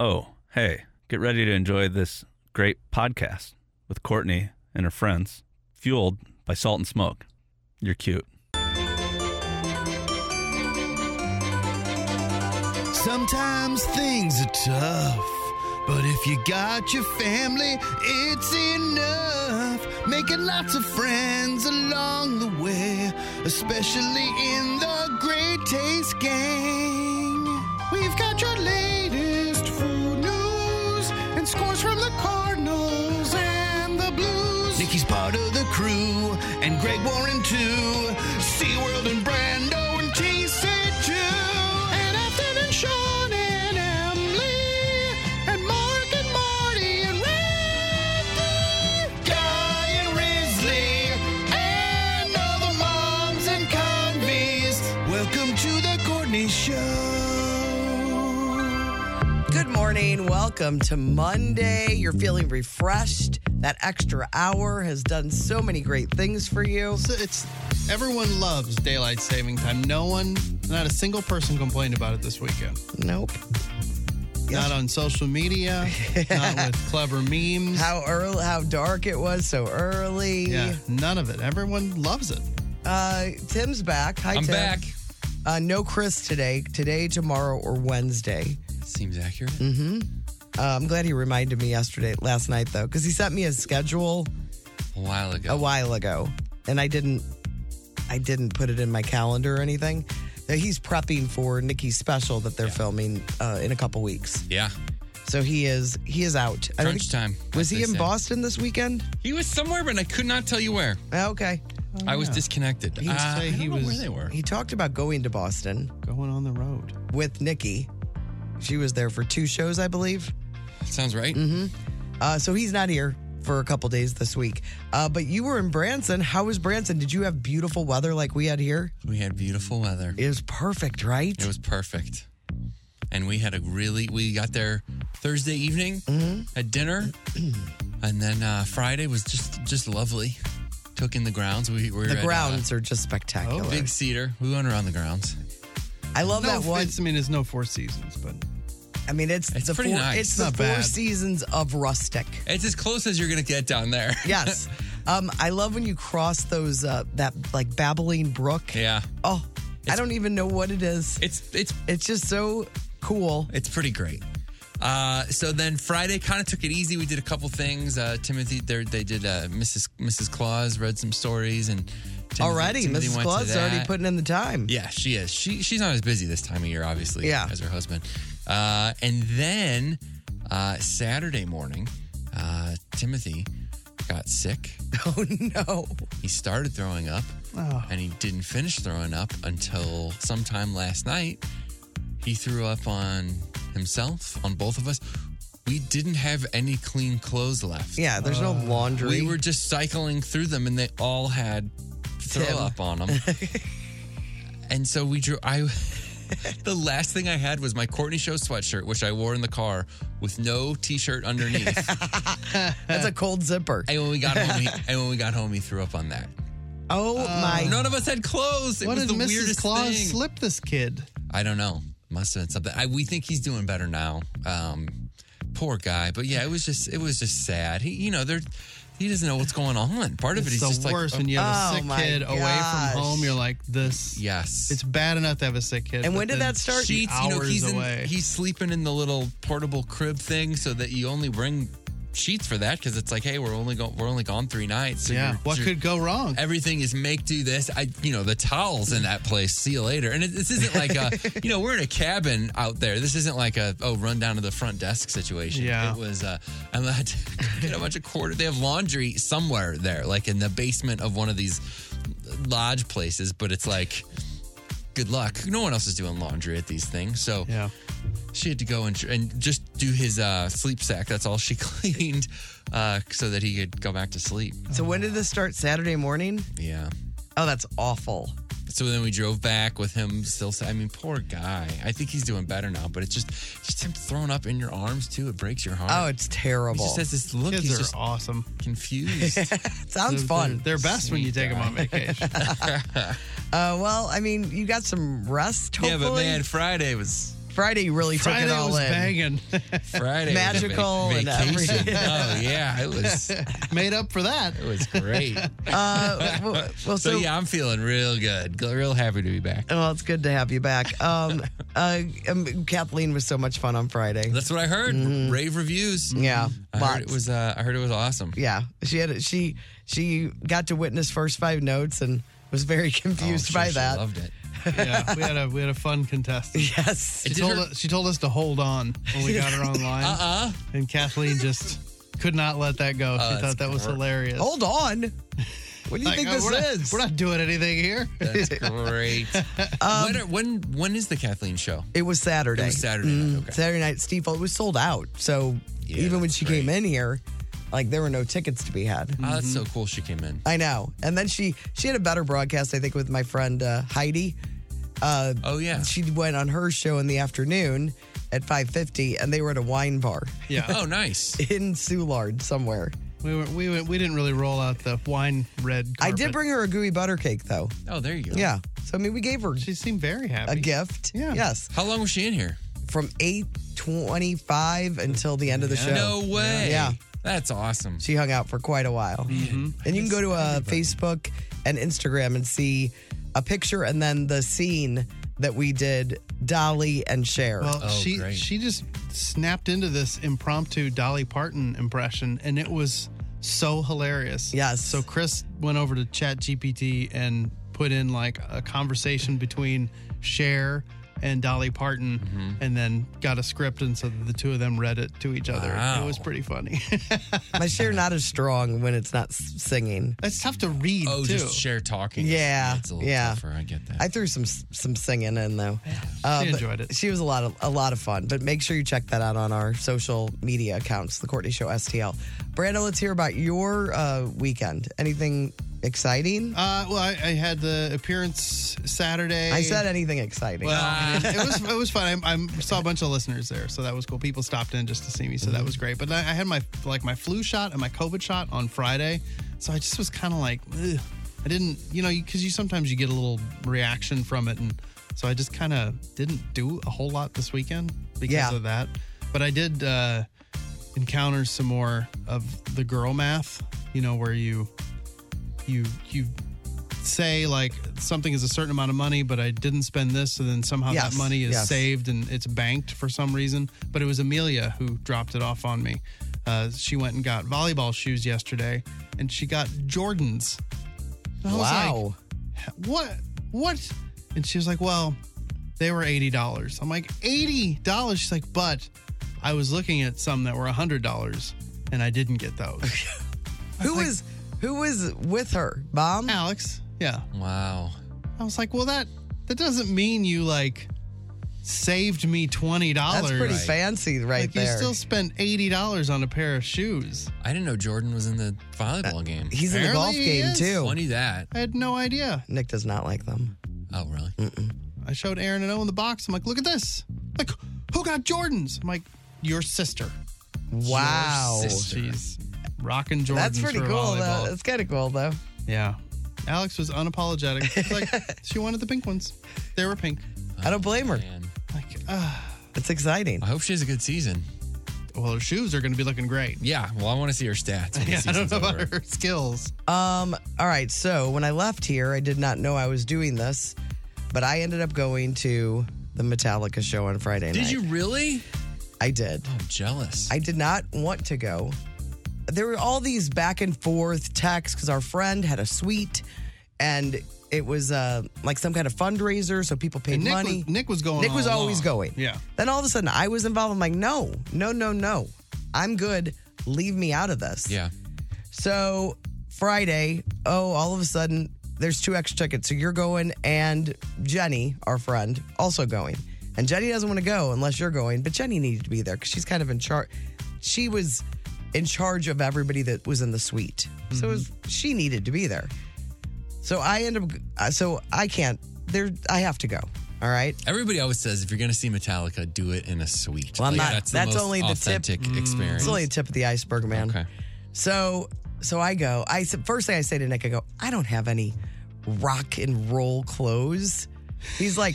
Oh, hey, get ready to enjoy this great podcast with Courtney and her friends, fueled by salt and smoke. You're cute. Sometimes things are tough, but if you got your family, it's enough. Making lots of friends along the way, especially in the Great Taste Gang. We've got your latest food news and scores from the Cardinals and the Blues. Nikki's part of the crew, and Greg Warren too. SeaWorld and Brando and TC too. And Ethan and Sean and Emily. And Mark and Marty and Randy. Guy and Risley. And all the moms and convies. Welcome to the Courtney Show. Good morning. Welcome to Monday. You're feeling refreshed. That extra hour has done so many great things for you. So it's everyone loves daylight saving time. No one, not a single person complained about it this weekend. Nope. Not on social media. not with clever memes. How early, how dark it was so early. yeah, none of it. Everyone loves it. Uh, Tim's back. Hi, I'm Tim. back. Uh, no Chris today, today, tomorrow, or Wednesday. Seems accurate. Uh, I'm glad he reminded me yesterday, last night though, because he sent me his schedule A while ago. a while ago, and I didn't, I didn't put it in my calendar or anything. That he's prepping for Nikki's special that they're filming uh, in a couple weeks. Yeah. So he is he is out. I don't Crunch think- time. Was as he they in say. Boston this weekend? He was somewhere, but I could not tell you where. Ah, Okay. I was disconnected. He would Uh, say I don't he know was- where they were. He talked about going to Boston Going on the road. with Nikki. She was there for two shows, I believe. Sounds right. Uh, so he's not here for a couple days this week. Uh, but you were in Branson. How was Branson? Did you have beautiful weather like we had here? We had beautiful weather. It was perfect, right? It was perfect. And we had a really, we got there Thursday evening Mm-hmm. at dinner. and then uh, Friday was just just lovely. Took in the grounds. We were the at, uh, grounds are just spectacular. Big Cedar. We went around the grounds. I love No, that one. it's, I mean, it's no Four Seasons, but I mean, it's, It's the four, pretty nice. it's the Not four bad. seasons of rustic. It's as close as you're going to get down there. Yes. um, I love when you cross those uh, that like babbling brook. yeah. Oh, I don't even know what it is. It's, it's It's just so cool. It's pretty great. Uh, so then Friday kind of took it easy. We did a couple things. Uh, Timothy, there they did uh, Mrs. Mrs. Claus read some stories and Timothy, Already, Timothy Mrs. went to Claus already that. putting in the time. Yeah, she is. She she's not as busy this time of year, obviously. Yeah. as her husband. Uh, and then uh, Saturday morning, uh, Timothy got sick. Oh no. He started throwing up, and he didn't finish throwing up until sometime last night. He threw up on himself, on both of us. We didn't have any clean clothes left. Yeah, there's no laundry. Uh, We were just cycling through them, and they all had throw Tim. up on them. and so we drew. I. The last thing I had was my Courtney Show sweatshirt, which I wore in the car with no T-shirt underneath. That's a cold zipper. and when we got home, he, and when we got home, he threw up on that. oh uh, my. None of us had clothes. It what was did the Mrs. weirdest Claus thing. slip this kid? I don't know. Must have been something. I, we think he's doing better now. Um, poor guy. But yeah, it was just it was just sad. He, you know, there he doesn't know what's going on. Part of it, It's he's the just worst like, when you have Oh a sick my kid away gosh. from home. You're like this. yes, It's bad enough to have a sick kid. And but when did then that start? sheets. You know, Hours he's in, away. he's sleeping in the little portable crib thing, so that you only bring sheets for that because it's like, hey, we're only go- we're only gone three nights. So yeah. you're- What you're- could go wrong? everything is make do this. I, you know, the towels in that place. See you later. And it, this isn't like a, you know, we're in a cabin out there. This isn't like a oh run down to the front desk situation. Yeah. it was. Uh, I'm gonna get a bunch of quarter. They have laundry somewhere there, like in the basement of one of these lodge places. But it's like, good luck. No one else is doing laundry at these things. So Yeah. She had to go and, and just do his uh, sleep sack. That's all she cleaned uh, so that he could go back to sleep. So when did this start? Saturday morning? Yeah. Oh, that's awful. So then we drove back with him still. sa- I mean, poor guy. I think he's doing better now, but it's just just him thrown up in your arms too. It breaks your heart. Oh, it's he terrible. just has this look. Kids he's are just awesome. confused. Sounds They're- fun. They're, they're best when you take them on vacation. Uh, well, I mean, you got some rest. yeah, Hopefully. but man, Friday was Friday you really Friday took it all was in. banging. Friday was a Magical vac- and vacation. everything. oh yeah, it was it Made up for that. was great. Uh, well, well, So, so yeah, I'm feeling real good. G- Real happy to be back. Well, it's good to have you back. Um, uh, um, Kathleen was so much fun on Friday. That's what I heard. Rave reviews. Mm-hmm. Yeah, I heard it lots. was. Uh, I heard it was awesome. yeah, she had she she got to witness first five notes and was very Oh, confused sure by she that. Loved it. Yeah, we had a we had a fun contestant. Yes, She did told, her- us, she told us to hold on when we got her online, Uh. Uh-uh. and Kathleen just could not let that go. Oh, she thought that's that was great. hilarious. hold on. What do you Like, uh, think oh, this we're not- is? we're not doing anything here. That's great. Um, when, are- when when is the Kathleen show? it was Saturday. Mm-hmm. It was Saturday night. Okay. Saturday night, Steve it was sold out. So Yeah, even when that's she came great. in here, like there were no tickets to be had. Oh, that's so cool. She came in. I know. And then she she had a better broadcast, I think, with my friend uh, Heidi. Uh, Oh yeah. She went on her show in the afternoon at 5:50, and they were at a wine bar yeah, Oh nice. in Soulard somewhere. we were, we went, we didn't really roll out the wine red. I Carpet. did bring her a gooey butter cake, though. Oh there you go. Yeah. So I mean, we gave her She seemed very happy. a gift. Yeah. Yes. How long was she in here? From 8:25 until the end of the show. No way. Yeah. That's awesome. She hung out for quite a while. And you can go to uh, Facebook and Instagram and see a picture and then the scene that we did Dolly and Cher. Well, Oh, she great. she just snapped into this impromptu Dolly Parton impression, and it was so hilarious. Yes. So Chris went over to Chat GPT and put in like a conversation between Cher and Dolly Parton, Mm-hmm. and then got a script, and so the two of them read it to each other. Wow. It was pretty funny. my Cher not as strong when it's not s- singing. That's tough to read Oh, too. just share talking. Yeah, It's a little yeah. tougher. I get that. I threw some some singing in though. Uh, she but enjoyed it. She was a lot of a lot of fun. But make sure you check that out on our social media accounts, the Courtney Show STL. Brando, let's hear about your uh, weekend. Anything exciting? Uh, well, I, I had the appearance Saturday. I said anything exciting. Uh, Well, it was it was fun. I, I saw a bunch of listeners there, so that was cool. People stopped in just to see me, so Mm-hmm. that was great. But I, I had my like my flu shot and my COVID shot on Friday, so I just was kind of like, Ugh. I didn't, you know, because you sometimes you get a little reaction from it, and so I just kind of didn't do a whole lot this weekend because Yeah. of that. But I did uh, encounter some more of the girl math, you know, where you you you say like something is a certain amount of money, but I didn't spend this, so then somehow Yes, that money is yes. saved and it's banked for some reason. But it was Amelia who dropped it off on me. Uh, she went and got volleyball shoes yesterday, and she got Jordans. And I was like, wow. what? What? And she was like, well, they were eighty dollars. I'm like, eighty dollars. She's like, but I was looking at some that were hundred dollars, and I didn't get those. Who was who was with her? Mom? Alex, yeah, wow. I was like, well, that that doesn't mean you like saved me twenty dollars. That's pretty fancy right Like, there. you still spent eighty dollars on a pair of shoes. I didn't know Jordan was in the Uh, volleyball game. He's in the golf Apparently he game is. too. Funny that. I had no idea. Nick does not like them. Oh really? Mm. I showed Aaron and Owen the box. I'm like, look at this. Like, who got Jordans? I'm like, your sister. Oh, Oh, Wow. sister. She's rocking Jordans. That's pretty for cool though. volleyball. That's kind of cool though. Yeah. Alex was unapologetic. She's like, she wanted the pink ones. They were pink. I don't blame her. Man. Like, uh, It's exciting. I hope she has a good season. well, her shoes are going to be looking great. Yeah. Well, I want to see her stats. when the Yeah, I don't season's know about over. her skills. Um, all right, so when I left here, I did not know I was doing this, but I ended up going to the Metallica show on Friday night. Did you really? Oh, I did. I'm jealous. I did not want to go. There were all these back and forth texts because our friend had a suite and it was uh, like some kind of fundraiser, so people paid And Nick, money. was, Nick was going. Nick was all always along. going. Yeah. Then all of a sudden I was involved. I'm like, no, no, no, no. I'm good. Leave me out of this. yeah. So Friday, oh, all of a sudden, there's two extra tickets. So you're going and Jenny, our friend, also going. And Jenny doesn't want to go unless you're going, but Jenny needed to be there because she's kind of in charge. She was in charge of everybody that was in the suite. So it was, she needed to be there. So I end up, uh, so I can't, there, I have to go. All right. Everybody always says if you're going to see Metallica, do it in a suite. Well, I'm not- That's, the that's most only the tip. Mm. authentic experience. It's only the tip of the iceberg, man. okay. So, so I go. I s- first thing I say to Nick, I go, I don't have any rock and roll clothes. He's like,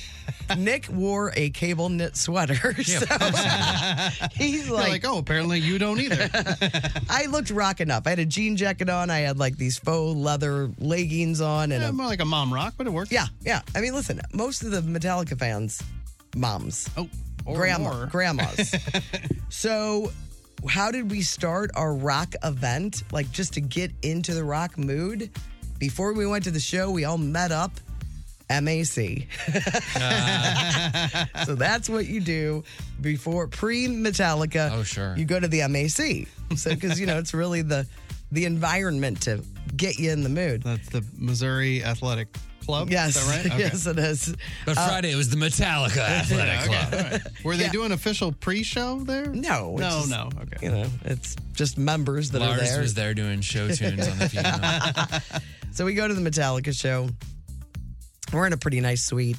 Nick wore a cable knit sweater. so he's You're like, like, oh, apparently you don't either. I looked rocking up. I had a jean jacket on. I had like these faux leather leggings on and yeah, a more like a mom rock, but it worked. Yeah, yeah. I mean, listen, most of the Metallica fans, moms, Oh, or grandma, more. grandmas. so, how did we start our rock event? Like, just to get into the rock mood. Before we went to the show, we all met up. MAC. Ah. so that's what you do before pre Metallica. Oh, sure. You go to the MAC. So, because, you know, it's really the the environment to get you in the mood. That's the Missouri Athletic Club. Yes. Is that right? Okay. Yes, it is. But Friday it was the Metallica Athletic Club. Were they doing official pre-show there? No, it's No, just- no. Okay. you know, it's just members that are Lars there. was there doing show tunes on the piano. So we go to the Metallica show. We're in a pretty nice suite.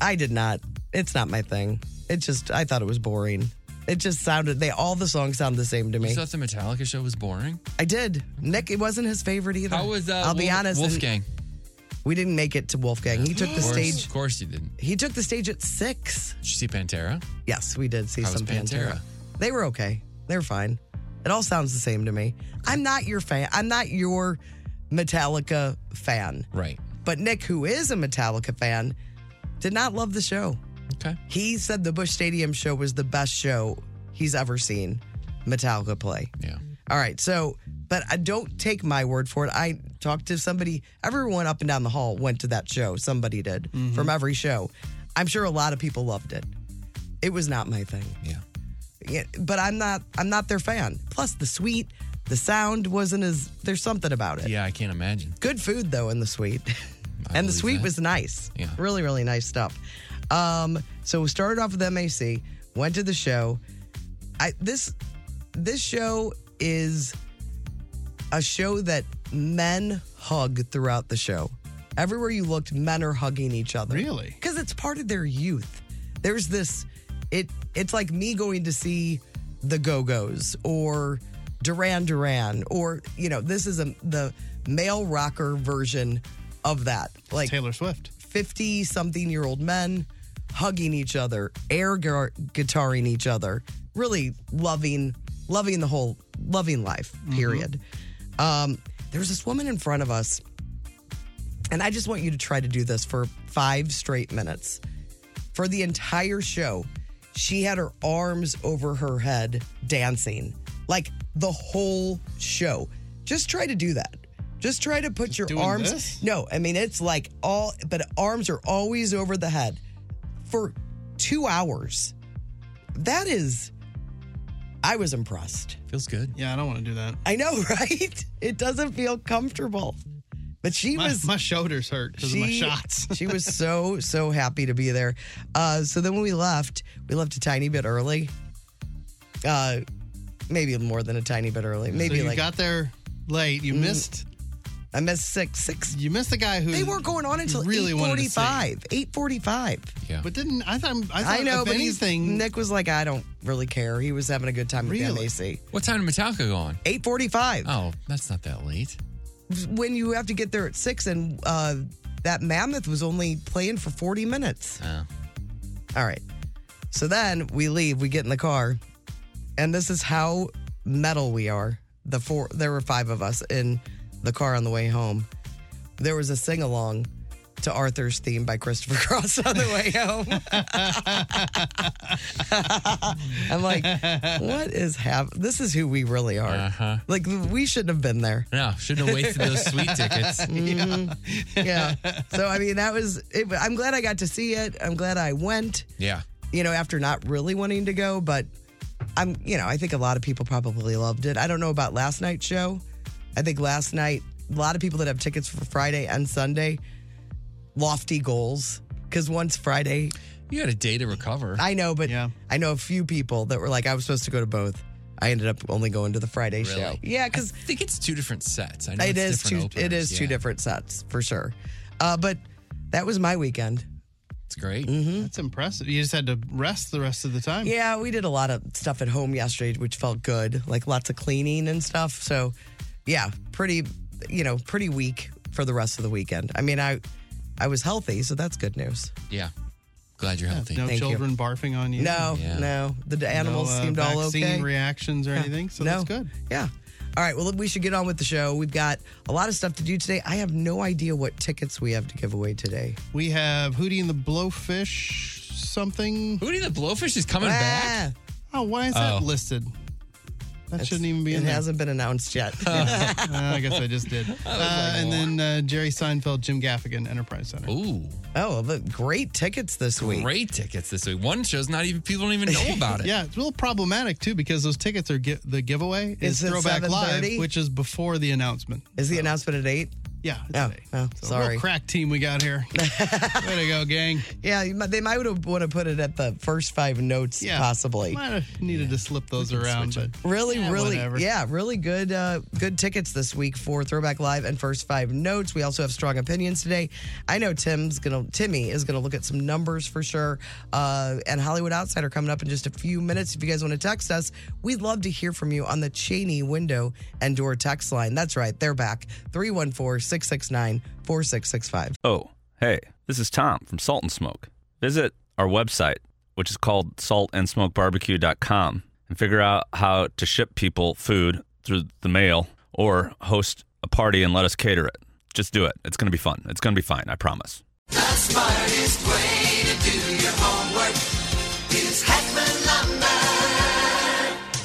I did not. It's not my thing. It just I thought it was boring. It just sounded they all the songs sound the same to me. You thought the Metallica show was boring? I did. Nick, it wasn't his favorite either. How was uh, I'll be Wolf- honest. and Wolfgang? We didn't make it to Wolfgang. He took the Of course- stage. Of course you didn't. He took the stage at six. Did you see Pantera? Yes, we did see How was some Pantera. Pantera? They were okay. They were fine. It all sounds the same to me. I'm not your fan. I'm not your Metallica fan. Right. But Nick, who is a Metallica fan, did not love the show. Okay. He said the Bush Stadium show was the best show he's ever seen Metallica play. Yeah. All right, so but I don't take my word for it. I talked to somebody. Everyone up and down the hall went to that show. Somebody did Mm-hmm. from every show. I'm sure a lot of people loved it. It was not my thing. Yeah. Yeah, but I'm not. I'm not their fan. Plus the suite, the sound wasn't as. There's something about it. Yeah, I can't imagine. Good food though in the suite. I and the believe suite that. was nice. Yeah. Really, really nice stuff. Um, so we started off with MAC, went to the show. I this this show is a show that men hug throughout the show. Everywhere you looked, men are hugging each other. Really? Because it's part of their youth. There's this it it's like me going to see the Go-Go's or Duran Duran or you know, this is a the male rocker version of that. Like Taylor Swift. 50 something year old men hugging each other, air gu- guitaring each other, really loving, loving the whole, loving life, period. Um, there was this woman in front of us, and I just want you to try to do this for five straight minutes. For the entire show, she had her arms over her head dancing, like the whole show. Just try to do that. Just try to put your doing arms. this? No, I mean it's like all, but arms are always over the head for two hours. That is, I was impressed. Feels good. Yeah, I don't want to do that. I know, right? It doesn't feel comfortable. But she My, was my shoulders hurt because of my shots. she was so so happy to be there. Uh, so then when we left, we left a tiny bit early. Uh, maybe more than a tiny bit early. so Maybe you like Mm. got there late. You missed. I missed six six. You missed the guy who They weren't going on until really eight wanted to see. forty-five. Eight forty-five. Yeah. But didn't I thought I, thought I know, if but he's- anything Nick was like, "I don't really care." He was having a good time with Really? the MAC. what time did Metallica go on? Eight forty-five. Oh, that's not that late. When you have to get there at six, and uh, that mammoth was only playing for forty minutes. Oh. All right. So then we leave, we get in the car, and this is how metal we are. The four there were five of us in the car on the way home. There was a sing along to Arthur's theme by Christopher Cross on the way home. I'm like, what is happening? This is who we really are. Uh-huh. Like we shouldn't have been there. No, shouldn't have wasted those sweet tickets. Yeah. so I mean, that was. It, I'm glad I got to see it. I'm glad I went. Yeah. you know, after not really wanting to go, but I'm, you know, I think a lot of people probably loved it. I don't know about last night's show. I think last night, a lot of people that have tickets for Friday and Sunday, lofty goals. Because once Friday You had a day to recover. I know, but Yeah. I know a few people that were like, I was supposed to go to both. I ended up only going to the Friday Really? show. Yeah, because I think it's two different sets. I know it it's is two. different It openers, is two yeah. different sets for sure. Uh, but that was my weekend. It's great. Mm-hmm. That's impressive. You just had to rest the rest of the time. Yeah, we did a lot of stuff at home yesterday, which felt good, like lots of cleaning and stuff. So, yeah, pretty, you know, pretty weak for the rest of the weekend. I mean, I, I was healthy, so that's good news. Yeah. Glad you're healthy. No Thank you. children barfing on you. No, Yeah. no, the d- No, animals uh, seemed all vaccine okay. reactions or anything. So no, that's good. Yeah. All right. Well, look, we should get on with the show. We've got a lot of stuff to do today. I have no idea what tickets we have to give away today. We have Hootie and the Blowfish something. Hootie the Blowfish is coming back. Ah, Oh, why is that Oh. listed? That shouldn't even be it in there. hasn't been announced yet. Oh, Uh, I guess I just did. uh, and then uh, Jerry Seinfeld, Jim Gaffigan, Enterprise Center. Ooh, oh, but great tickets this week. great tickets this week. One show's not even people don't even know about it. Yeah, it's a little problematic too because those tickets are gi- the giveaway Is is it Throwback 7:30? Live, which is before the announcement. Is the announcement at eight? Yeah, it's Oh, today. oh, So, sorry. real crack team we got here. Way to go, gang. Yeah, you might, they might have want to put it at the first five notes, Yeah, possibly. Might have needed to slip those around, but Really, really, whatever. yeah, really good, uh, good tickets this week for Throwback Live and First Five Notes. We also have strong opinions today. I know Tim's gonna, Timmy is gonna look at some numbers for sure, uh, and Hollywood Outsider coming up in just a few minutes. If you guys want to text us, we'd love to hear from you on the Cheney window and door text line. That's right, they're back 314-669-4665. Oh, hey, this is Tom from Salt and Smoke. Visit our website, which is called saltandsmokebarbecue.com, and figure out how to ship people food through the mail or host a party and let us cater it. Just do it. It's going to be fun. It's going to be fine. I promise. The smartest way to do your homework is Heckman Lumber.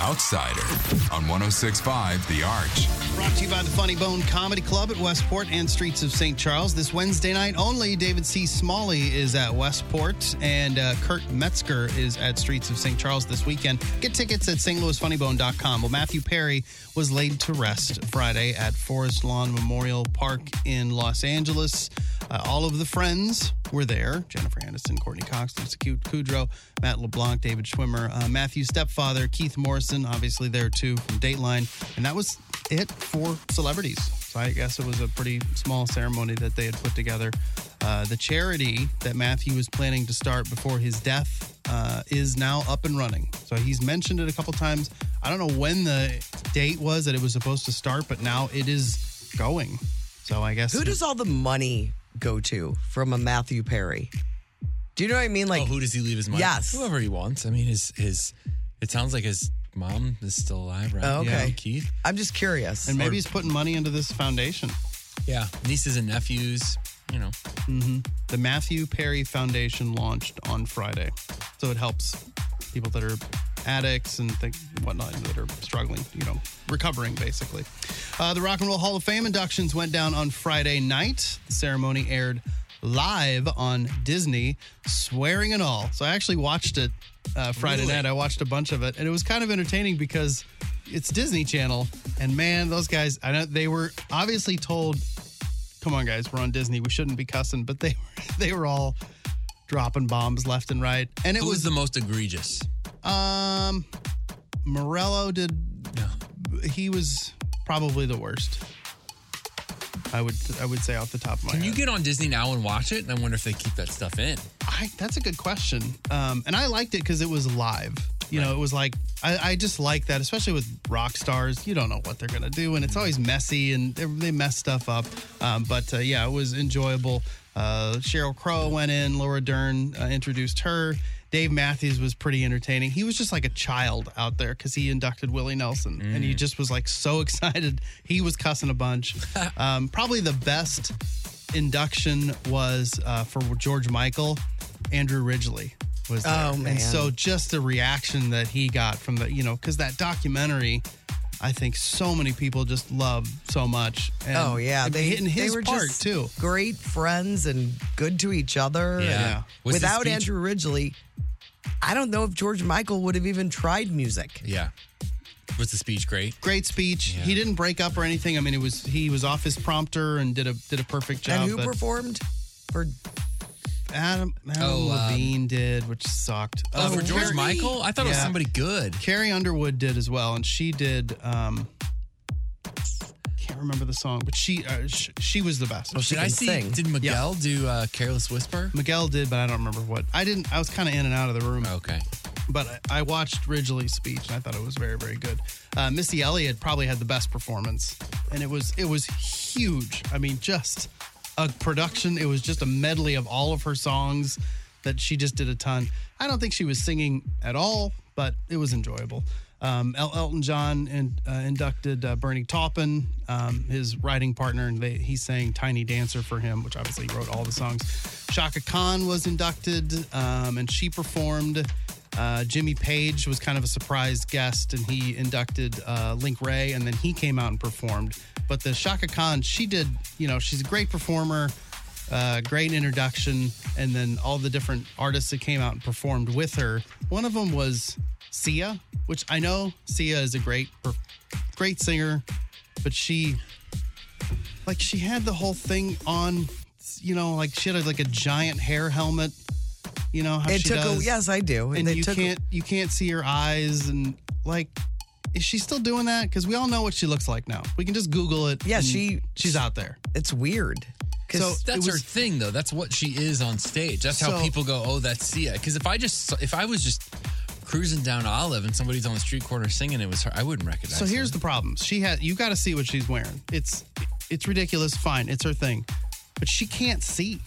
Outsider on 1065 The Arch. Brought to you by the Funny Bone Comedy Club at Westport and Streets of St. Charles. This Wednesday night only, David C. Smalley is at Westport and uh, Kurt Metzger is at Streets of St. Charles this weekend. Get tickets at stlouisfunnybone.com. Well, Matthew Perry was laid to rest Friday at Forest Lawn Memorial Park in Los Angeles. Uh, all of the friends were there Jennifer Aniston, Courtney Cox, Lisa Cu- Kudrow, Matt LeBlanc, David Schwimmer, uh, Matthew's stepfather, Keith Morrison, obviously there too from Dateline. And that was it for celebrities. So I guess it was a pretty small ceremony that they had put together. Uh, the charity that Matthew was planning to start before his death uh, is now up and running. So he's mentioned it a couple times. I don't know when the date was that it was supposed to start, but now it is going. So I guess Who does all the money go to from a Matthew Perry? Do you know what I mean? Like Oh, who does he leave his money? Yes. Whoever he wants. I mean, his his. It sounds like his mom is still alive, right? Oh, okay. Yeah. Keith. I'm just curious. and maybe he's putting money into this foundation, Yeah. Nieces and nephews. You know. the Matthew Perry Foundation launched on Friday, so it helps people that are addicts and think whatnot that are struggling, you know, recovering basically. Uh, the Rock and Roll Hall of Fame inductions went down on Friday night. The ceremony aired live on Disney, swearing and all. So I actually watched it uh, Friday night. I watched a bunch of it, and it was kind of entertaining because it's Disney Channel, and man, those guys, I know they were obviously told come on guys we're on disney we shouldn't be cussing but they they were all dropping bombs left and right and it Who was was the most egregious? um morello did he was probably the worst i would i would say off the top of my Can head you get on Disney now and watch it? And I wonder if they keep that stuff in. I, that's a good question um and i liked it because it was live you know, it was like I, I just like that, especially with rock stars. You don't know what they're gonna do, and it's always messy, and they, they mess stuff up. Um, but uh, yeah, it was enjoyable. Uh, Cheryl Crow went in. Laura Dern uh, introduced her. Dave Matthews was pretty entertaining. He was just like a child out there because he inducted Willie Nelson, and he just was like so excited. He was cussing a bunch. um, probably the best induction was uh, for George Michael. Andrew Ridgely was there. Oh, man. And so just the reaction that he got from the, you know, because that documentary, I think so many people just love so much. And Oh yeah, and hitting his part just too. Great friends and good to each other. and Yeah. Was the Without speech- Andrew Ridgely, I don't know if George Michael would have even tried music. Yeah. Was the speech great? Great speech. He didn't break up or anything. I mean, it was he was off his prompter and did a did a perfect job. and who but performed? Or Adam, Adam Oh, um, Levine did, which sucked. Oh, for George Carrie- Michael? I thought it was Yeah. somebody good. Carrie Underwood did as well, and she did. um Can't remember the song, but she uh, sh- she was the best. Oh, Did I can see? sing. Did Miguel do uh, "Careless Whisper"? Miguel did, but I don't remember what. I didn't. I was kind of in and out of the room, Okay. but I, I watched Ridgely's speech and I thought it was very, very good. Uh, Missy Elliott probably had the best performance, and it was it was huge. I mean, just a production. It was just a medley of all of her songs that she just did a ton. I don't think she was singing at all, but it was enjoyable. Um, El- Elton John and, uh, inducted uh, Bernie Taupin, um, his writing partner, and they, he sang "Tiny Dancer" for him, which obviously wrote all the songs. Shaka Khan was inducted, um, and she performed. Uh, Jimmy Page was kind of a surprise guest, and he inducted uh, Link Ray, and then he came out and performed. But the Shaka Khan, she did, you know, she's a great performer, uh, great introduction, and then all the different artists that came out and performed with her. One of them was Sia, which I know Sia is a great, per- great singer, but she, like, she had the whole thing on, you know, like she had like a giant hair helmet. You know how it Oh, she took a does yes, I do. and it you took a- can't you can't see her eyes and like is she still doing that because we all know what she looks like now we can just google it Yeah, and she- she's out there it's weird. 'Cause So- It That's her was- thing, though. That's what she is on stage. That's how So- people go, "Oh, that's Sia." Because if I just if I was just cruising down Olive and somebody's on the street corner singing, it was her. I wouldn't recognize. so here's her. the problem she had you got to see what she's wearing it's it's ridiculous fine it's her thing but she can't see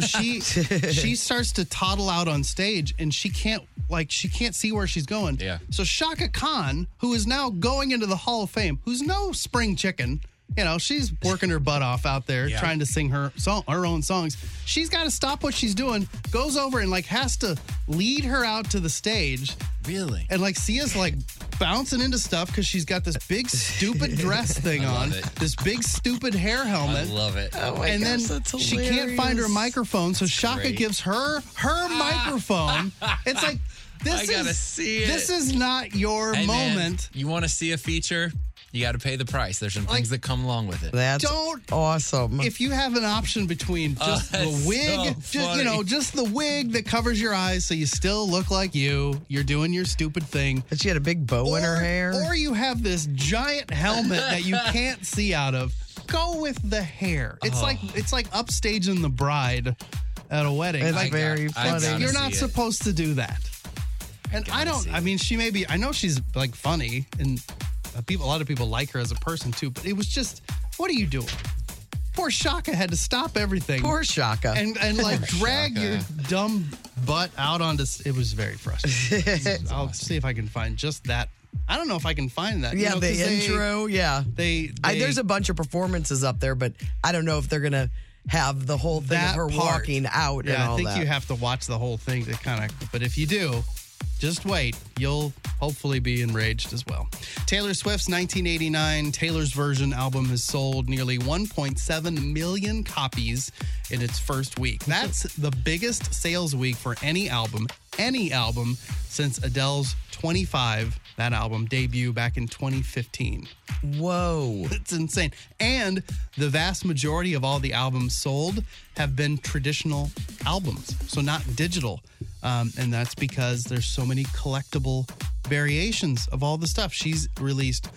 she she starts to toddle out on stage and she can't like she can't see where she's going Yeah. so shaka khan who is now going into the hall of fame who's no spring chicken you know she's working her butt off out there Yeah. trying to sing her song her own songs she's got to stop what she's doing goes over and like has to lead her out to the stage really. and like Sia's like bouncing into stuff because she's got this big stupid dress thing on, it. this big stupid hair I helmet. love it. Oh my and gosh, then that's she can't find her hilarious. microphone, so Shaka great. Ah. gives her her microphone. It's like this I gotta is see it. this is not your Hey, man, moment. you want to see a feature? You got to pay the price. There's some things that come along with it. That's Don't- awesome. If you have an option between just Oh, the that's so wig, just, you funny. know, just the wig that covers your eyes so you still look like you, you're doing your stupid thing, but she had a big bow in her hair. Or you have this giant helmet that you can't see out of. Go with the hair. Oh. It's like it's like upstaging the bride at a wedding. It's like very I funny. gotta you're see not it. supposed to do that. And I, don't. I mean, she may be. I know she's like funny, and uh, people. A lot of people like her as a person too. But it was just, what are you doing? Poor Shaka had to stop everything. Poor Shaka. and and like drag your dumb butt out onto. s- It was very frustrating. I'll see if I can find just that. I don't know if I can find that. you yeah, know, the 'cause they- intro. yeah. They, I, they- there's a bunch of performances up there, but I don't know if they're gonna have the whole thing of that her part. walking out Yeah, and all I think that. you have to watch the whole thing to kind of. But if you do, just wait. You'll hopefully be enraged as well. Taylor Swift's 1989 Taylor's Version album has sold nearly 1.7 million copies in its first week. That's the biggest sales week for any album, any album since Adele's 25, that album debut back in 2015. Whoa. It's insane. And the vast majority of all the albums sold have been traditional albums, so not digital. Um, and that's because there's so many collectible variations of all the stuff. She's released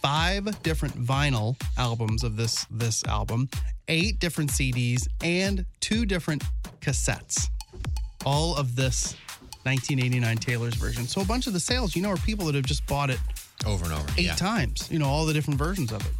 five different vinyl albums of this this album, eight different CDs, and two different cassettes all of this 1989 Taylor's version. So a bunch of the sales, you know, are people that have just bought it Over and over. eight yeah. times. You know, all the different versions of it.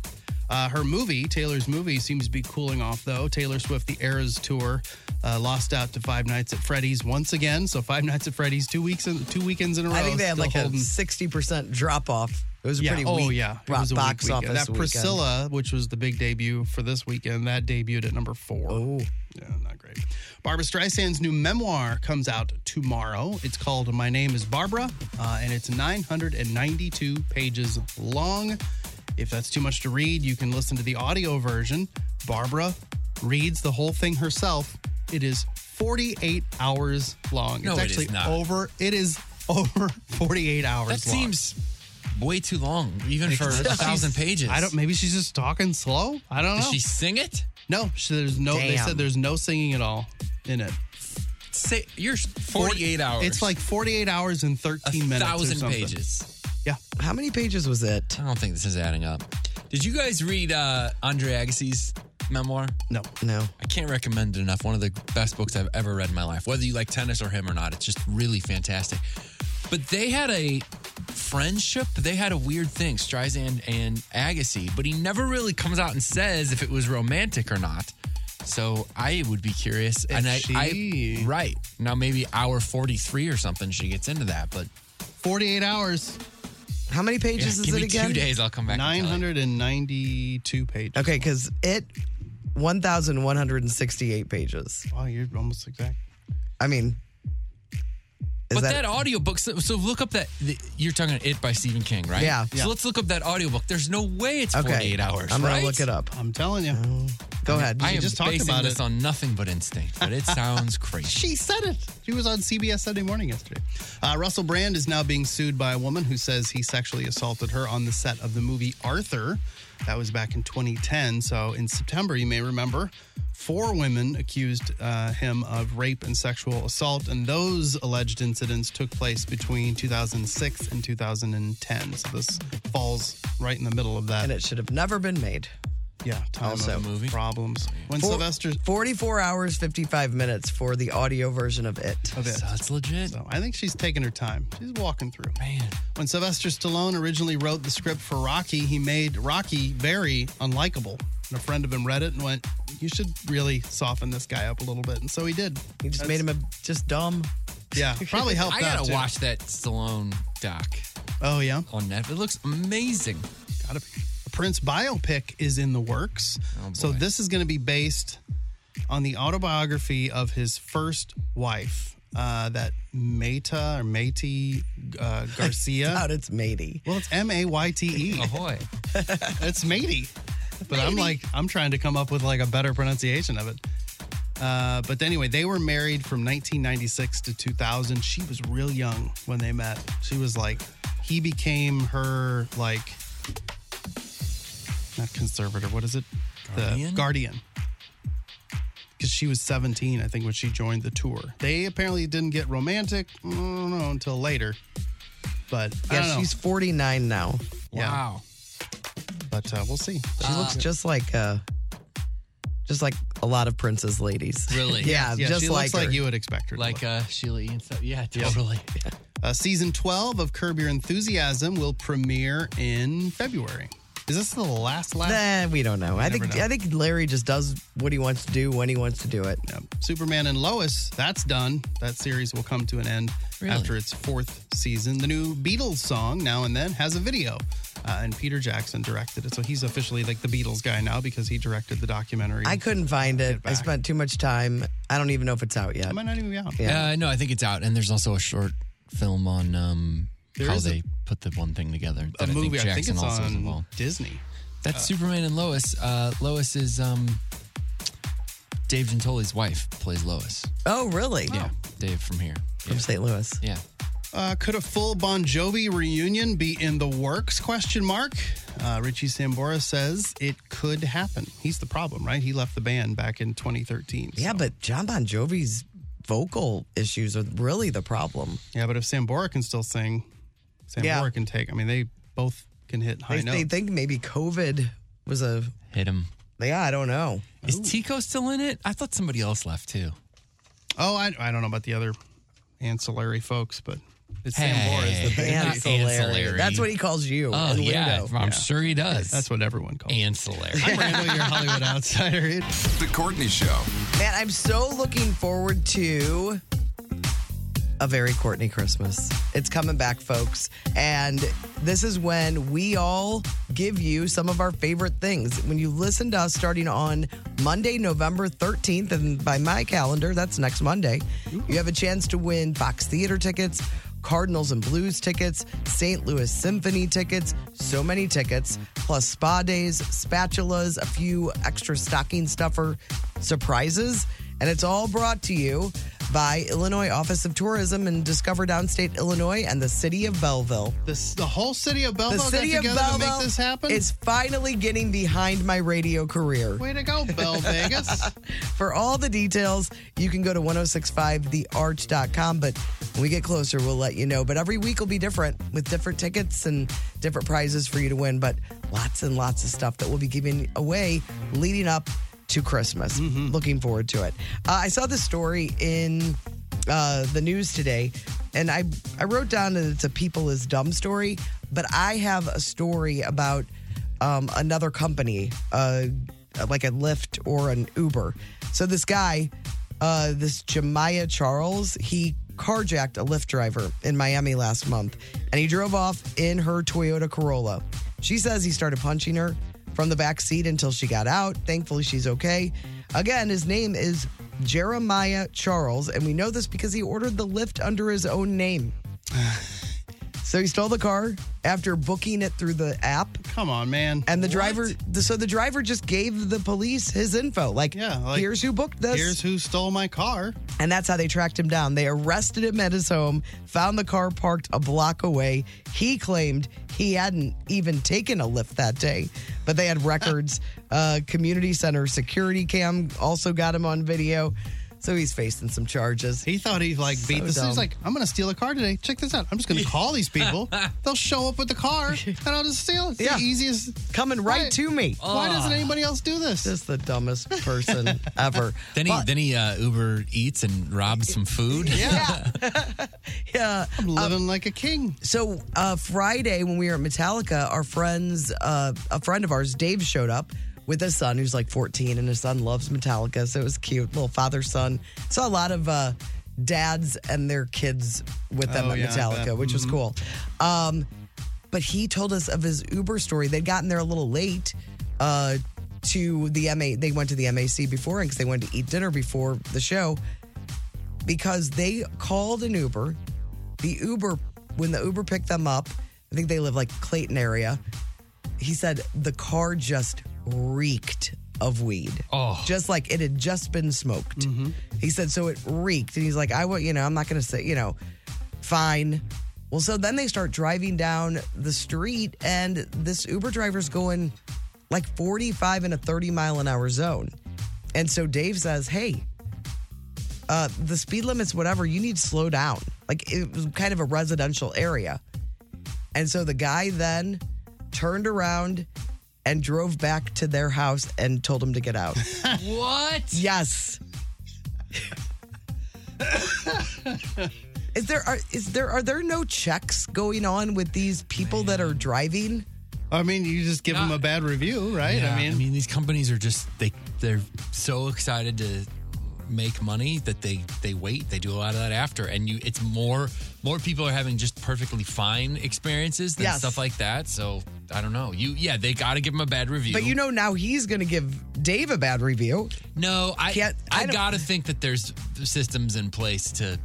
Uh, her movie, Taylor's movie, seems to be cooling off though. Taylor Swift, the Eras Tour, uh, lost out to Five Nights at Freddy's once again. So Five Nights at Freddy's, two weeks, in, two weekends in a row. I think they had still like a holding- sixty percent drop off. It was a yeah. pretty oh weak yeah, bo- a weak box weekend. office. That weekend. Priscilla, which was the big debut for this weekend, that debuted at number four. Oh. Yeah, not great. Barbara Streisand's new memoir comes out tomorrow. It's called My Name is Barbara, uh, and it's 992 pages long. If that's too much to read, you can listen to the audio version. Barbara reads the whole thing herself. It is 48 hours long. No, it's it is actually not. over. It is over 48 hours That long. seems way too long, even for a She's- thousand pages. I don't. Maybe she's just talking slow. I don't know. Does she sing it? no, she, there's no. They Damn. said there's no singing at all in it. Say you're 48 hours. It's like 48 hours and 13 a minutes. or thousand something. pages. Yeah. How many pages was it? I don't think this is adding up. Did you guys read uh, Andre Agassi's memoir? No. No. I can't recommend it enough. One of the best books I've ever read in my life. Whether you like tennis or him or not, it's just really fantastic. But they had a friendship. They had a weird thing, Streisand and Agassi. But he never really comes out and says if it was romantic or not. So I would be curious. and I, she- I right now maybe hour forty three or something. She gets into that, but 48 hours, How many yeah, pages give is me it again? two days. I'll come back. and tell you. 992 pages. Okay, because it one thousand one hundred and sixty eight pages. Wow, you're almost exact. I mean, is But that, audiobook, so, so look up that, the, you're talking It by Stephen King, right? Yeah. So let's look up that audiobook. There's no way it's 48 hours, I'm right? gonna look it up. I'm telling you. Go ahead. I am just just talked basing about this it. on nothing but instinct, but it sounds crazy. She said it. She was on CBS Sunday Morning yesterday. Uh, Russell Brand is now being sued by a woman who says he sexually assaulted her on the set of the movie Arthur. That was back in 2010. So in September, you may remember, four women accused uh, him of rape and sexual assault, and those alleged incidents took place between 2006 and 2010. So this falls right in the middle of that. and it should have never been made. yeah, time also- of movie problems. When Four- Sylvester. 44 hours, 55 minutes for the audio version of it. of it. So it's legit. So I think she's taking her time. She's walking through. Man. When Sylvester Stallone originally wrote the script for Rocky, he made Rocky very unlikable. And a friend of him read it and went, You should really soften this guy up a little bit. And so he did. He just made him a, just dumb. Oh, Yeah, probably helped I that, gotta too. watch that Stallone doc Oh, yeah. on Netflix. It looks amazing. Gotta be. A Prince biopic is in the works. so Oh, boy. this is going to be based on the autobiography of his first wife, uh, that Meta or Matey uh, Garcia. Out it's matey. well, it's M A Y T E. Ahoy. It's matey. But I'm like, I'm trying to come up with like a better pronunciation of it. Uh, but anyway, they were married from 1996 to 2000. She was real young when they met. She was like, he became her like, not conservator. What is it? Guardian? The guardian. Because she was 17, I think, when she joined the tour. They apparently didn't get romantic. I don't know until later. But I don't Yeah, know. she's 49 now. Yeah. Wow. But uh, we'll see. She looks just like uh just like a lot of princess ladies. Really? yeah, Yeah, just she like, looks like her. you would expect her. to Like look. uh, Sheila E. and stuff. Yeah, totally. Uh, season 12 of Curb Your Enthusiasm will premiere in February. Is this the last last? Nah, we don't know. I think know. I think Larry just does what he wants to do when he wants to do it. Yep. Superman and Lois, that's done. That series will come to an end Really? after its fourth season. The new Beatles song, Now and Then, has a video, uh, and Peter Jackson directed it. So he's officially like the Beatles guy now because he directed the documentary. I couldn't find it. I back. spent too much time. I don't even know if it's out yet. It might not even be out. Yeah. Uh, no, I think it's out. And there's also a short film on um, There how is a- they put the one thing together. A that movie, I think I think, Jackson it's also was on involved. Disney. That's Superman and Lois. Uh, Lois is um, Dave Gentoli's wife plays Lois. oh, really? Yeah, Dave from here. From St. Louis. Yeah. Uh, could a full Bon Jovi reunion be in the works? Question mark. Uh, Richie Sambora says it could happen. He's the problem, right? He left the band back in 2013. so- Yeah, but John Bon Jovi's vocal issues are really the problem. yeah, but if Sambora can still sing, Sambora Yeah. can take. I mean, they both can hit high They, they notes. think maybe COVID was a. Hit him. Yeah, I don't know. Is Tico still in it? I thought somebody else left too. oh, I, I don't know about the other ancillary folks, but it's Sam Moore is the Hey. big Not Ancillary. ancillary. That's what he calls you. Oh, and yeah. Lindo. I'm sure he does. That's what everyone calls. it. ancillary. I'm Randall, your Hollywood outsider. It- The Courtney Show. Man, I'm so looking forward to a very Courtney Christmas. It's coming back, folks. And this is when we all give you some of our favorite things. When you listen to us starting on Monday, November 13th, and by my calendar, that's next Monday, you have a chance to win Fox Theater tickets, Cardinals and Blues tickets, St. Louis Symphony tickets, so many tickets, plus spa days, spatulas, a few extra stocking stuffer surprises. And it's all brought to you by Illinois Office of Tourism and Discover Downstate Illinois and the City of Belleville. the, the whole city of Belleville The City got of together Belleville to make this happen. is finally getting behind my radio career. Way to go, Bell Vegas. For all the details, you can go to 1065thearch.com. But when we get closer, we'll let you know. But every week will be different with different tickets and different prizes for you to win. But lots and lots of stuff that we'll be giving away leading up to Christmas. Looking forward to it. Uh, I saw this story in uh, the news today, and I, I wrote down that it's a people is dumb story, but I have a story about um, another company, uh, like a Lyft or an Uber. So this guy, uh, this Jemiah Charles, he carjacked a Lyft driver in Miami last month, and he drove off in her Toyota Corolla. She says he started punching her from the back seat until she got out. Thankfully, she's okay. Again, his name is Jeremiah Charles, and we know this because he ordered the Lyft under his own name. So he stole the car after booking it through the app Come on, man. and the driver, the, so the driver just gave the police his info. Like, Yeah, like, here's who booked this. Here's who stole my car. and that's how they tracked him down. They arrested him at his home, found the car parked a block away. He claimed he hadn't even taken a lift that day, but they had records. uh, community center security cam also got him on video. So he's facing some charges. He thought he like beat this. dumb. He's like, I'm gonna steal a car today. Check this out. I'm just gonna call these people. They'll show up with the car, and I'll just steal it. It's Yeah. the easiest. Coming right, Right. to me. Oh. Why doesn't anybody else do this? Just the dumbest person ever. Then he But- then he uh, Uber eats and robs some food. yeah, yeah. I'm living like a king. So uh, Friday, when we were at Metallica, our friends, uh, a friend of ours, Dave, showed up with his son, who's like 14, and his son loves Metallica, so it was cute, little father son. Saw a lot of uh, dads and their kids with them Oh, at yeah, I Metallica, bet. Mm-hmm. which was cool. Um, but he told us of his Uber story. They'd gotten there a little late uh, to the MA. They went to the MAC before because they wanted to eat dinner before the show because they called an Uber. The Uber, when the Uber picked them up, I think they live like Clayton area. He said the car just reeked of weed. Oh. Just like it had just been smoked. He said, so it reeked. And he's like, I will, you know, I'm not going to say, you know, fine. Well, so then they start driving down the street, and this Uber driver's going like 45 in a 30 mile an hour zone. And so Dave says, Hey, uh, the speed limit's whatever. You need to slow down. Like it was kind of a residential area. And so the guy then turned around and drove back to their house and told him to get out. What? yes. is there are is there are there no checks going on with these people that are driving? I mean, you just give them a bad review, right? Yeah, I mean, these companies are just they they're so excited to make money that they they wait. They do a lot of that after, and you it's more more people are having just perfectly fine experiences than Yes. stuff like that. So I don't know. You yeah, they got to give them a bad review. But you know now he's going to give Dave a bad review. No, I Can't- I I, don't- gotta think that there's systems in place to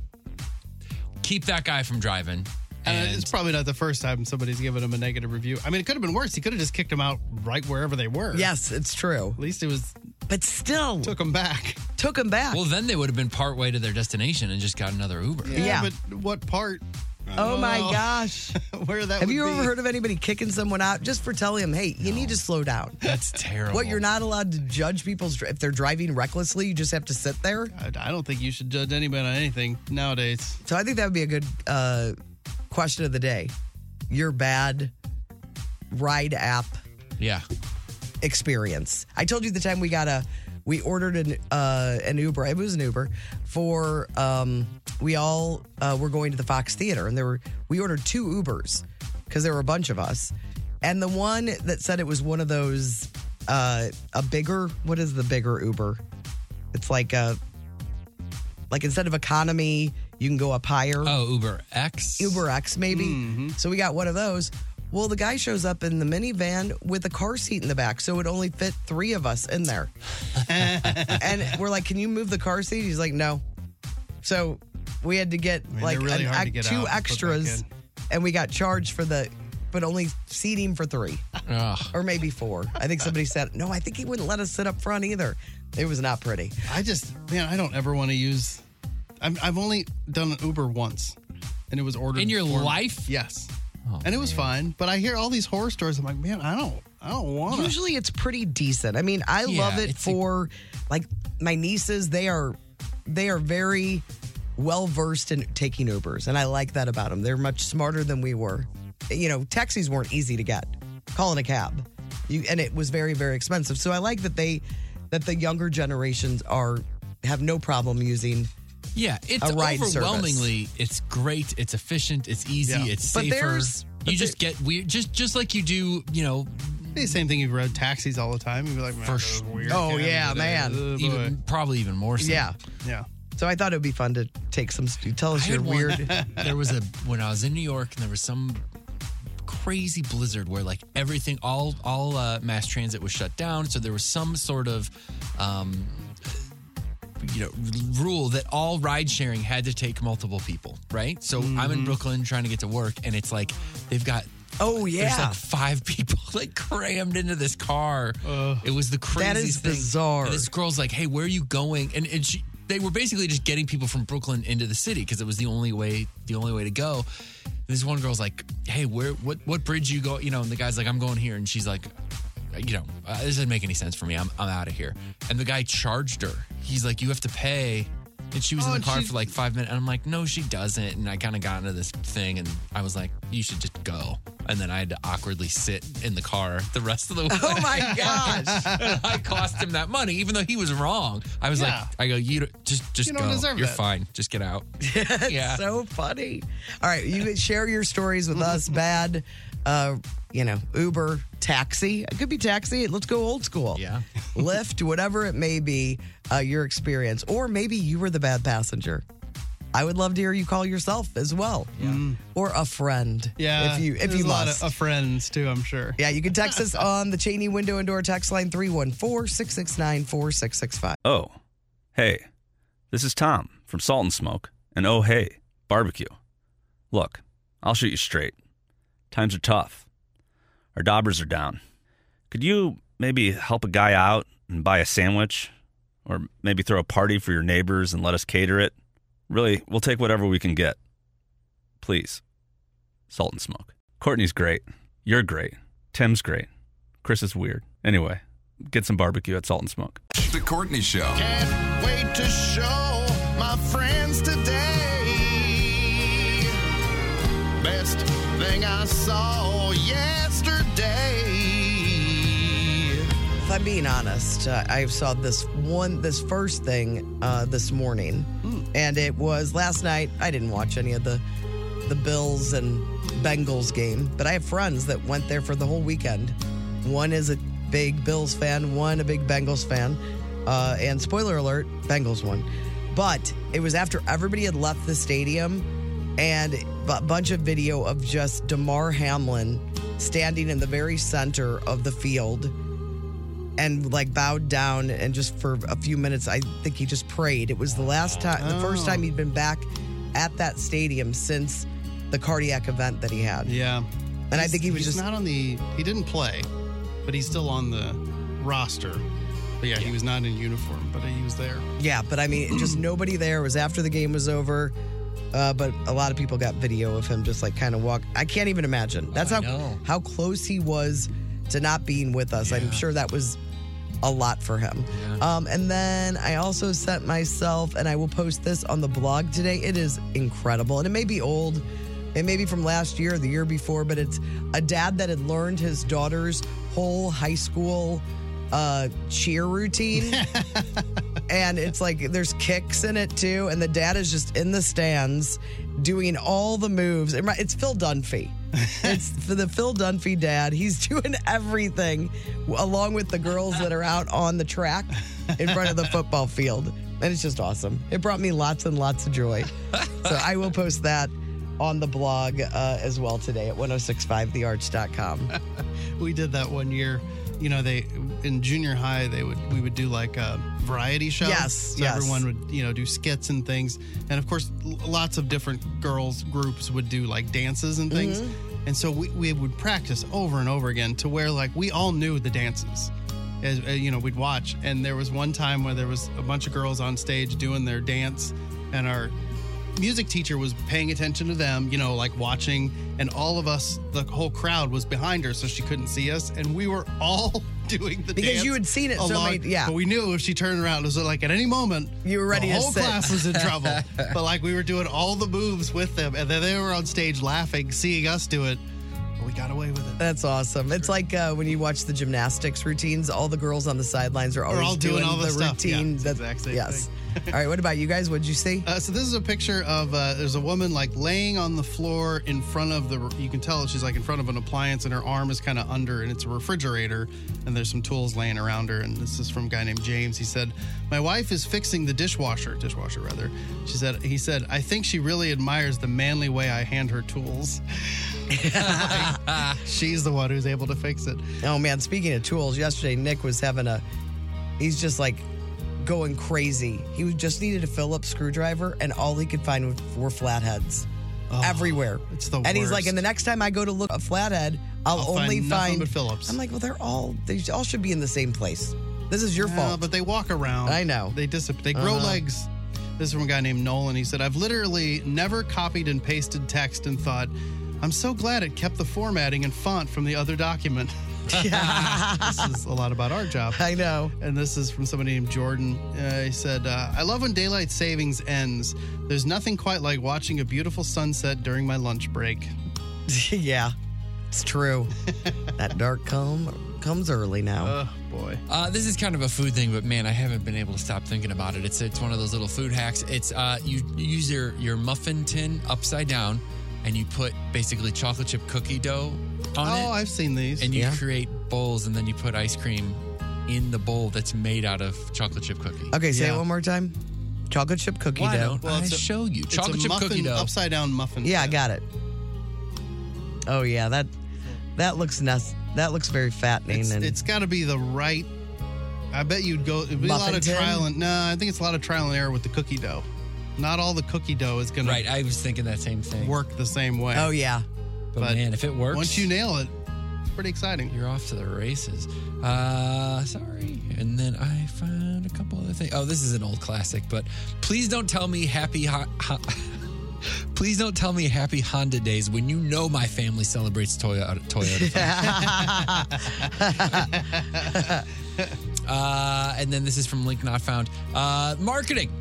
keep that guy from driving. Uh, and And it's probably not the first time somebody's given him a negative review. I mean, it could have been worse. He could have just kicked them out right wherever they were. Yes, it's true. At least it was But still Uh. took them back. took him back. well, then they would have been part way to their destination and just got another Uber. Yeah. But what part? oh my Oh. gosh. Where that? Have would you be. ever heard of anybody kicking someone out just for telling them, hey, you need to slow down? That's terrible. What, you're not allowed to judge people's, dri- if they're driving recklessly, you just have to sit there? I I don't think you should judge anybody on anything nowadays. So I think that would be a good uh, question of the day. Your bad ride app Yeah. experience. I told you the time we got a we ordered an uh, an Uber. It was an Uber for um, we all uh, were going to the Fox Theater, and there were we ordered two Ubers because there were a bunch of us, and the one that said it was one of those uh, a bigger what is the bigger Uber? It's like a like instead of economy, you can go up higher. Oh, Uber X. Uber X, maybe. Mm-hmm. So we got one of those. Well, the guy shows up in the minivan with a car seat in the back, so it only fit three of us in there. and we're like, "Can you move the car seat?" He's like, "No." So we had to get mean, like they're really an hard to ex- get out two and put back extras, in. and we got charged for the, but only seating for three Ugh. or maybe four. I think somebody said, "No, I think he wouldn't let us sit up front either." It was not pretty. I just, man, I don't ever want to use. I'm, I've only done an Uber once, and it was ordered In your for me. life? Oh, Yes, and it was fine. But I hear all these horror stories. I'm like, man, I don't, I don't want to. usually it's pretty decent. I mean, I love it it's a- for like my nieces. They are they are very well versed in taking Ubers, and I like that about them. They're much smarter than we were. You know, taxis weren't easy to get. Calling a cab, you and it was very very expensive. So I like that they that the younger generations are have no problem using. Yeah, it's A ride service. overwhelmingly it's great, it's efficient, it's easy, Yeah. it's But safer. there's- but you just get weird just just like you do, you know, The same thing. You rode taxis all the time. You'd be like, man, For that sh- was weird. Oh, Can't yeah, do man. that. Oh, boy. even probably even more so. Yeah. yeah. So I thought it would be fun to take some. Tell us I your had one- weird. there was a when I was in New York and there was some crazy blizzard where like everything all all uh, mass transit was shut down so there was some sort of um you know rule that all ride sharing had to take multiple people right so i'm Mm-hmm. in brooklyn trying to get to work and it's like they've got Oh There's yeah. like five people like crammed into this car. it was the craziest That is thing. bizarre. And this girl's like, "Hey, where are you going?" And and she, they were basically just getting people from Brooklyn into the city because it was the only way the only way to go. And this one girl's like, "Hey, where what what bridge you go?" You know, and the guy's like, "I'm going here," and she's like. You know, uh, this doesn't make any sense for me. I'm, I'm out of here. And the guy charged her. He's like, You have to pay. And she was Oh, in and the car she- for like five minutes. And I'm like, No, she doesn't. And I kind of got into this thing and I was like, You should just go. And then I had to awkwardly sit in the car the rest of the way. Oh my gosh. I cost him that money, even though he was wrong. I was Yeah. like, I go, you don't- just just You go. don't deserve You're that." fine. Just get out. yeah. so funny. All right, you can share your stories with us. Bad, uh, you know, Uber, taxi. It could be taxi. Let's go old school. Yeah. Lyft, whatever it may be, uh, your experience, or maybe you were the bad passenger. I would love to hear you call yourself as well, or a friend. Yeah. if you if There's you a lot must. of, uh, of friends too, I'm sure. yeah, you can text us on the Cheney window and door text line 314 669 4665. Oh, hey, this is Tom from Salt and Smoke, and oh, hey, barbecue. Look, I'll shoot you straight. Times are tough. Our daubers are down. Could you maybe help a guy out and buy a sandwich? Or maybe throw a party for your neighbors and let us cater it? Really, we'll take whatever we can get. Please. Salt and Smoke. Courtney's great. You're great. Tim's great. Chris is weird. Anyway, get some barbecue at Salt and Smoke. The Courtney Show. Can't wait to show my friends today. Best thing I saw yesterday. If I'm being honest, uh, I saw this one, this first thing uh, this morning, and it was last night. I didn't watch any of the the Bills and Bengals game, but I have friends that went there for the whole weekend. One is a big Bills fan, one a big Bengals fan, uh, and spoiler alert, Bengals won. But it was after everybody had left the stadium, and a bunch of video of just Damar Hamlin standing in the very center of the field and like bowed down and just for a few minutes i think he just prayed it was the last time the first time he'd been back at that stadium since the cardiac event that he had Yeah. and i think he was he's just not on the. He didn't play, but he's still on the roster. But yeah, he was not in uniform, but he was there. yeah but i mean just nobody there It was after the game was over uh, but a lot of people got video of him just like kind of walk i can't even imagine that's Oh, I how know. how close he was to not being with us i'm sure that was a lot for him. Um, and then I also sent myself, and I will post this on the blog today. It is incredible, and it may be old, it may be from last year, or the year before, but it's a dad that had learned his daughter's whole high school uh, cheer routine. and it's like there's kicks in it too. And the dad is just in the stands doing all the moves. It remi- It's Phil Dunphy. it's for the Phil Dunphy dad. He's doing everything along with the girls that are out on the track in front of the football field. And it's just awesome. It brought me lots and lots of joy. So I will post that on the blog uh, as well today at 1065thearch.com. we did that one year. You know, they in junior high they would we would do like a variety show. Yes, so yes. everyone would you know do skits and things, and of course l- lots of different girls groups would do like dances and things, Mhm. and so we, we would practice over and over again to where like we all knew the dances. As uh, you know, we'd watch, and there was one time where there was a bunch of girls on stage doing their dance, and our music teacher was paying attention to them, you know, like watching, and all of us, the whole crowd was behind her, so she couldn't see us, and we were all doing the Because dance you had seen it so many- yeah. But we knew if she turned around, it was like at any moment, you were ready The to whole sit. class was in trouble, but like we were doing all the moves with them, and then they were on stage laughing, seeing us do it, but we got away with it. That's awesome. It's like uh, when you watch the gymnastics routines, all the girls on the sidelines are always all doing all the the stuff. routine. Yeah, it's that- exact same yes. all right. What about you guys? What'd you see? Uh, so this is a picture of uh, there's a woman like laying on the floor in front of the. You can tell she's like in front of an appliance, and her arm is kind of under, and it's a refrigerator, and there's some tools laying around her. And this is from a guy named James. He said, "My wife is fixing the dishwasher, dishwasher rather." She said, "He said I think she really admires the manly way I hand her tools. Like, she's the one who's able to fix it." Oh man, speaking of tools, yesterday Nick was having a he's just like going crazy. He was- just needed a Phillips screwdriver and all he could find was- were flatheads everywhere. Oh, It's the and he's like, worst. and the next time I go to look at a flathead, I'll, I'll find only nothing find but Phillips. I'm like, well, they're all they all should be in the same place. This is your No, fault. but they walk around. I know. They disappear. They grow Uh-huh. legs. This is from a guy named Nolan. He said, "I've literally never copied and pasted text and thought, I'm so glad it kept the formatting and font from the other document." this is a lot about our job. I know. And this is from somebody named Jordan. Uh, he said, uh, I love when daylight savings ends. There's nothing quite like watching a beautiful sunset during my lunch break. yeah, it's true. that dark come comes early now. Oh, boy. Uh, this is kind of a food thing, but man, I haven't been able to stop thinking about it. It's it's one of those little food hacks. It's uh, you, you use your your muffin tin upside down, and you put basically chocolate chip cookie dough on it. Oh, I've seen these. and you Yeah. create bowls and then you put ice cream in the bowl that's made out of chocolate chip cookie. okay, say yeah. it one more time. Chocolate chip cookie Why dough. don't Well, I it's a- show you? It's Chocolate a chip muffin, cookie dough. upside down muffin. Yeah, I got it. Oh yeah, that that looks nes- that looks very fattening It's, and it's got to be the right. I bet you'd go. It'd be a lot Muffin of tin? trial and no. I think it's a lot of trial and error with the cookie dough. Not all the cookie dough is going Right, I was thinking that same to thing. work the same way. Oh yeah. but, but man, if it works, Once you nail it, it's pretty exciting. you're off to the races. Uh, sorry. And then I found a couple other things. Oh, this is an old classic, but please don't tell me happy. Ho- ho- please don't tell me happy Honda days when you know my family celebrates Toyota. Toyota. Uh, and then this is from Link Not Found. Uh, marketing.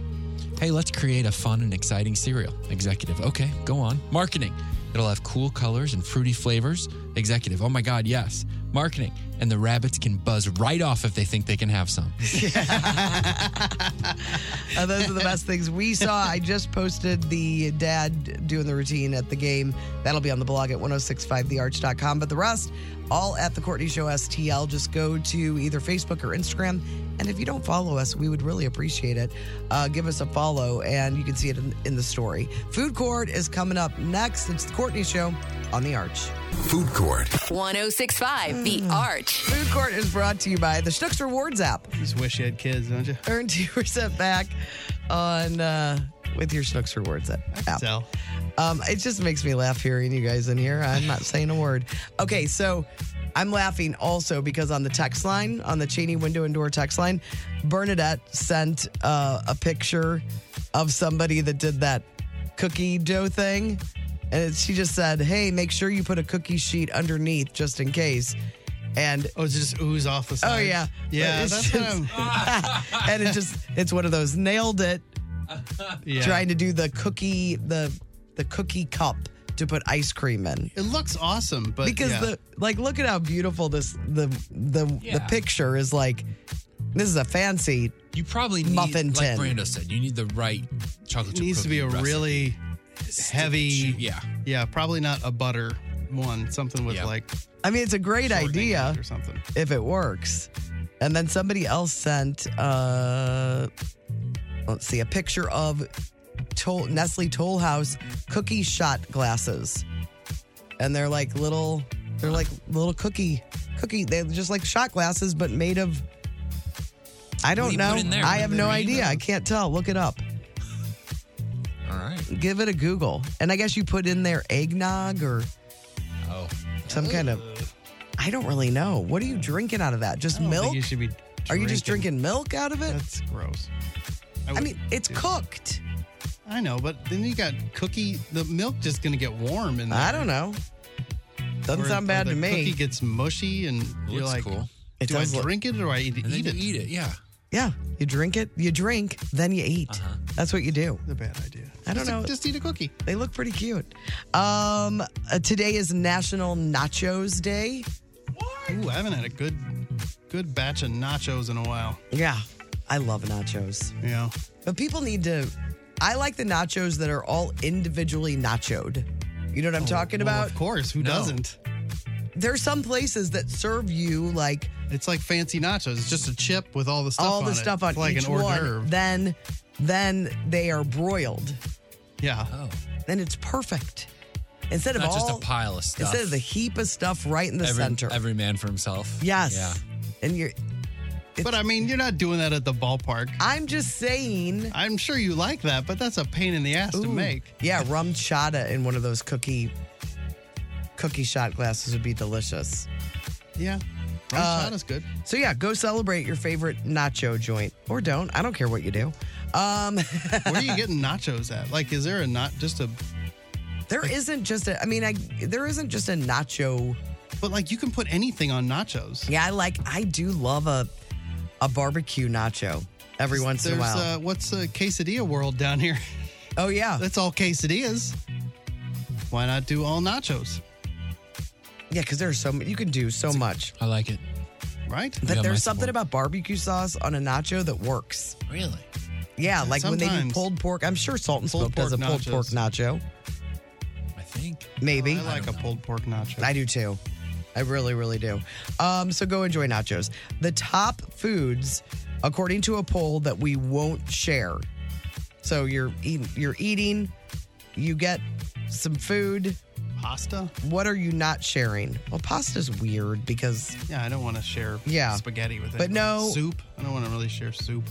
Hey, let's create a fun and exciting cereal. Executive. Okay, go on. Marketing. It'll have cool colors and fruity flavors. Executive. Oh my God, yes. Marketing. And the rabbits can buzz right off if they think they can have some. Uh, those are the best things we saw. I just posted the dad doing the routine at the game. That'll be on the blog at 1065thearch.com. But the rest, all at the Courtney Show STL. Just go to either Facebook or Instagram. And if you don't follow us, we would really appreciate it. Uh, give us a follow, and you can see it in, in the story. Food Court is coming up next. It's the Courtney Show on the Arch. Food Court. 1065 The Hmm. Arch. Food Court is brought to you by the Schnucks Rewards app. You just wish you had kids, don't you? Earn 2% back on uh, with your Schnucks Rewards app. So Um, it just makes me laugh hearing you guys in here. I'm not saying a word. Okay, so I'm laughing also because on the text line, on the Cheney window and door text line, Bernadette sent uh, a picture of somebody that did that cookie dough thing. And she just said, hey, make sure you put a cookie sheet underneath just in case. And oh, it's just ooze off the Oh side. yeah, yeah. It's Ah, That's what just- and I'm, it just—it's one of those nailed it yeah. trying to do the cookie the the cookie cup to put ice cream in. It looks awesome, but because yeah. the like look at how beautiful this the the Yeah. the picture is like this is a fancy you probably need, muffin like tin. Brando said, you need the right chocolate it chip needs to be a cookie recipe. really heavy. yeah, yeah, probably not a butter one. Something with like I mean, it's a great idea or something. if it works. And then somebody else sent, uh, let's see, a picture of Toll, Nestle Toll House cookie shot glasses, and they're like little, they're like little cookie cookie. They're just like shot glasses, but made of. I What don't do you know. put in there? I What have are no they idea. I can't tell. Look it up. All right. Give it a Google. And I guess you put in there eggnog or Oh. some kind of. I don't really know. What are you drinking out of that? Just milk? you should be. Are you just drinking milk out of it? That's gross. I, mean, it's cooked. I know, but then you got cookie. The milk just gonna get warm, and I don't know. Doesn't sound bad to me. Cookie gets mushy, and you're looks like, cool. It do I does look- drink it or do I eat, then eat you it? eat it, yeah. Yeah, you drink it, you drink, then you eat. Uh-huh. That's what you do. A bad idea. I don't Just- know. Just eat a cookie. They look pretty cute. Um, uh, today is National Nachos Day. Ooh, I haven't had a good, good batch of nachos in a while. Yeah, I love nachos. Yeah, but people need to. I like the nachos that are all individually nachoed. You know what I'm talking Oh, well, about? of course, who doesn't? There's some places that serve you like It's like fancy nachos. It's just a chip with all the stuff. all on the it. stuff on It's like each an hors one. d'oeuvre. Then, then they are broiled. Yeah. Oh. Then it's perfect. Instead of Not just a all- pile of stuff. Instead of the heap of stuff right in the every, center. Every man for himself. Yes. Yeah. And you're. But I mean, you're not doing that at the ballpark. I'm just saying. I'm sure you like that, but that's a pain in the ass to Ooh. make. Yeah, rum chata in one of those cookie cookie shot glasses would be delicious. Yeah. Rum Uh, chata's good. So yeah, go celebrate your favorite nacho joint or don't. I don't care what you do. Um Where are you getting nachos at? Like, is there a not just a? There not just a. I mean, I there isn't just a nacho. But like, you can put anything on nachos. Yeah, I like. I do love a a barbecue nacho every once in There's a while. uh, what's a quesadilla world down here? Oh yeah, that's all quesadillas. Why not do all nachos? yeah, because there's so m- you can do so much. I like it. Right? That there's something about barbecue sauce on a nacho that works. Really? Yeah, like when they do Sometimes. pulled pork. I'm sure Salt and Pulled Smoke does a pork pulled pork nacho. I think. Maybe. Oh, I like a pulled pork nacho. I do too. I really, really do. Um, so go enjoy nachos. The top foods, according to a poll that we won't share. So you're eating, you're eating, you get some food. Pasta. What are you not sharing? Well, pasta's weird because Yeah, I don't want to share Yeah. spaghetti with it. But no- soup. I don't want to really share soup.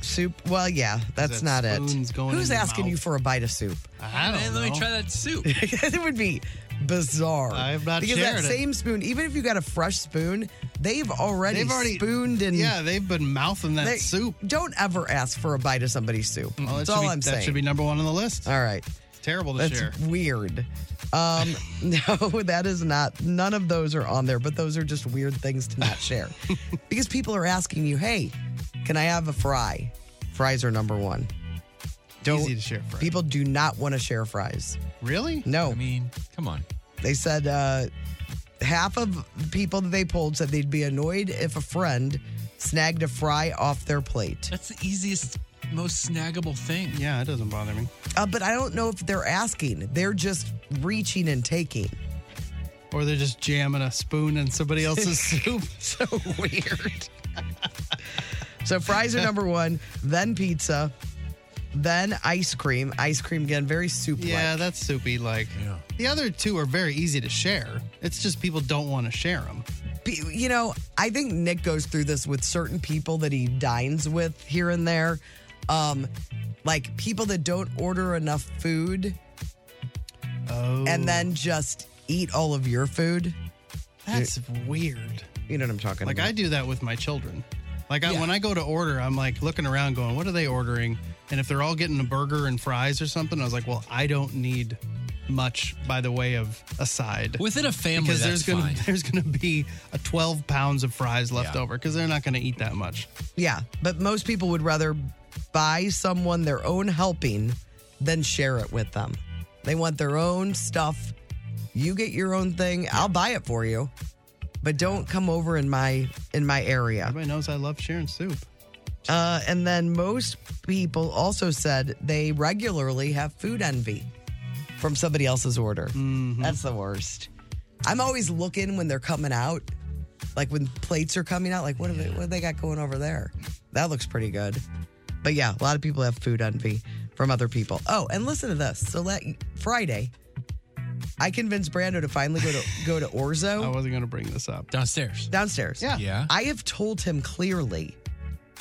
soup. Well, yeah, that's that not it. spoon's going Who's in your asking you mouth. for a bite of soup? I don't Man, know. let me try that soup. it would be bizarre. I've not because that shared it. same spoon, even if you got a fresh spoon, they've already, They've already- spooned and Yeah, they've been mouthing that They- soup. Mm, Don't ever ask for a bite of somebody's soup. Well, that That's should all be- I'm saying. That should be number one on the list. all right. It's terrible to That's share. weird. Um, no, that is not. None of those are on there, but those are just weird things to not share because people are asking you, "Hey, can I have a fry?" Fries are number one. Don't, Easy to share fries. People do not want to share fries. Really? No. I mean, come on. They said uh, half of people that they polled said they'd be annoyed if a friend snagged a fry off their plate. That's the easiest, most snaggable thing. Yeah, it doesn't bother me. Uh, but I don't know if they're asking. They're just reaching and taking. Or they're just jamming a spoon in somebody else's soup. So weird. So fries are number one, then pizza, then ice cream. Ice cream again, very soup like. Yeah, that's soupy. Like the other two are very easy to share. It's just people don't want to share them. You know, I think Nick goes through this with certain people that he dines with here and there. Um, like people that don't order enough food and then just eat all of your food. That's weird. You know what I'm talking Like about. I do that with my children. Like I, Yeah. when I go to order, I'm like looking around, going, "What are they ordering?" And if they're all getting a burger and fries or something, I was like, "Well, I don't need much by the way of a side." Within a family, because that's there's gonna fine. there's gonna be a 12 pounds of fries left over because they're not gonna eat that much. Yeah, but most people would rather buy someone their own helping than share it with them. They want their own stuff. You get your own thing. I'll buy it for you, but don't come over in my in my area. Everybody knows I love sharing soup. Uh, and then most people also said they regularly have food envy from somebody else's order. That's the worst. I'm always looking when they're coming out, like when plates are coming out. Like, what do they what do they got going over there? That looks pretty good. But yeah, a lot of people have food envy from other people. Oh, and listen to this. So that Friday, I convinced Brando to finally go to go to Orzo. I wasn't going to bring this up downstairs. Downstairs. Yeah. Yeah. I have told him clearly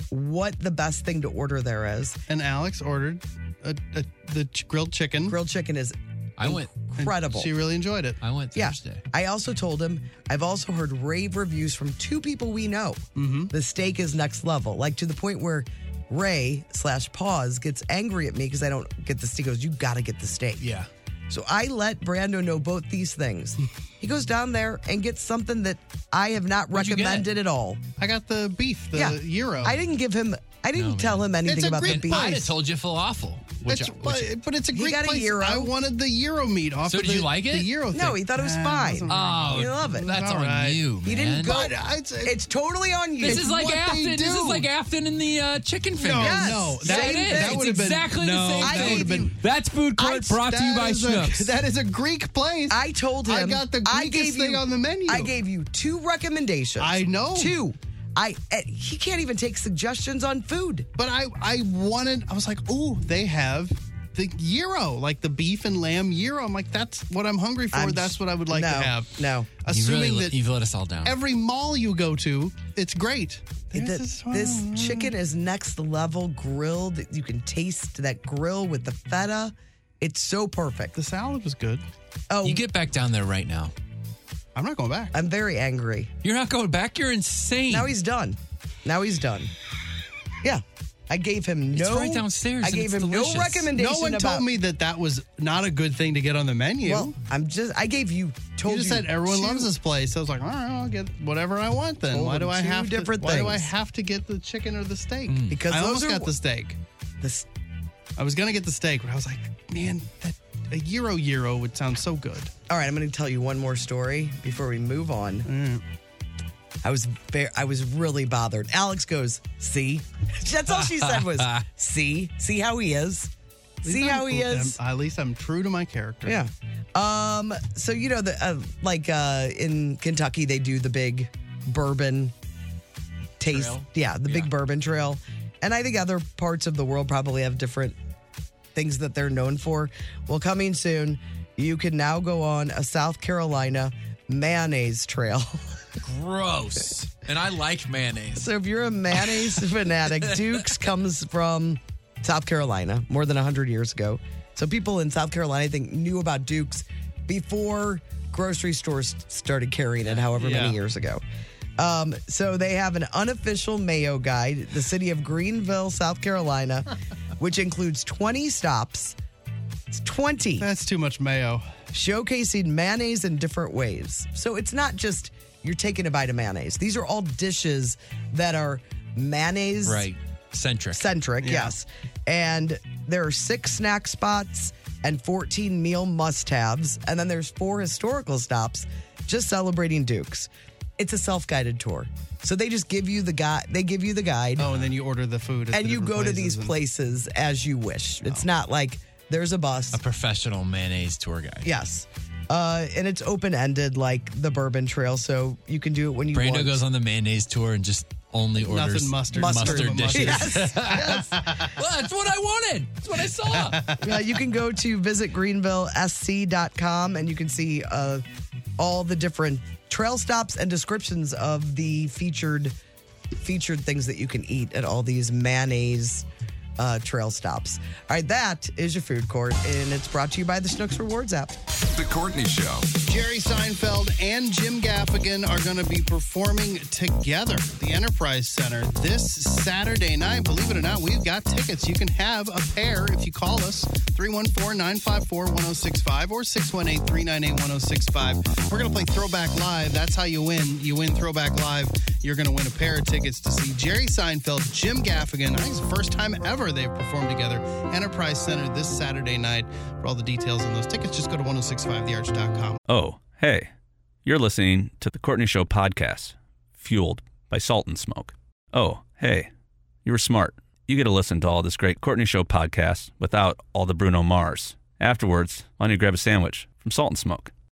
what the best thing to order there is. And Alex ordered a, a, the ch- grilled chicken. Grilled chicken is I went. incredible. She really enjoyed it. I went yeah. Thursday. I also told him I've also heard rave reviews from two people we know. Mm-hmm. The steak is next level, like to the point where Ray slash Pause gets angry at me because I don't get the steak. He goes, you got to get the steak. Yeah. So I let Brando know both these things. he goes down there and gets something that I have not you get? recommended at all. I got the beef, the gyro. I didn't give him. I didn't tell him anything It's a about the great beef. price. I'd have told you falafel. Which, That's- which- but, but it's a He great got a place. gyro. I wanted the gyro meat off. So of did the, you like it? The gyro. No, he thought it was fine. oh, You love it. That's on Alright. you, man. He didn't go. But it's, It's totally on you. This is like what they Afton. This is do. like Afton in the uh, chicken fingers. no, Yes, no. that it same is. thing. That it's would have been exactly no, the same I That thing. would have been. That's food court I- Oh, brought to you that by is a- Schnucks. that is a Greek place. I told him I got the I Greekest gave thing you- on the menu. I gave you two recommendations. I know. two. I eh, he can't even take suggestions on food. But I, I wanted, I was like, oh, they have the gyro, like the beef and lamb gyro. I'm like, that's what I'm hungry for. I'm- that's what I would like no, to have. No, you Assuming really let- that you've let us all down. every mall you go to, it's great. There's Th- this one- this chicken is next level grilled. You can taste that grill with the feta. It's so perfect. the salad was good. Oh, you get back down there right now. I'm not going back. I'm very angry. You're not going back. You're insane. Now he's done. Now he's done. Yeah. I gave him no. right downstairs I and gave it's him delicious. no recommendation. no one about, told me that that was not a good thing to get on the menu. Well, I'm just. I gave you. Told you just said everyone two- loves this place. I was like, all right, I'll get whatever I want then. Told Why do them I two have different to, Why do I things. have to get the chicken or the steak? Because I those almost are got wh- the steak. This I was gonna get the steak, but I was like, man, that a euro euro would sound so good. All right, I'm going to tell you one more story before we move on. Mm. I was ba- I was really bothered. Alex goes, "See?" That's all she said was, "See? See how he is? See how he I'm- is?" at least I'm true to my character. Yeah. Um so you know the uh, like uh in Kentucky they do the big bourbon taste. Trail? Yeah, the big bourbon trail. And I think other parts of the world probably have different things that they're known for. Well, coming soon, you can now go on a South Carolina mayonnaise trail. gross. And I like mayonnaise. so if you're a mayonnaise fanatic, Duke's comes from South Carolina more than 100 years ago. So people in South Carolina, I think, knew about Duke's before grocery stores started carrying it, however Yeah. many years ago. Um, so they have an unofficial mayo guide, the city of Greenville, South Carolina, which includes 20 stops. It's 20. That's too much mayo. showcasing mayonnaise in different ways. So it's not just you're taking a bite of mayonnaise. These are all dishes that are mayonnaise Right. Centric. centric, yes. And there are six snack spots and 14 meal must haves. And then there's four historical stops just celebrating Duke's. It's a self guided tour. So they just give you the guide, they give you the guide Oh, and then you order the food, at and the you go different to these and- places as you wish. It's not like there's a bus. A professional mayonnaise tour guide. Yes. Uh, and it's open ended like the bourbon trail, so you can do it when you Brando want. goes on the mayonnaise tour and just only orders Nothing mustard. mustard, Mustard. dishes. Yes, yes. well, that's what I wanted. That's what I saw. Uh, you can go to visitgreenvillesc.com and you can see uh, all the different trail stops and descriptions of the featured featured things that you can eat at all these mayonnaise uh, trail stops. All right, that is your food court, and it's brought to you by the Snooks Rewards app. The Courtney Show. Jerry Seinfeld and Jim Gaffigan are going to be performing together at the Enterprise Center this Saturday night. Believe it or not, we've got tickets. You can have a pair if you call us 314 954 1065 or 618 398 1065. We're going to play Throwback Live. That's how you win. You win Throwback Live. You're going to win a pair of tickets to see Jerry Seinfeld, Jim Gaffigan. I think it's the first time ever ever they've performed together. Enterprise Center this Saturday night. For all the details on those tickets, just go to 1065thearch.com. Oh, hey, you're listening to the Courtney Show podcast, fueled by salt and smoke. Oh, hey, you were smart. You get to listen to all this great Courtney Show podcast without all the Bruno Mars. Afterwards, why don't you grab a sandwich from Salt and Smoke?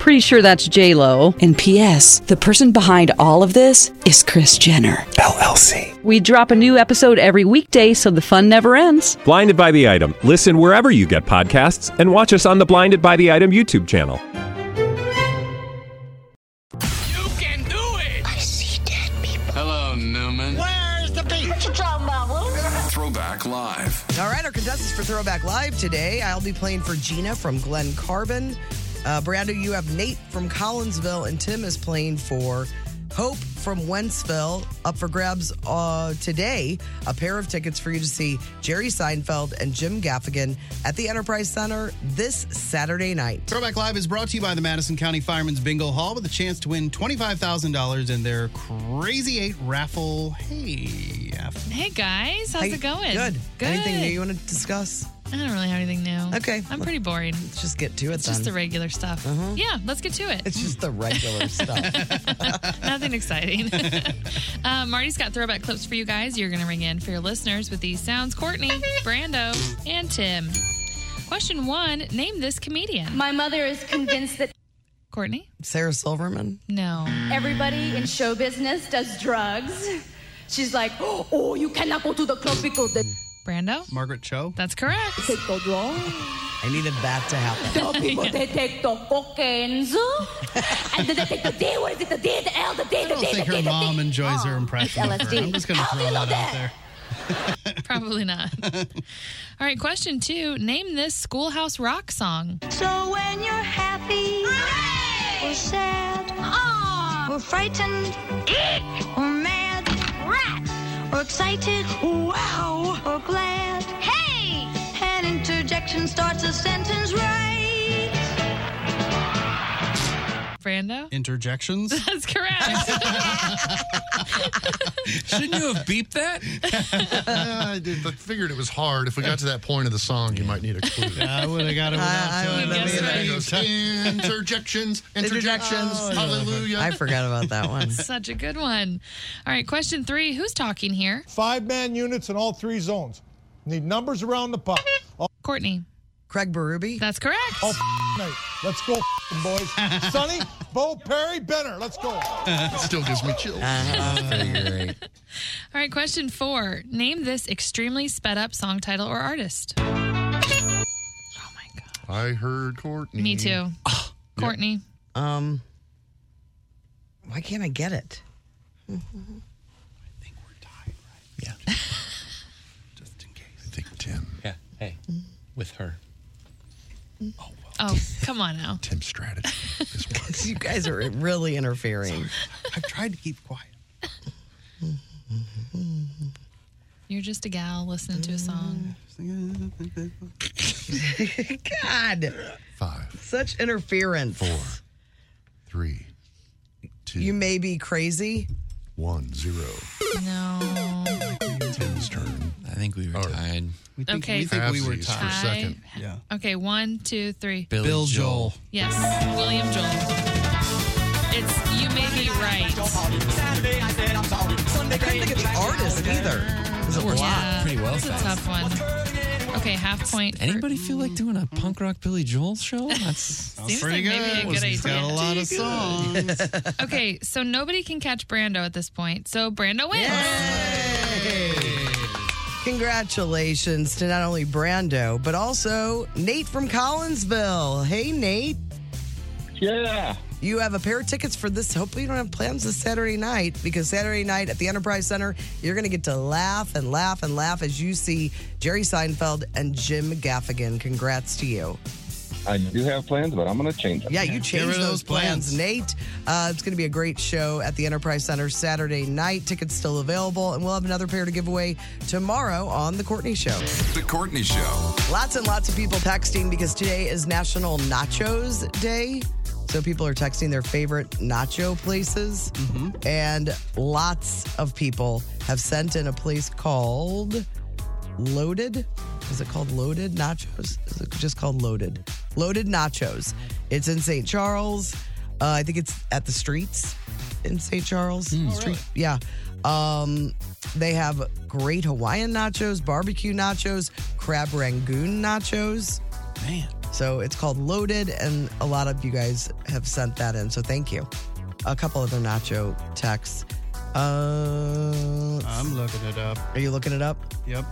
Pretty sure that's J Lo. And P.S. The person behind all of this is Chris Jenner LLC. We drop a new episode every weekday, so the fun never ends. Blinded by the item. Listen wherever you get podcasts, and watch us on the Blinded by the Item YouTube channel. Hello, Newman. Where's the beat? What you talking about, Throwback Live. All right, our contestants for Throwback Live today. I'll be playing for Gina from Glen Carbon. Uh, Brando, you have Nate from Collinsville, and Tim is playing for Hope from Wentzville. Up for grabs uh, today, a pair of tickets for you to see Jerry Seinfeld and Jim Gaffigan at the Enterprise Center this Saturday night. Throwback Live is brought to you by the Madison County Firemen's Bingo Hall with a chance to win $25,000 in their Crazy 8 raffle. Hey, F. Hey guys, how's Hey, it going? good. Good. Anything new you want to discuss? I don't really have anything new. Okay. I'm pretty boring. Let's just get to it It's just the then. regular stuff. Uh-huh. Yeah, let's get to it. It's just the regular stuff. Nothing exciting. uh, Marty's got throwback clips for you guys. You're going to ring in for your listeners with these sounds Courtney, Brando, and Tim. Question one Name this comedian. My mother is convinced that Courtney? Sarah Silverman. No. everybody in show business does drugs. She's like, oh, you cannot go to the club because the Brando? Margaret Cho? That's correct. take the drugs. I needed that to The happen. people, they take the cocaine. And then they take the D, what is it, the D, the L, the D, I the don't D, the think D, her the D. mom enjoys her impression. of her. LSD. I'm just going to How do throw you know that out there. Probably not. All right, question two Name this schoolhouse rock song. So when you're happy, or sad, or frightened, or mad, or excited, wow, or glad, hey, an interjection starts a sentence right. Brando? Interjections? Uh, That's correct. Shouldn't you have beeped that? I did, but figured it was hard. If we got to that point of the song, you might need a clue. Yeah, I would have got it without I- I telling would've them guessed either. right. It goes, Interjections, interjections, Oh, hallelujah. I forgot about that one. Such a good one. All right, question three Who's talking here? Five man units in all three zones. Need numbers around the puck. All- Courtney. Craig Berube. That's correct. All f- night. Let's go, f- boys. Sonny, Bo Perry, Benner. Let's go. Still gives me chills. All right, question four. Name this extremely sped up song title or artist. Oh I heard Courtney. Oh, Me too. Courtney. Um, why can't I get it? Tim. Yeah. Hey. With her. Oh, come on now. Tim's strategy. you guys are really interfering. I've tried to keep quiet. You're just a gal listening to a song. God. Five. Such interference. Four. Three. Two. You may be crazy. One. Zero. No. Tim's turn. I think we were tied. We Okay. For second. Tie. Okay, one, two, three. Bill, Joel. Yes, William Joel. It's You May Be Right. Saturday, I said I'm sorry. Sunday, I couldn't think of the artist either. That works pretty well. That's a fast. tough one. Okay, half point. Anybody feel Mm-hmm. like doing a punk rock Billy Joel show? That's Seems like maybe a good He's idea. got a lot of Pretty good. okay, so nobody can catch Brando at this point. So Brando wins. Congratulations to not only Brando, but also Nate from Collinsville. Hey, Nate. Yeah. You have a pair of tickets for this. Hopefully, you don't have plans this Saturday night because Saturday night at the Enterprise Center, you're going to get to laugh and laugh and laugh as you see Jerry Seinfeld and Jim Gaffigan. Congrats to you. I do have plans, but I'm going to change them. Yeah, you changed those plans, Nate. Uh, it's going to be a great show at the Enterprise Center Saturday night. Tickets still available, and we'll have another pair to give away tomorrow on The Courtney Show. The Courtney Show. Lots and lots of people texting because today is National Nachos Day. So people are texting their favorite nacho places. Mm-hmm. And lots of people have sent in a place called Loaded. Is it called Loaded Nachos? Is it just called Loaded? Loaded Nachos. It's in St. Charles. Uh, I think it's at the streets in St. Charles. Street. Yeah. Um, they have great Hawaiian nachos, barbecue nachos, crab rangoon nachos. Man. So it's called Loaded, and a lot of you guys have sent that in. So thank you. A couple other nacho texts. Uh, I'm looking it up. Are you looking it up? Yep.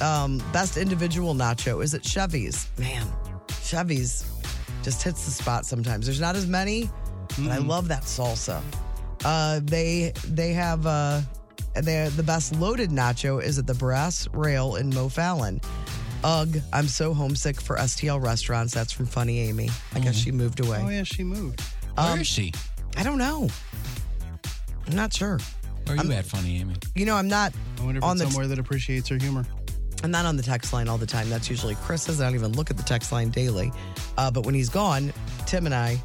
Um, best individual nacho is it Chevy's? Man, Chevy's just hits the spot sometimes. There's not as many, but I love that salsa. Uh, they they have uh, they the best loaded nacho is at the Brass Rail in Mo Fallon. Ugh, I'm so homesick for STL restaurants. That's from Funny Amy. I guess she moved away. Oh yeah, she moved. Um, I don't know. I'm not sure. Where are you I'm- at, Funny Amy? You know, I'm not I wonder if on it's the somewhere that appreciates her humor. I'm not on the text line all the time. That's usually Chris's. I don't even look at the text line daily. Uh, but when he's gone, Tim and I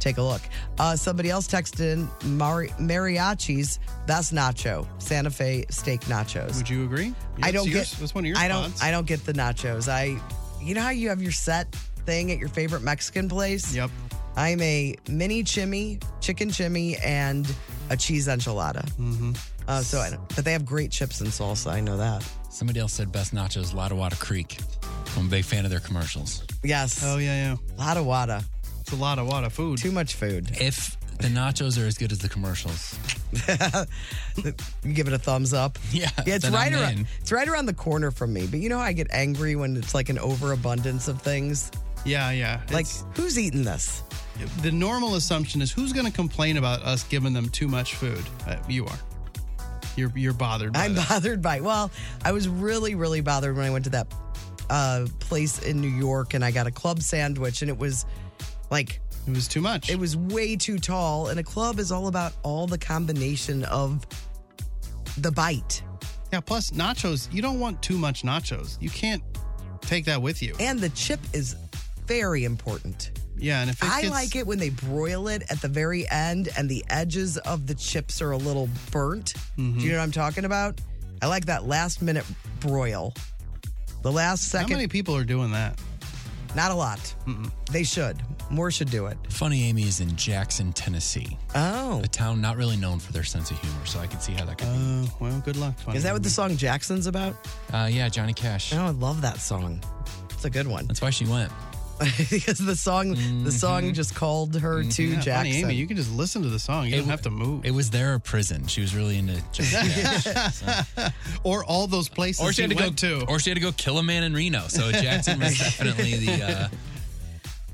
take a look. Uh, somebody else texted in Mari- Mariachi's That's Nacho, Santa Fe Steak Nachos. Would you agree? I don't It's get. yours. That's one of your I don't. spots. I don't get the nachos. I, you know how you have your set thing at your favorite Mexican place. Yep. I'm a mini chimmy, chicken chimmy, and a cheese enchilada. Mm-hmm. Uh, so, I don't, but they have great chips and salsa. I know that. Somebody else said best nachos, Latawada Creek. I'm a big fan of their commercials. Yes. Oh yeah, yeah. Lot of wada. It's a lot of wada food. Too much food. If the nachos are as good as the commercials, you give it a thumbs up. Yeah, Yeah, it's then right I'm around in. it's right around the corner from me. But you know how I get angry when it's like an overabundance of things? Yeah, yeah. Like who's eating this? The normal assumption is who's going to complain about us giving them too much food? Uh, you are. You're you're bothered. By I'm that. bothered by well, I was really, really bothered when I went to that uh place in New York and I got a club sandwich and it was like it was too much. It was way too tall. And a club is all about all the combination of the bite. Yeah, plus nachos, you don't want too much nachos. You can't take that with you. And the chip is very important. Yeah, and if it I gets- like it when they broil it at the very end and the edges of the chips are a little burnt. Do Mm-hmm. you know what I'm talking about? I like that last minute broil. The last second. How many people are doing that? Not a lot. They should. More should do it. Funny Amy is in Jackson, Tennessee. Oh. A town not really known for their sense of humor, so I can see how that could be. Oh, well, good luck. Is that what the song Jackson's about? Uh, yeah, Johnny Cash. Oh, I love that song. It's a good one. That's why she went. because the song the song just called her to Mm-hmm. Yeah, Jackson. Funny Amy, you can just listen to the song. You don't have to move. It was their prison. She was really into Johnny Cash. or all those places. or she had to go went to. Or she had to go kill a man in Reno. So Jackson was definitely the. Uh,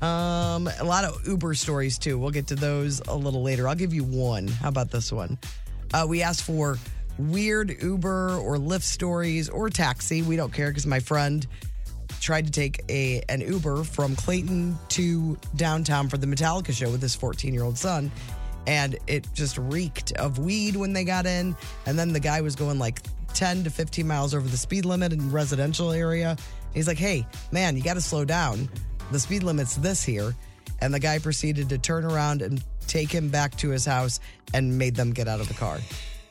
Um, a lot of Uber stories too. We'll get to those a little later. I'll give you one. How about this one? Uh, we asked for weird Uber or Lyft stories or taxi. We don't care because my friend tried to take a an Uber from Clayton to downtown for the Metallica show with his 14 year old son. And it just reeked of weed when they got in. And then the guy was going like 10 to 15 miles over the speed limit in residential area. He's like, hey, man, you got to slow down. The speed limit's this here. And the guy proceeded to turn around and take him back to his house and made them get out of the car.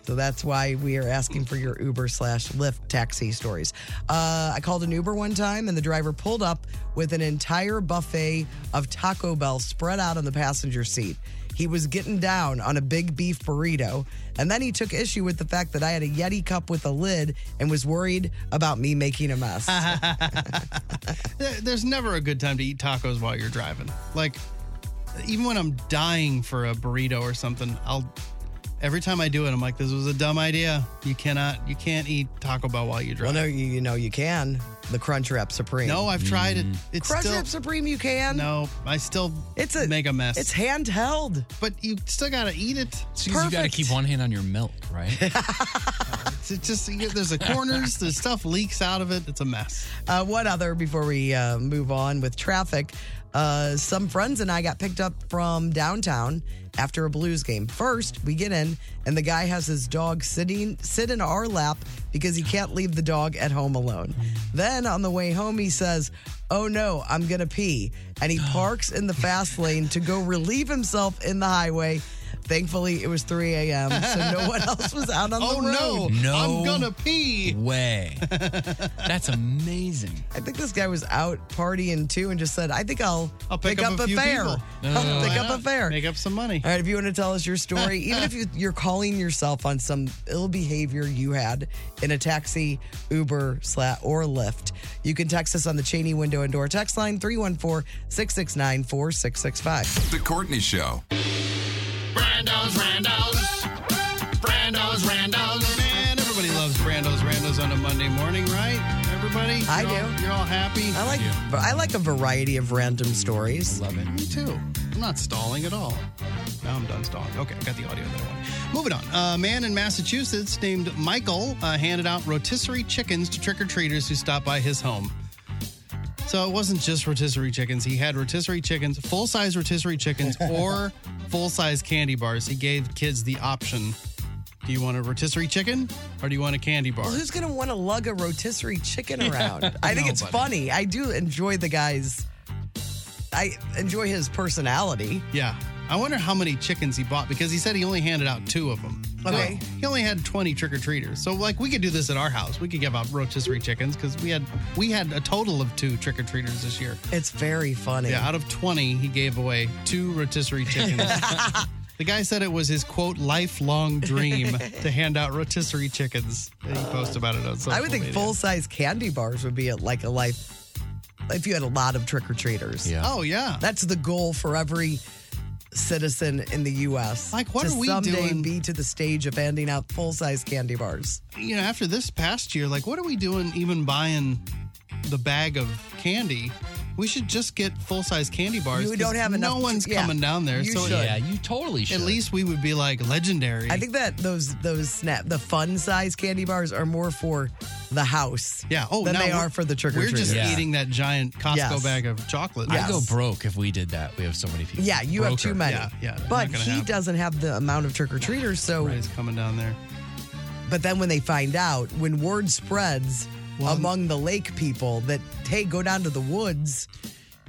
So that's why we are asking for your Uber slash Lyft taxi stories. Uh, I called an Uber one time and the driver pulled up with an entire buffet of Taco Bell spread out on the passenger seat. He was getting down on a big beef burrito. And then he took issue with the fact that I had a Yeti cup with a lid and was worried about me making a mess. There- There's never a good time to eat tacos while you're driving. Like, even when I'm dying for a burrito or something, I'll. Every time I do it, I'm like, "This was a dumb idea. You cannot, you can't eat Taco Bell while you drive." Well, no, you, you know you can. the Crunchwrap Supreme. No, I've tried Mm. it. It's Crunchwrap still- Supreme, you can. No, I still it's a make a mess. It's handheld, but you still gotta eat it. It's because you got to keep one hand on your milk, right? It's just you get- there's the corners. there's stuff leaks out of it. It's a mess. Uh, one other before we uh, move on with traffic. Uh, some friends and I got picked up from downtown after a blues game. First, we get in, and the guy has his dog sitting sit in our lap because he can't leave the dog at home alone. Then on the way home, he says, "Oh no, I'm gonna pee," and he parks in the fast lane to go relieve himself in the highway. Thankfully, it was 3 a.m., so no one else was out on Oh, the road. no. No. I'm gonna pee. Way. That's amazing. I think this guy was out partying too and just said, I think I'll, pick, up, a, few fare. people. I'll Why pick up not? a fare. Make up some money. All right, if you want to tell us your story, even if you, you're calling yourself on some ill behavior you had in a taxi, Uber, slat, or Lyft, you can text us on the Cheney window and door text line 314 669 4665. The Courtney Show. Brando's Randos. Brando's Randos. Man, everybody loves Brando's Randos on a Monday morning, right? Everybody? I You're all- do. You're all happy? I like I like a variety of random stories. love it. Me too. I'm not stalling at all. Now I'm done stalling. Okay, I got the audio of that one. Moving on. A man in Massachusetts named Michael uh, handed out rotisserie chickens to trick or treaters who stopped by his home. So it wasn't just rotisserie chickens. He had rotisserie chickens, full size rotisserie chickens, or full size candy bars. He gave kids the option do you want a rotisserie chicken or do you want a candy bar? Well, who's going to want to lug a rotisserie chicken Yeah. around? I think it's Nobody. funny. I do enjoy the guy's. I enjoy his personality. Yeah. I wonder how many chickens he bought because he said he only handed out two of them. Okay. So he only had 20 trick or treaters. So like we could do this at our house. We could give out rotisserie chickens cuz we had we had a total of two trick or treaters this year. It's very funny. Yeah, out of 20 he gave away two rotisserie chickens. the guy said it was his quote lifelong dream to hand out rotisserie chickens. And he posted about it on social I would think media. full size candy bars would be a, like a life if you had a lot of trick or treaters. Yeah. Oh, yeah. That's the goal for every citizen in the U.S. Like, what to are we someday doing? Be to the stage of handing out full size candy bars. you know, after this past year, like, what are we doing even buying the bag of candy? We should just get full size candy bars. You don't 'cause have No enough- one's yeah. coming down there. You so should. Yeah, you totally At least we would be like legendary. I think that those those snap the fun size candy bars are more for the house. Yeah. Oh, than now they we're- are for the trick or treat. We're just eating that giant Costco Yes. bag of chocolate. I'd go broke if we did that. We have so many people. Yeah, you have too many. Broker. yeah, it's but not gonna he happen. doesn't have the amount of trick or treaters. So Right, it's coming down there. But then when they find out, when word spreads among the lake people that hey, go down to the woods,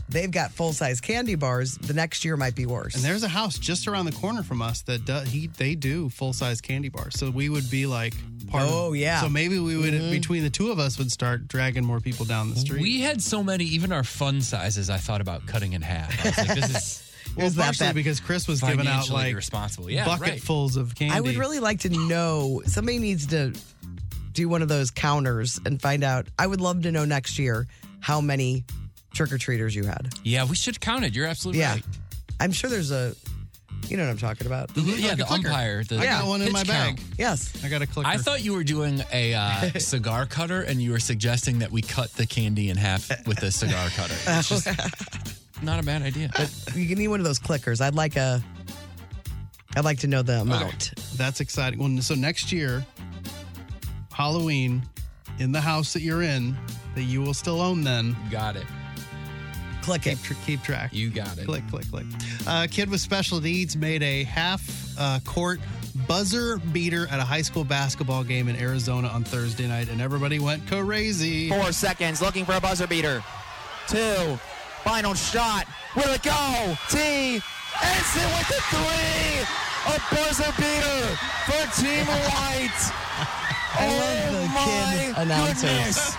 they've got full size candy bars. The next year might be worse. And there's a house just around the corner from us that do, he they do full size candy bars. So we would be like part. of- Oh, yeah. So maybe we would Mm-hmm. Mhm. between the two of us would start dragging more people down the street. We had so many, even our fun sizes, I thought about cutting in half. I was like, this is. Well, partially because Chris was giving out financially like irresponsible. Yeah, right. bucketfuls of candy. I would really like to know. Somebody needs to do one of those counters and find out. I would love to know next year how many trick or treaters you had. Yeah, we should count it. You're absolutely Yeah, right. I'm sure there's a. You know what I'm talking about? Mm-hmm. yeah, the umpire. The pitch count. Yes, I got a clicker. I thought you were doing a uh, cigar cutter, and you were suggesting that we cut the candy in half with a cigar cutter. It's just not a bad idea. But you can need one of those clickers. I'd like a. I'd like to know the amount. That's exciting. Well, so next year, Halloween, in the house that you're in, that you will still own. Then got it. Click keep, it. keep track. You got it. Click, click, click. A kid with special needs made a half uh, court buzzer beater at a high school basketball game in Arizona on Thursday night, and everybody went crazy. Four seconds, looking for a buzzer beater. Two, final shot. Will it go? T. Ensign with the three. A buzzer beater for Team White. oh my goodness.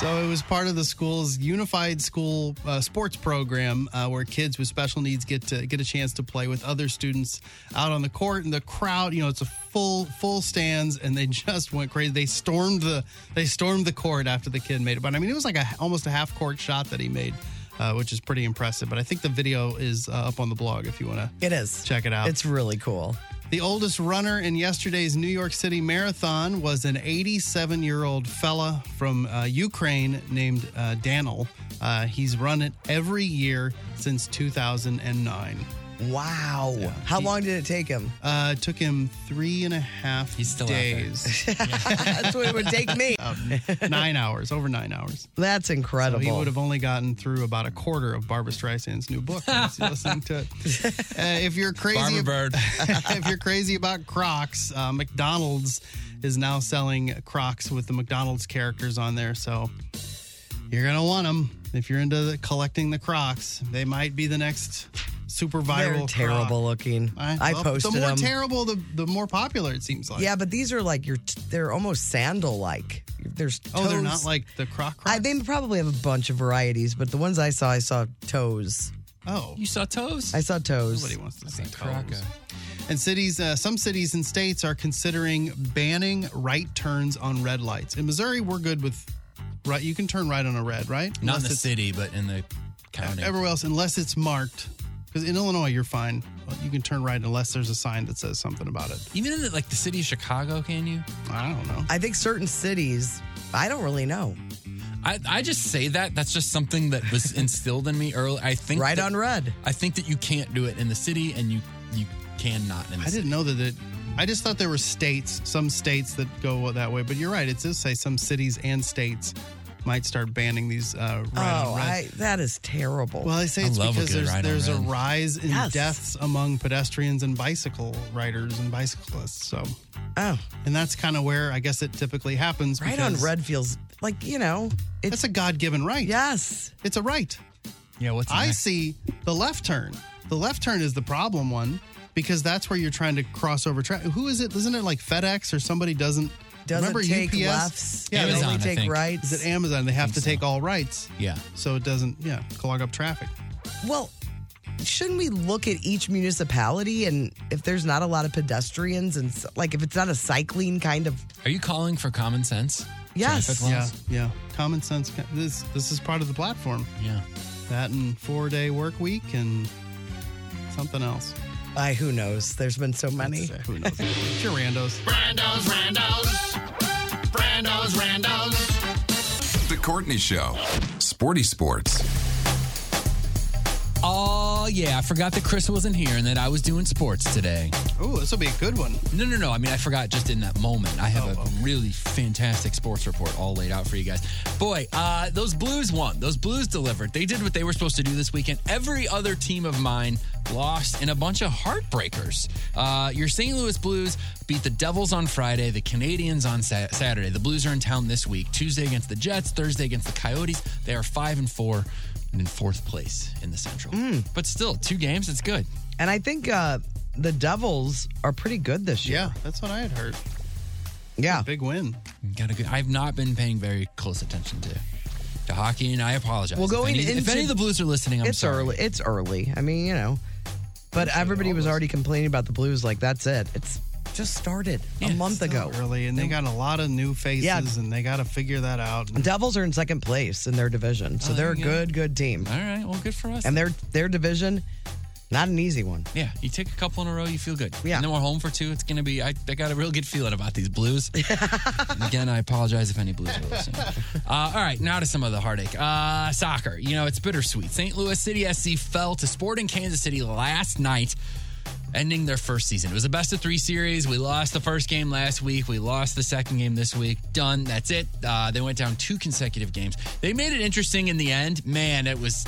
so it was part of the school's unified school uh, sports program, uh, where kids with special needs get to get a chance to play with other students out on the court. And the crowd, you know, it's a full full stands, and they just went crazy. They stormed the they stormed the court after the kid made it. But I mean, it was like a almost a half court shot that he made. Uh, which is pretty impressive, but I think the video is uh, up on the blog if you want to. It is check it out. It's really cool. The oldest runner in yesterday's New York City Marathon was an 87 year old fella from uh, Ukraine named uh, Danil. Uh, he's run it every year since 2009. Wow. How long did it take him? Uh, it took him three and a half he's still out there. days. That's what it would take me. nine hours, over nine hours. Um, That's So incredible. he would have only gotten through about a quarter of Barbara Streisand's new book. when he's listening to it. Uh, if you're crazy, if you're crazy about Crocs, uh, McDonald's is now selling Crocs with the McDonald's characters on there. So you're gonna want them if you're into the, collecting the Crocs. They might be the next super They're viral. terrible Croc. looking. All right, I well, posted The more them. terrible, the the more popular it seems like. Yeah, but these are like your. T- they're almost sandal like. There's toes. Oh, they're not like the Croc. I, they probably have a bunch of varieties, but the ones I saw, I saw toes. Oh, you saw toes? I saw toes. Nobody wants to see toes. And cities, uh, some cities and states are considering banning right turns on red lights. In Missouri, we're good with right. You can turn right on a red, right? Not in Unless the it's- city, but in the county. Everywhere else, unless it's marked. Because in Illinois, you're fine. You can turn right unless there's a sign that says something about it. Even in the, like the city of Chicago, can you? I don't know. I think certain cities. I don't really know. I, I just say that. That's just something that was instilled in me early. I think Right that- on red. I think that you can't do it in the city, and you you cannot in the I city. didn't know that it. I just thought there were states, some states that go that way. But you're right. It does say some cities and states might start banning these uh, right on oh, red. I, that is terrible. Well, I say it's because there's, there's a rise in deaths among pedestrians and bicycle riders and bicyclists. So, oh, and that's kind of where I guess it typically happens. Right on red feels like you know it's a God-given right. Yes, it's a right. Yeah, what's I see the left turn. The left turn is the problem one because that's where you're trying to cross over traffic. Who is it? Isn't it like FedEx or somebody doesn't? Doesn't remember take UPS? lefts, they only Amazon, I take think. rights. Is it Amazon? They have to take all rights. Yeah. So it doesn't. Yeah, clog up traffic. Well, shouldn't we look at each municipality and if there's not a lot of pedestrians and s- like if it's not a cycling kind of Are you calling for common sense? Yes. Traffic laws? Yeah, yeah. Common sense. This this is part of the platform. Yeah. That and four day work week and something else. I who knows? There's been so many. who knows? Durandos. Brando's, Randos. Brando's, Randos. The Courtney Show. Sporty Sports. Oh yeah, I forgot that Chris wasn't here and that I was doing sports today. Oh, this will be a good one. No, no, no. I mean, I forgot just in that moment. I have a really fantastic sports report all laid out for you guys. Boy, uh, those Blues won. Those Blues delivered. They did what they were supposed to do this weekend. Every other team of mine lost in a bunch of heartbreakers. Uh, your St. Louis Blues beat the Devils on Friday, the Canadians on Sa- Saturday. The Blues are in town this week. Tuesday against the Jets, Thursday against the Coyotes. They are five and four and in fourth place in the Central. But still, two games. It's good. And I think uh the Devils are pretty good this year. Yeah, that's what I had heard. Yeah, big win. Got a good. I've not been paying very close attention to to hockey, and I apologize. Well, If going any- if any, into- of the Blues are listening, I'm it's sorry. early. It's early. I mean, you know. But everybody was already complaining about the Blues. Like that's it. It's just started a month ago. Really, and they got a lot of new faces, Yeah. and they got to figure that out. Devils are in second place in their division, so Uh, Oh, they're a there you go. good, good team. All right, well, good for us. And their their division, not an easy one. Yeah, you take a couple in a row, you feel good. Yeah, and then we're home for two. It's gonna be. I, I got a real good feeling about these Blues. And Again, I apologize if any Blues are listening. Uh, all right, now to some of the heartache. Uh, soccer. You know, it's bittersweet. St. Louis City SC fell to Sporting Kansas City last night. ending their first season. It was a best of three series. We lost the first game last week. We lost the second game this week. Done. That's it. Uh, they went down two consecutive games. They made it interesting in the end. Man, it was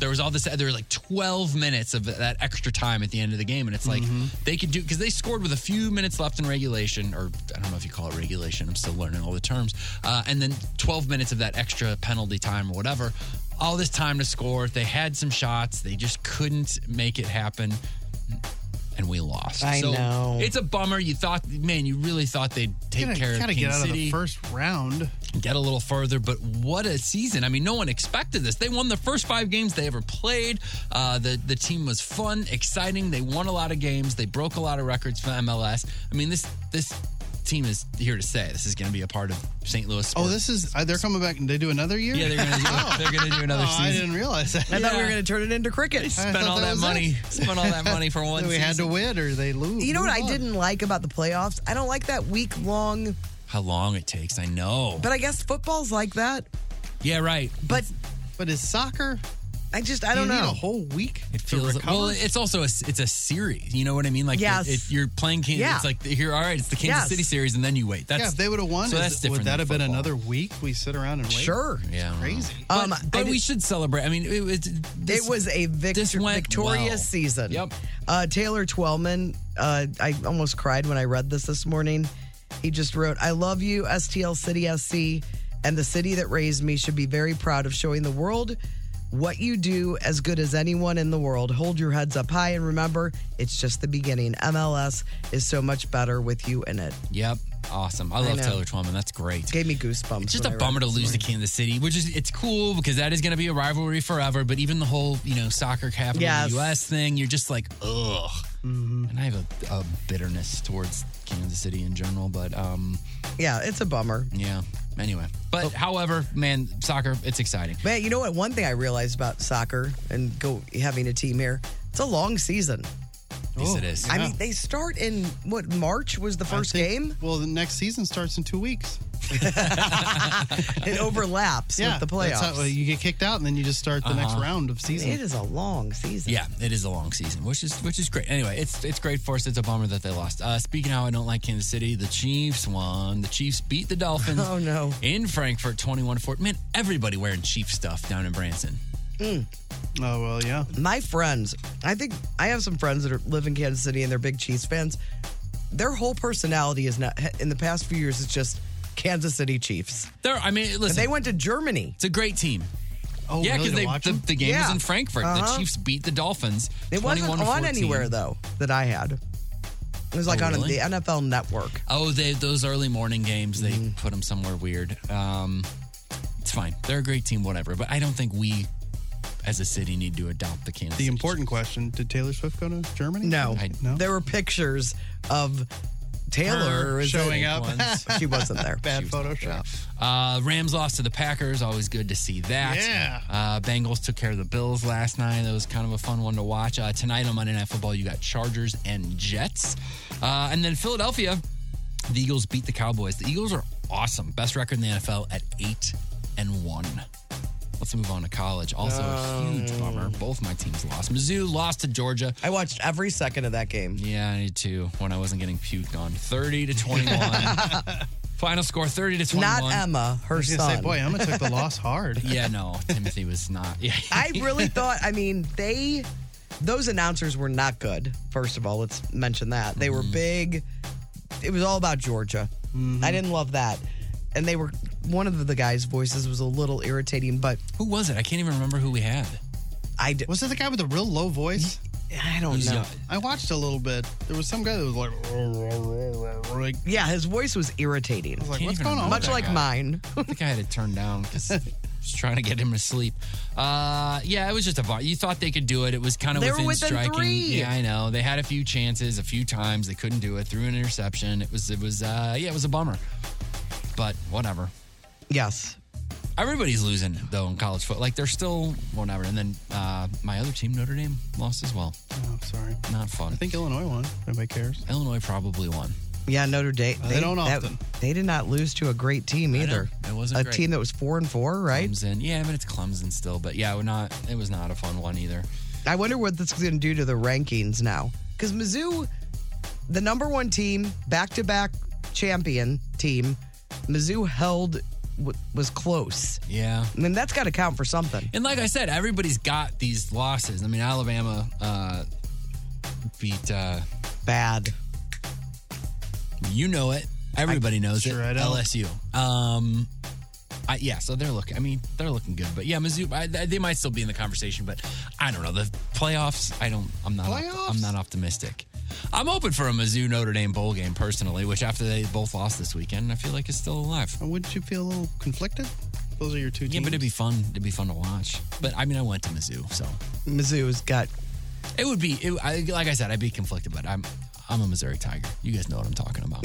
there was all this. There was like 12 minutes of that extra time at the end of the game, and it's like they could do because they scored with a few minutes left in regulation, or I don't know if you call it regulation. I'm still learning all the terms. Uh, and then 12 minutes of that extra penalty time or whatever. All this time to score. They had some shots. They just couldn't make it happen and we lost. I know. It's a bummer. You thought, man, you really thought they'd take Gotta- care of gotta Kansas get out of the City, first round, get a little further. But what a season! I mean, no one expected this. They won the first five games they ever played. Uh, the the team was fun, exciting. They won a lot of games. They broke a lot of records for MLS. I mean, this this team is here to stay. This is going to be a part of St. Louis. Oh, this is uh, they're coming back and they do another year. Yeah, they're gonna do- they're gonna do another oh, I season. didn't realize that. I thought we were Yeah. gonna turn it into cricket. spent all that money- spent all that money for one We had to season. win or they lose. You know what I Move on. didn't like about the playoffs? I don't like that week long. How long it takes, I know. But I guess football's like that. Yeah, right. But but is soccer? I just I don't You need know. a whole week. It feels recover? well. It's also a, it's a series. You know what I mean? Like Yes. it, it- you're playing. Kansas, Yeah. It's like here. All right, it's the Kansas Yes. City series, and then you wait. That's yeah, if they would have won, So is- that's different. would that than have been football. another week we sit around and wait? Sure. Yeah. Crazy. But, Um, but I we did- should celebrate. I mean, it, it, it was a victor- victorious well. season. Yep. Uh, Taylor Twellman, uh, I almost cried when I read this this morning. He just wrote, I love you, STL City SC, and the city that raised me should be very proud of showing the world what you do as good as anyone in the world. Hold your heads up high and remember, it's just the beginning. MLS is so much better with you in it. Yep. Awesome. I I love know. Taylor Twelman. That's great. Gave me goosebumps. It's just a when I read bummer to this lose to morning. Kansas City, which is it's cool because that is going to be a rivalry forever. But even the whole you know soccer capital of Yes. Mm-hmm. the U.S. thing, you're just like ugh. And I have a, a bitterness towards Kansas City in general, but um, yeah, Oh. it's a bummer. Yeah. Anyway, but however, man, soccer it's exciting. Man, you know what? One thing I realized about soccer and go having a team here, it's a long season. Yes, it is. I mean, they start in what March was the I first think- game. Well, the next season starts in two weeks. It overlaps yeah, with the playoffs. that's how- well, you get kicked out and then you just start the next Uh-huh. round of season. It is a long season. Yeah, it is a long season, which is which is great. Anyway, it's it's great for us. It's a bummer that they lost. Uh, speaking of how I don't like Kansas City, the Chiefs won. The Chiefs beat the Dolphins. Oh, no! In Frankfurt, twenty-one four. Man, everybody wearing Chief stuff down in Branson. Mm. Oh well, yeah. My friends, I think I have some friends that are, live in Kansas City and they're big Chiefs fans. Their whole personality is not. In the past few years, it's just Kansas City Chiefs. They're, I mean, listen, they went to Germany. It's a great team. Oh, yeah, really, to they watch the, them? the game was Yeah. in Frankfurt. The Uh-huh. Chiefs beat the Dolphins. It wasn't 21-14. on anywhere though that I had. It was like Oh, on really? the NFL Network. Oh, they, those early morning games, they put them somewhere weird. Um, it's fine. They're a great team, whatever. But I don't think we, as a city, need to adopt the Kansas. The important question: Did Taylor Swift go to Germany? No. There were pictures of Her Taylor is showing it- up. she wasn't there. Bad Photoshop. Uh, Rams lost to the Packers. Always good to see that. Yeah. Uh, Bengals took care of the Bills last night. That was kind of a fun one to watch. Uh, tonight on Monday Night Football, you got Chargers and Jets. Uh, and then Philadelphia, the Eagles beat the Cowboys. The Eagles are awesome. Best record in the NFL at 8 and 1. Let's move on to college. Also, a huge bummer. Both my teams lost. Mizzou lost to Georgia. I watched every second of that game. Yeah, I need to when I wasn't getting puked on. 30 to 21. Final score 30 to 21. Not Emma, her I was gonna say, son. boy, Emma took the loss hard. Yeah, no, Timothy was not. Yeah. I really thought, I mean, they, those announcers were not good. First of all, let's mention that. They were big. It was all about Georgia. I didn't love that. And they were, one of the guys' voices was a little irritating, but. Who was it? I can't even remember who we had. I d- Was it the guy with the real low voice? I don't know. I watched a little bit. There was some guy that was like, like Yeah, his voice was irritating. like, Can't "What's even going on remember Much like with that guy." mine. I think I had it turned down because I was trying to get him to sleep. Uh, yeah, it was just a bar. You thought they could do it. It was kind of They were within, within striking. three. Yeah, I know. They had a few chances, a few times. They couldn't do it. Threw an interception. It was, it was, uh, yeah, it was a bummer. But whatever. Yes. Everybody's losing though in college football. Like they're still whatever. And then uh, my other team, Notre Dame, lost as well. Oh, I'm sorry. Not fun. I think Illinois won. Nobody cares. Illinois probably won. Yeah, Notre Dame. Uh, they don't often. They did not lose to a great team either. It wasn't a great. team that was four and four, right? Clemson. Yeah, but it's Clemson still. But yeah, we're not. It was not a fun one either. I wonder what that's going to do to the rankings now. Because Mizzou, the number one team, back to back champion team, Mizzou held w- was close. Yeah. I mean, that's got to count for something. And like I said, everybody's got these losses. I mean, Alabama uh, beat uh, bad. You know it. Everybody knows sure it. I don't. LSU. Um, I, yeah, so they're looking. I mean, they're looking good. But yeah, Mizzou. I, they might still be in the conversation, but I don't know the playoffs. I don't. I'm not. Playoffs? I'm not optimistic. I'm open for a Mizzou Notre Dame bowl game personally, which after they both lost this weekend, I feel like it's still alive. Uh, Wouldn't you feel a little conflicted? Those are your two teams. Yeah, but it'd be fun. It'd be fun to watch. But I mean, I went to Mizzou, so Mizzou's got it would be. It, I, like I said, I'd be conflicted, but I'm. I'm a Missouri Tiger. You guys know what I'm talking about.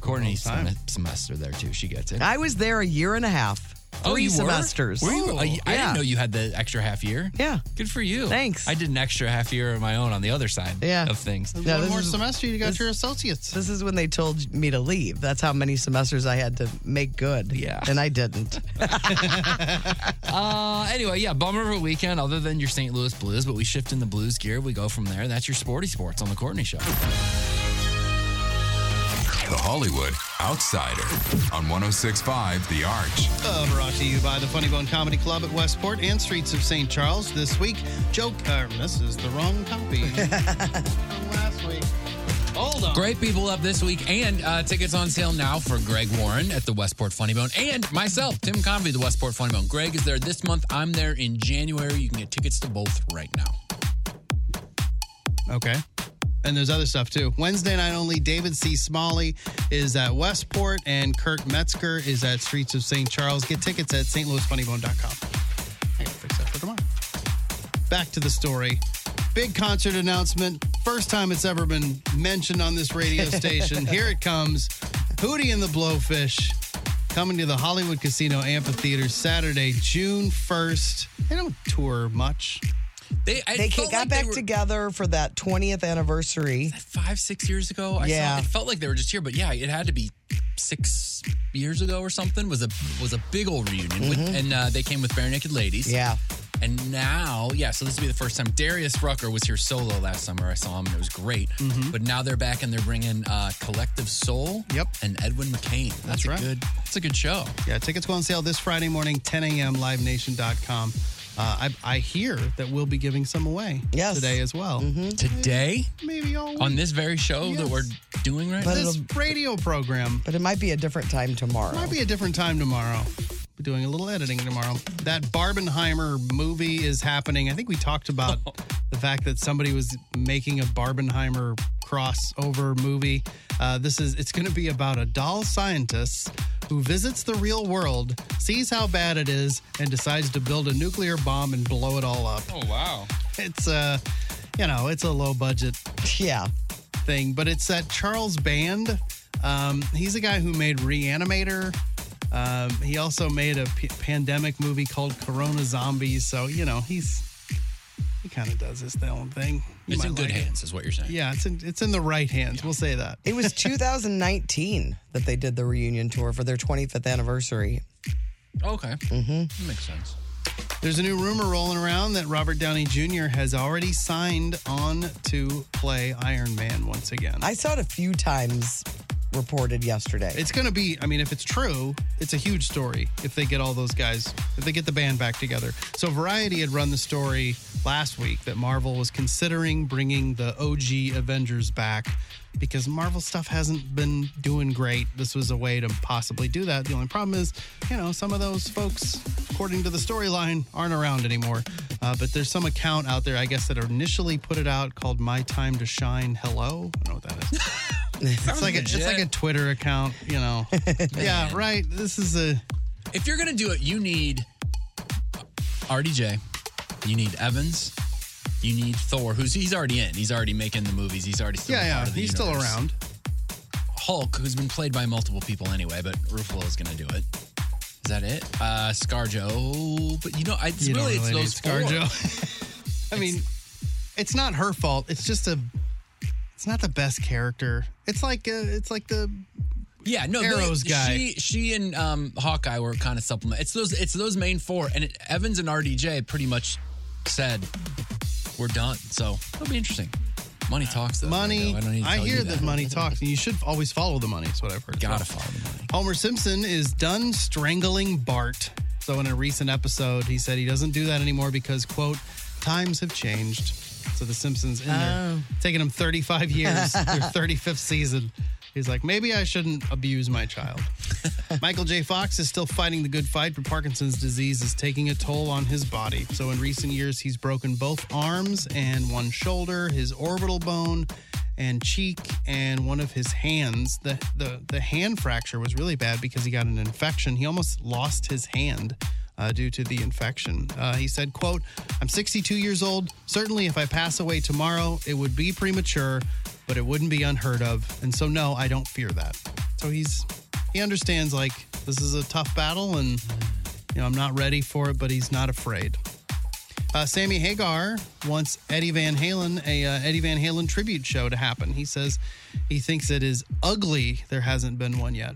Courtney sem- semester there too. She gets it. I was there a year and a half, three Oh, you were? semesters. Were you? I, I Yeah. didn't know you had the extra half year. Yeah. Good for you. Thanks. I did an extra half year of my own on the other side Yeah. of things. Yeah, this is- semester, you got this- your associates. This is when they told me to leave. That's how many semesters I had to make good. Yeah. And I didn't. uh, anyway, yeah, bummer of a weekend other than your St. Louis Blues, but we shift in the Blues gear. We go from there. That's your sporty sports on The Courtney Show. The Hollywood Outsider on 1065 The Arch. Uh, brought to you by the Funny Bone Comedy Club at Westport and Streets of St. Charles. This week, joke. Uh, this is the wrong copy. Last week. Hold on. Great people up this week, and uh, tickets on sale now for Greg Warren at the Westport Funny Bone, and myself, Tim Convey, the Westport Funny Bone. Greg is there this month. I'm there in January. You can get tickets to both right now. Okay. And there's other stuff too. Wednesday night only, David C. Smalley is at Westport and Kirk Metzger is at Streets of St. Charles. Get tickets at stlouisfunnybone.com. I gotta fix that for tomorrow. Back to the story. Big concert announcement. First time it's ever been mentioned on this radio station. Here it comes. Hootie and the Blowfish coming to the Hollywood Casino Amphitheater Saturday, June 1st. They don't tour much. They, they got back together for that 20th anniversary. Five, six years ago, I Yeah. saw, it felt like they were just here, but yeah, it had to be six years ago or something. Was a was a big old reunion, with, Mhm. and uh, they came with bare naked ladies. Yeah. And now, yeah, so this will be the first time Darius Rucker was here solo last summer. I saw him; and it was great. Mhm. But now they're back and they're bringing uh, Collective Soul. Yep. And Edwin McCain. That's, That's a right. good. That's a good show. Yeah, tickets go on sale this Friday morning, 10 a.m. LiveNation.com. Uh, I, I hear that we'll be giving some away today as well. Today Maybe all on this very show that Yes. we're doing right But now. this radio program. But it might be a different time tomorrow. Might be a different time tomorrow. Be doing a little editing tomorrow. That Barbenheimer movie is happening. I think we talked about the fact that somebody was making a Barbenheimer crossover movie. Uh, this is it's going to be about a doll scientist who visits the real world, sees how bad it is, and decides to build a nuclear bomb and blow it all up. Oh wow! It's uh, you know, it's a low budget yeah thing, but it's that Charles Band. Um, he's a guy who made Reanimator. Um, he also made a p- pandemic movie called Corona Zombies. So you know, he's he kind of does his own thing. You it's in might good like it. hands, is what you're saying. Yeah, it's in it's in the right hands. We'll say that. It was 2019 that they did the reunion tour for their 25th anniversary. Okay. Mm-hmm. Makes sense. There's a new rumor rolling around that Robert Downey Jr. has already signed on to play Iron Man once again. I saw it a few times reported yesterday. It's going to be, I mean, if it's true, it's a huge story if they get all those guys, if they get the band back together. So, Variety had run the story last week that Marvel was considering bringing the OG Avengers back because Marvel stuff hasn't been doing great. This was a way to possibly do that. The only problem is, you know, some of those folks, according to the storyline, aren't around anymore. Uh, but there's some account out there, I guess, that initially put it out called My Time to Shine Hello. I don't know what that is. It's like a, it's like a Twitter account, you know. yeah, right. This is a. If you're gonna do it, you need RDJ, you need Evans, you need Thor, who's he's already in. He's already making the movies. He's already still Yeah, a yeah, part of the he's still universe. around. Hulk, who's been played by multiple people anyway, but Ruffalo is gonna do it. Is that it? Uh, ScarJo, but you know, I, it's You don't really, it's really those need ScarJo. four. I mean, It's not her fault. It's just a. It's not the best character. It's like a, it's like the. Yeah, no, Arrows they- guy. She, she and um, Hawkeye were kind of supplement. It's those, it's those main four, and it, Evans and RDJ pretty much said we're done. So it'll be interesting. Money talks though. Money. I, don't need to I tell you hear that. that money talks, and you should always follow the money. Is what I've heard. Gotta follow the money. Homer Simpson is done strangling Bart. So in a recent episode, he said he doesn't do that anymore because quote times have changed. So the Simpsons in there, Oh. taking him 35 years, their 35th season. He's like, maybe I shouldn't abuse my child. Michael J. Fox is still fighting the good fight, but Parkinson's disease is taking a toll on his body. So, in recent years, he's broken both arms and one shoulder, his orbital bone and cheek, and one of his hands. The, the, the hand fracture was really bad because he got an infection. He almost lost his hand. Uh, due to the infection uh, he said quote i'm 62 years old certainly if i pass away tomorrow it would be premature but it wouldn't be unheard of. And so, no, I don't fear that. So he's he understands like this is a tough battle, and you know I'm not ready for it, but he's not afraid. Uh, Sammy Hagar wants Eddie Van Halen a uh, Eddie Van Halen tribute show to happen. He says he thinks it is ugly there hasn't been one yet.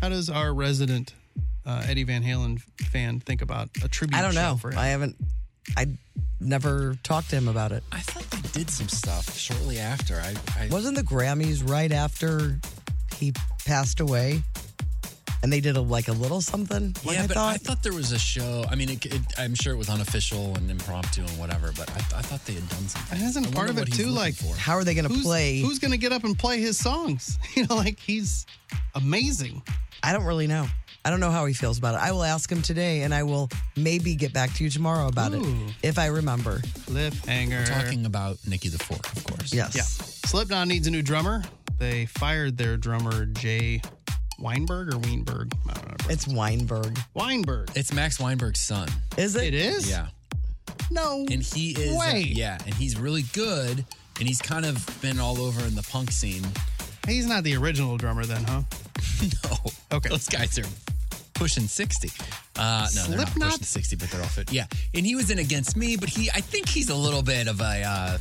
How does our resident uh, Eddie Van Halen fan think about a tribute? I don't show know. For him? I haven't. I never talked to him about it. I thought they did some stuff shortly after. I, I Wasn't the Grammys right after he passed away? And they did a, like a little something. Like yeah, I but thought. I thought there was a show. I mean, it, it, I'm sure it was unofficial and impromptu and whatever, but I, I thought they had done something. And I isn't part wonder of what it he's too looking like for. are they gonna who's- play- Who's going to get up and play his songs? You know, like he's amazing. I don't really know. I don't know how he feels about it. I will ask him today, and I will maybe get back to you tomorrow about Ooh. it if I remember. Cliffhanger. We're talking about Nikki the Fork, of course. Yes. Yeah. Slipknot needs a new drummer. They fired their drummer Jay Weinberg or Weinberg. I don't know. It's Weinberg. Weinberg. It's Max Weinberg's son. Is it? It is? Yeah. No. And he is. way. yeah, and he's really good, and he's kind of been all over in the punk scene. He's not the original drummer then, huh? Oh, no. Okay. Those guys are pushing 60. Uh, no, they're not Slipknot? pushing 60, but they're all fit. Yeah. And he was in Against Me, but he, I think he's a little bit of a, uh,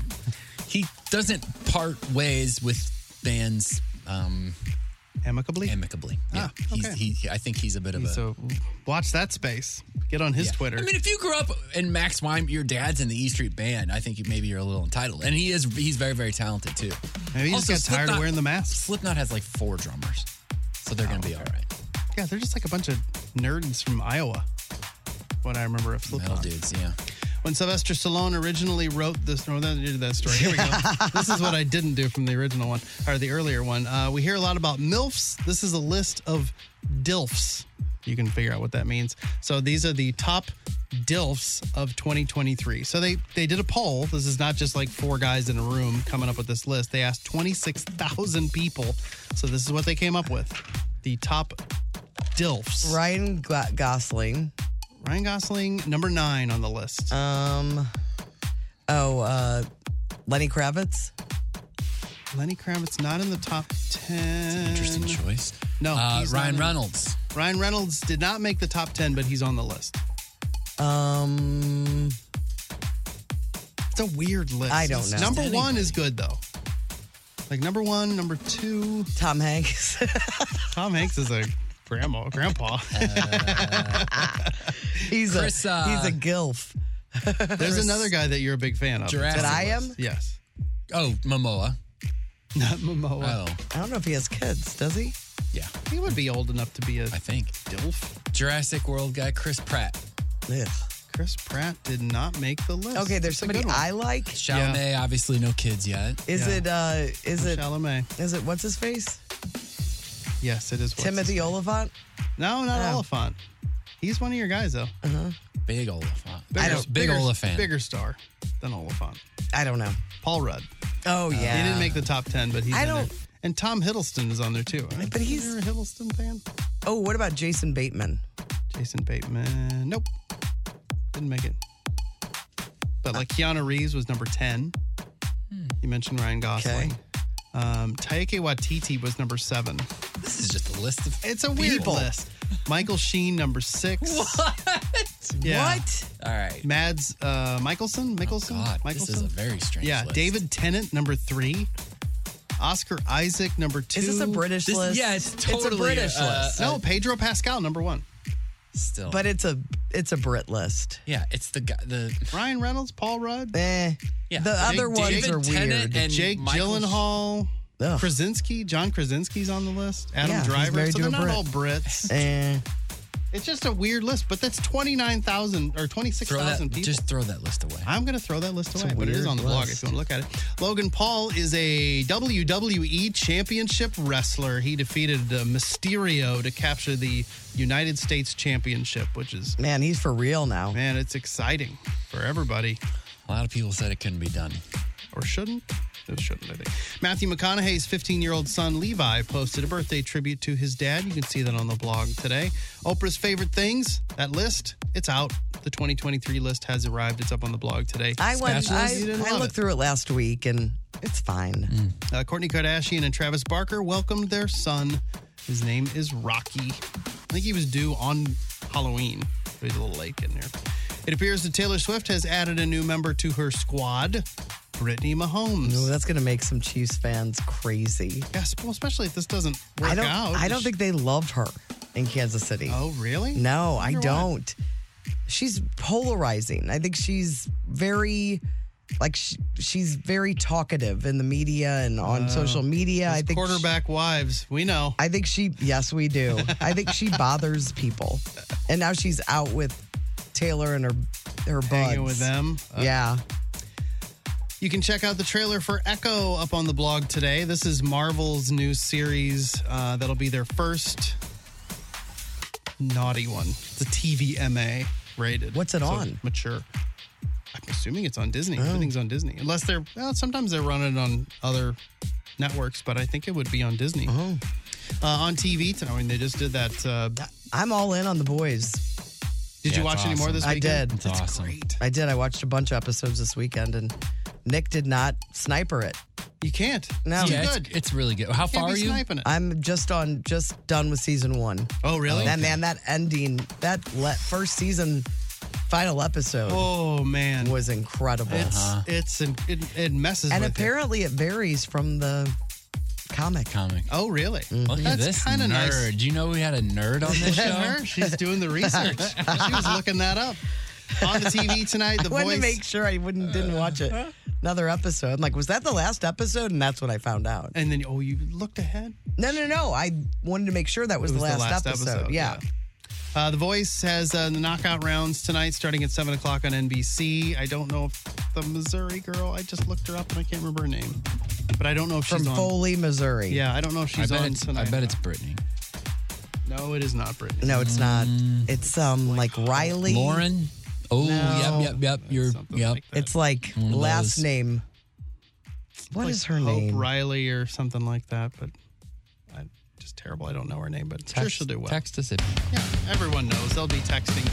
he doesn't part ways with bands. Um, amicably? Amicably. Ah, Yeah. he's, he, he- I think he's a bit of a. So watch that space. Get on his Yeah. Twitter. I mean, if you grew up in Max Wein, your dad's in the E Street Band, I think you, maybe you're a little entitled. And he is, he's very, very talented too. Maybe he just got tired of wearing the mask. Slipknot has like four drummers, so Oh, they're going to be all right. yeah, they're just like a bunch of nerds from Iowa. What I remember of Slipknot. dudes, yeah. When Sylvester Stallone originally wrote this, no, that, that story. Here we go. this is what I didn't do from the original one or the earlier one. Uh, we hear a lot about milfs. This is a list of dilfs. You can figure out what that means. So these are the top dilfs of 2023. So they they did a poll. This is not just like four guys in a room coming up with this list. They asked 26,000 people. So this is what they came up with. The top dilfs. Ryan Gosling. Ryan Gosling, number nine on the list. Um. Oh, uh, Lenny Kravitz. Lenny Kravitz not in the top ten. interesting choice. Mm. No, Uh, he's Ryan not in- Reynolds. Ryan Reynolds did not make the top ten, but he's on the list. Um. It's a weird list. I don't know. Number one is good though. Like number one, number two. Tom Hanks. Tom Hanks is a grandma, grandpa. He's Chris, a uh, he's a gilf. There's another guy that you're a big fan of. Jurassic That I am? Yes. Oh, Momoa. Oh, Not Momoa. I don't know if he has kids. Does he? Yeah. He would be old enough to be a. I think. Dilf. Jurassic World guy, Chris Pratt. Yeah. Chris Pratt did not make the list. Okay, there's somebody I like. Chalamet, obviously no kids yet. Is it? uh Is it? Chalamet. Is it? What's his face? Yes, it is. what's his Timothy name. Oliphant. No, not Oh. Oliphant. He's one of your guys though. Uh huh. Big Oliphant. Bigger, Big bigger, Oliphant. Bigger star than Oliphant. I don't know. Paul Rudd. Oh yeah. He didn't make the top 10, but he's I in don't- there. And Tom Hiddleston is on there too. But he's a Hiddleston fan. Oh, what about Jason Bateman? Jason Bateman. Nope. Didn't make it. But like Keanu Reeves was number 10. You mentioned Ryan Gosling. Um, Taika Waititi was number seven. This is just a list of It's a weird people. list. Michael Sheen, number six. What? What? All right. Mads uh, Michelson? Michelson? Oh, God, Michelson? this is a very strange Yeah, list. David Tennant, number three. Oscar Isaac, number two. this a British This- list? yeah, it's totally, uh, no, Pedro Pascal, number one. Still. But it's a it's a Brit list. Yeah, it's the guy. The Ryan Reynolds, Paul Rudd. Eh. Yeah. The Jake- other ones David are Tennant weird. and Jake Michael- Gyllenhaal, Ugh. Krasinski, John Krasinski's on the list. Adam Yeah, he's Driver. married So to they're a not Brit. all Brits. Eh. It's just a weird list, but that's twenty nine thousand or twenty six Throw that, thousand people. just throw that list away. I'm gonna throw that list It's a away, but it is weird on the blog list. if you want to look at it. Logan Paul is a WWE Championship wrestler. He defeated uh, Mysterio to capture the United States Championship, which is man, he's for real now. Man, it's exciting for everybody. A lot of people said it couldn't be done, or shouldn't. It shouldn't, I think. Matthew McConaughey's 15 year old son Levi posted a birthday tribute to his dad. You can see that on the blog today. Oprah's favorite things, that list, it's out. The 2023 list has arrived. It's up on the blog today. I went. Spatulas, I, you didn't I love looked through it last week, and It's fine. Uh, Courtney Kardashian and Travis Barker welcomed their son. His name is Rocky. I think he was due on Halloween. But he's a little late getting there. It appears that Taylor Swift has added a new member to her squad, Brittany Mahomes. No, that's going to make some Chiefs fans crazy. Yes, well, especially if this doesn't work I don't. out. I don't think they love her in Kansas City. Oh, really? No, I Wonder why. don't. She's polarizing. I think she's very, like, she, she's very talkative in the media and on Oh. social media. I Those think quarterback wives. We know. I think she. Yes, we do. I think she bothers people, and now she's out with Taylor and her her buds. Hanging with them? Uh, yeah. You can check out the trailer for Echo up on the blog today. This is Marvel's new series. Uh, that'll be their first naughty one. It's a TVMA rated. What's it on? Mature. I'm assuming it's on Disney. Everything's on Disney. Unless they're, well, sometimes they're running on other networks, but I think it would be on Disney. Oh. Uh, on TV tonight. I mean, they just did that. Uh, I'm all in on the boys. Did you watch any more this weekend? I did. I did. I watched a bunch of episodes this weekend, and Nick did not sniper it. You can't. No, Yeah, it's- It's, really good. How far are you? I'm just on, just done with season one. Oh, really? And man, that ending, that le- first season, final episode. Oh man, was incredible. It's Uh-huh. it's an, it, it messes and with you. apparently it varies from the comic. Comic. Oh, really? Look at this kinda nerd. You know we had a nerd on this show. Her? She's doing the research. she was looking that up on the TV tonight. The I wanted voice. Uh-huh. to make sure I wouldn't didn't watch it. Another episode. I'm like, was that the last episode? And that's when I found out. And then, oh, you looked ahead. No, no, no. I wanted to make sure that was, It the last, episode. Yeah. Uh, the Voice has uh, the knockout rounds tonight, starting at seven o'clock on NBC. I don't know if the Missouri girl. I just looked her up and I can't remember her name, but I don't know if From she's on. Foley, Missouri. Yeah, I don't know if she's I bet on it's, tonight. I bet it's Brittany. No, it is not Brittany. No, it's not. It's um like Riley. Lauren? Oh, No. yep, yep, yep. You're yep. It's like One of last those. name. What is What is her name? Riley or something like that, but I'm just terrible. I don't know her name, but sure she'll do well. Text us if Yeah, everyone knows. They'll be texting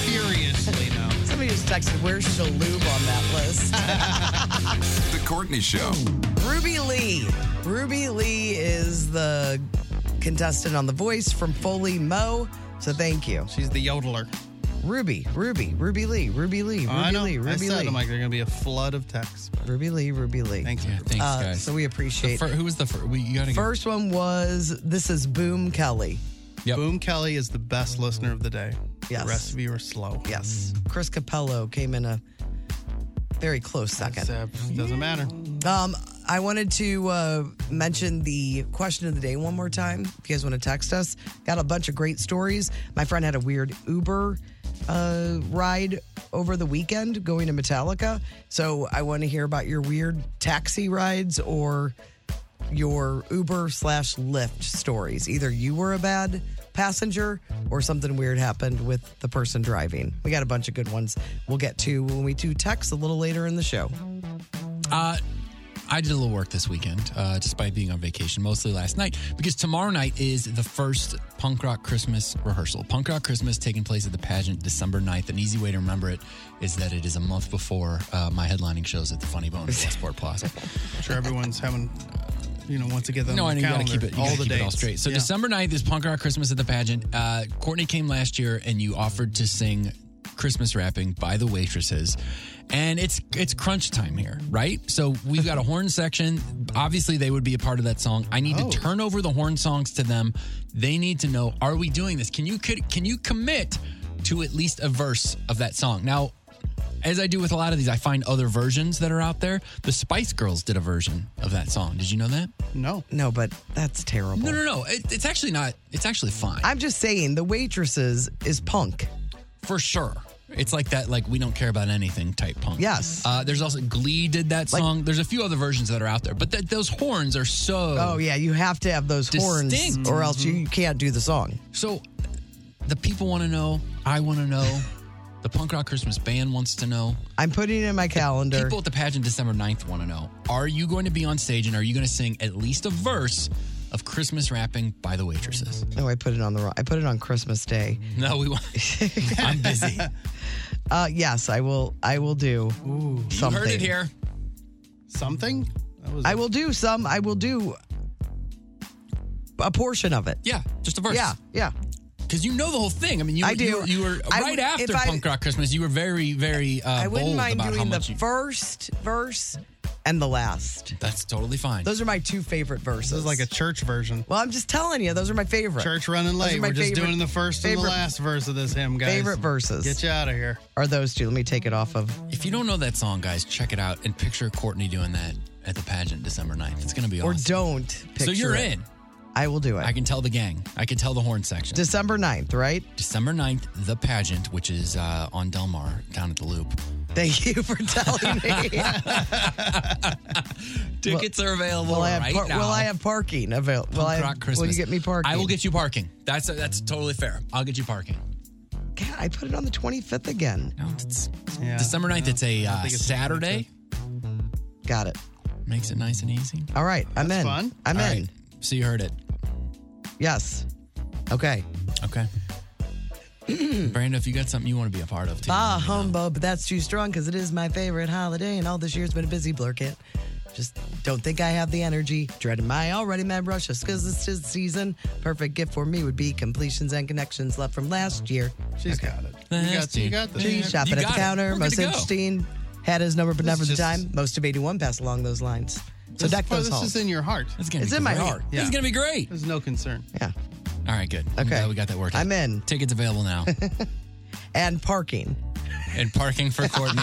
furiously now. Somebody just texted, where's Shalub on that list? The Courtney Show. Ruby Lee. Ruby Lee is the contestant on The Voice from Foley Mo. So thank you. She's the yodeler. Ruby, Ruby, Ruby Lee, Ruby Lee, Ruby I know. Lee, Ruby I said, Lee. I'm like, they're going to be a flood of texts. Ruby Lee, Ruby Lee. Thanks, yeah, thanks, Uh, guys. So we appreciate. The fir- who was the first? We, you gotta First one was this is Boom Kelly. Boom Kelly is the best listener of the day. Yes. The rest of you are slow. Yes. Chris Capello came in a very close second. doesn't matter. Um, I wanted to uh, mention the question of the day one more time. If you guys want to text us, got a bunch of great stories. My friend had a weird Uber uh, ride over the weekend going to Metallica. So I want to hear about your weird taxi rides or your Uber slash Lyft stories. Either you were a bad passenger or something weird happened with the person driving. We got a bunch of good ones we'll get to when we do text a little later in the show. Uh, I did a little work this weekend, uh, despite being on vacation, mostly last night, because tomorrow night is the first Punk Rock Christmas rehearsal. Punk Rock Christmas taking place at the pageant December 9th. An easy way to remember it is that it is a month before uh, my headlining shows at the Funny Bone in Westport Plaza. I'm sure everyone's having, you know, once again, No, on I know the you gotta calendar, keep it. You all gotta the keep it all dates. straight. So Yeah. December 9th is Punk Rock Christmas at the pageant. Uh, Courtney came last year, and you offered to sing Christmas rapping by the waitresses. And it's it's crunch time here, right? So we've got a horn section. Obviously, they would be a part of that song. I need Oh. to turn over the horn songs to them. They need to know: Are we doing this? Can you could, can you commit to at least a verse of that song? Now, as I do with a lot of these, I find other versions that are out there. The Spice Girls did a version of that song. Did you know that? No. No, but that's terrible. No, no, no. It, it's actually not. It's actually fine I'm just saying the waitresses is punk. for sure. It's like that, like we don't care about anything type punk. Yes. Uh, there's also Glee did that song. there's a few other versions that are out there, but th- those horns are so. Oh Mm. yeah, you have to have those horns Distinct. Mm-hmm. or else you, you can't do the song. So the people want to know. I want to know. the punk rock Christmas band wants to know. I'm putting it in my calendar. People at the pageant December 9th want to know. Are you going to be on stage and are you going to sing at least a verse of Christmas rapping by the waitresses? No, I put it on the wrong. I put it on Christmas Day. No, we want. I'm busy. Uh, yes, I will. I will do Ooh, something. Something? I will do some. I will do a portion of it. Yeah, just a verse. Yeah, yeah. Because you know the whole thing. I mean, you, I do. you, you were I right would- after if I- Punk Rock Christmas. You were very, very uh, I wouldn't bold mind about how doing the much you. first verse and the last. That's totally fine. Those are my two favorite verses. This is like a church version. Well, I'm just telling you, those are my favorite. Church running Those late. are my We're just favorite- doing the first and the favorite- last verse of this hymn, guys. Favorite verses. Get you out of here. Are those two? Let me take it off of. If you don't know that song, guys, check it out and picture Courtney doing that at the pageant December 9th. It's going to be Or awesome. don't. So picture you're it. in. I will do it. I can tell the gang. I can tell the horn section. December 9th, right? December 9th, the pageant, which is uh, on Del Mar down at the Loop. Thank you for telling me. Tickets are available Will I have, right par- now. Will I have parking available? Will, Punk I- Rock Christmas. will you get me parking? I will get you parking. That's that's totally fair. I'll get you parking. God, I put it on the 25th again. No, it's December 9th, it's a uh, Saturday. Got it. Makes it nice and easy. All right, I'm in. I'm Mm-hmm. All in. right. So you heard it. Yes. Okay. Okay. Brando, if you got something you want to be a part of, too. Bah humbug, but that's too strong because it is my favorite holiday, and all this year's been a busy blur kit. Just don't think I have the energy. Dreading my already mad rush just because it's his season. Perfect gift for me would be completions and connections left from last year. She's got it. You got, Nasty. you got this. Tree shopping at the counter. Most interesting. Had his number, but This never is the just- time. Most of 81 passed along those lines. So This- deck oh, those This home. is in your heart. It's, gonna It's be in my great. heart. This is gonna be great. There's no concern. Yeah. All right, good. I'm Okay. glad we got that working. I'm in. Tickets available now. and parking. and parking for Courtney.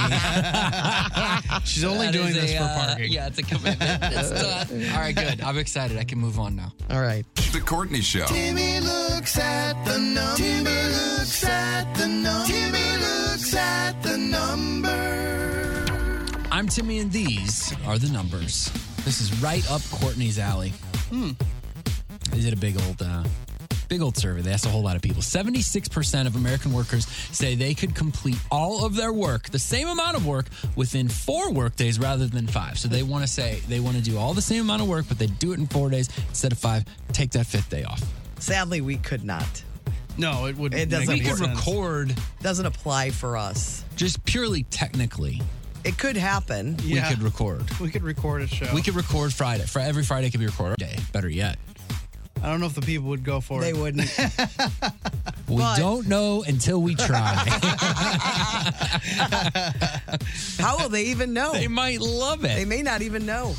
She's only That doing is this for parking. yeah, it's a commitment. It's done. All right, good. I'm excited. I can move on now. All right. The Courtney Show. Timmy looks at the number. Timmy looks at the number. Timmy looks at the number. I'm Timmy, and these are the numbers. This is right up Courtney's alley. Hmm. They did a big old, uh, big old survey. They asked a whole lot of people. Seventy-six percent of American workers say they could complete all of their work, the same amount of work, within four work days rather than five. So they want to say they want to do all the same amount of work, but they do it in four days instead of five. Take that fifth day off. Sadly, we could not. No, it wouldn't. It doesn't. We could record. Doesn't apply for us. Just purely technically, It could happen. we could record. We could record a show. We could record Friday. For every Friday could be recorded day. Better yet. I don't know if the people would go for it. They wouldn't. We don't know until we try. How will they even know? They might love it. They may not even know.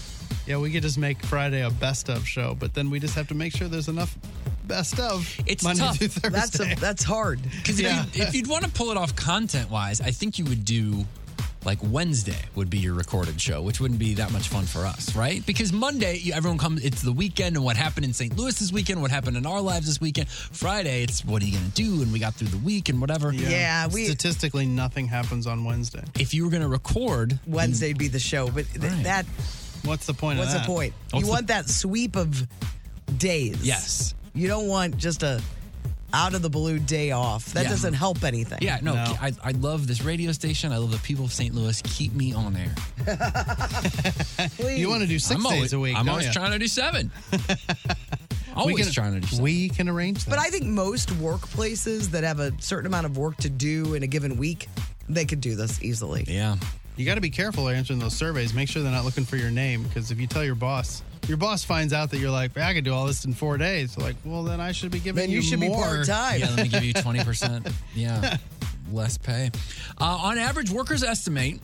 Yeah, we could just make Friday a best of show, but then we just have to make sure there's enough best of Monday through Thursday. That's a, that's hard. Because if, you, if you'd want to pull it off content wise, I think you would do like Wednesday would be your recorded show, which wouldn't be that much fun for us, right? Because Monday, you, everyone comes, it's the weekend and what happened in St. Louis this weekend, what happened in our lives this weekend. Friday, it's what are you going to do? And we got through the week and whatever. statistically nothing happens on Wednesday. If you were going to record Wednesday'd be the show, but th- that what's the point? what's of the that? point? you want that sweep of days. Yes. You don't want just a out of the blue day off. That Yeah. doesn't help anything. Yeah, no, I, I love this radio station. I love the people of St. Louis. Keep me on air. You want to do 6 I'm days always- a week? I'm don't always ya? trying to do seven. always can- trying to do seven. We can arrange that. But I think most workplaces that have a certain amount of work to do in a given week, they could do this easily. Yeah. You got to be careful answering those surveys. Make sure they're not looking for your name because if you tell your boss, your boss finds out that you're like, I could do all this in four days. They're like, well, then I should be giving Then you should be more. part-time. Yeah, let me give you 20%. Yeah, less pay. Uh, on average, workers estimate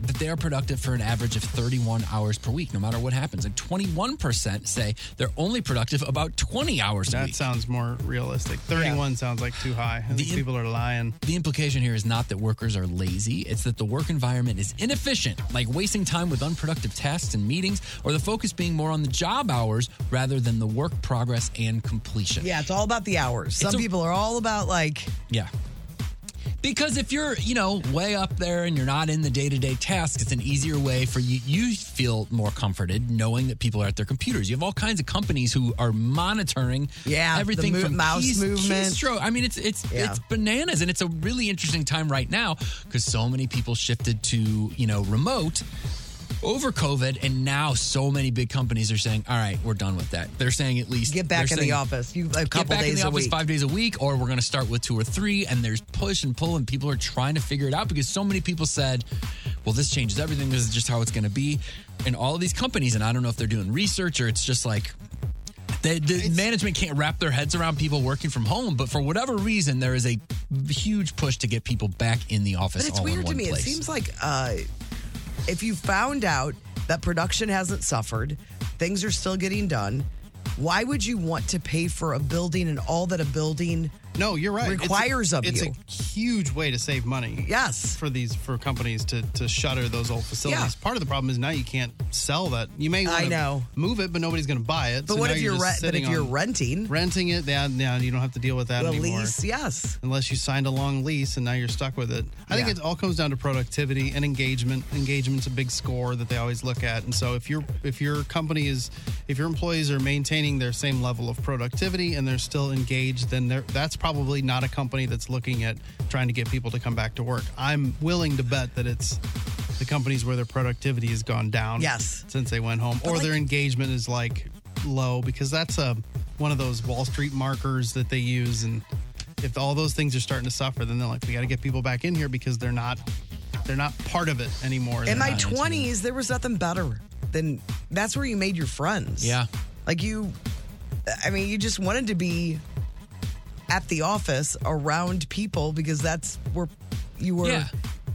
that they are productive for an average of 31 hours per week, no matter what happens. And 21% say they're only productive about 20 hours a That week. sounds more realistic. 31 sounds like too high. I think people are lying. The implication here is not that workers are lazy, it's that the work environment is inefficient, like wasting time with unproductive tasks and meetings, or the focus being more on the job hours rather than the work progress and completion. Yeah, it's all about the hours. Some people are all about like Yeah. Because if you're, you know, way up there and you're not in the day-to-day tasks, it's an easier way for you you feel more comforted knowing that people are at their computers. You have all kinds of companies who are monitoring Yeah, the everything mo- from mouse keys- movement. keystroke. I mean, it's it's Yeah. it's bananas and it's a really interesting time right now cuz so many people shifted to, you know, remote over COVID and now so many big companies are saying, "All right, we're done with that." They're saying at least get back they're in the saying- office. You a get couple back days in the a office week. five days a week, or we're going to start with two or three. And there's push and pull, and people are trying to figure it out because so many people said, well, this changes everything. This is just how it's going to be. And all of these companies, and I don't know if they're doing research or it's just like the, the management can't wrap their heads around people working from home, but for whatever reason, there is a huge push to get people back in the office. But it's all in weird to one me. Place. It seems like uh, if you found out that production hasn't suffered, things are still getting done. Why would you want to pay for a building and all that a building? No, you're right. It's a- Requires of it's you. a huge way to save money. Yes, for these for companies to to shutter those old facilities. Yeah. Part of the problem is now you can't sell that. You may I wanna know. move it, but nobody's going to buy it. But So what now if you're just re- but sitting if you're on- renting? renting it? Now, now you don't have to deal with that The anymore. lease, yes. Unless you signed a long lease and now you're stuck with it. I think Yeah. it all comes down to productivity and engagement. Engagement's a big score that they always look at. And so if your if your company is if your employees are maintaining their same level of productivity and they're still engaged, then they're, that's probably not a company that's looking at trying to get people to come back to work. I'm willing to bet that it's the companies where their productivity has gone down Yes. since they went home But or like- their engagement is like low because that's a one of those Wall Street markers that they use and if all those things are starting to suffer then they're like we got to get people back in here because they're not they're not part of it anymore. They're in my not into it. 20s, there was nothing better than that's where you made your friends. Yeah. Like you, I mean, you just wanted to be at the office around people because that's where you were. Yeah.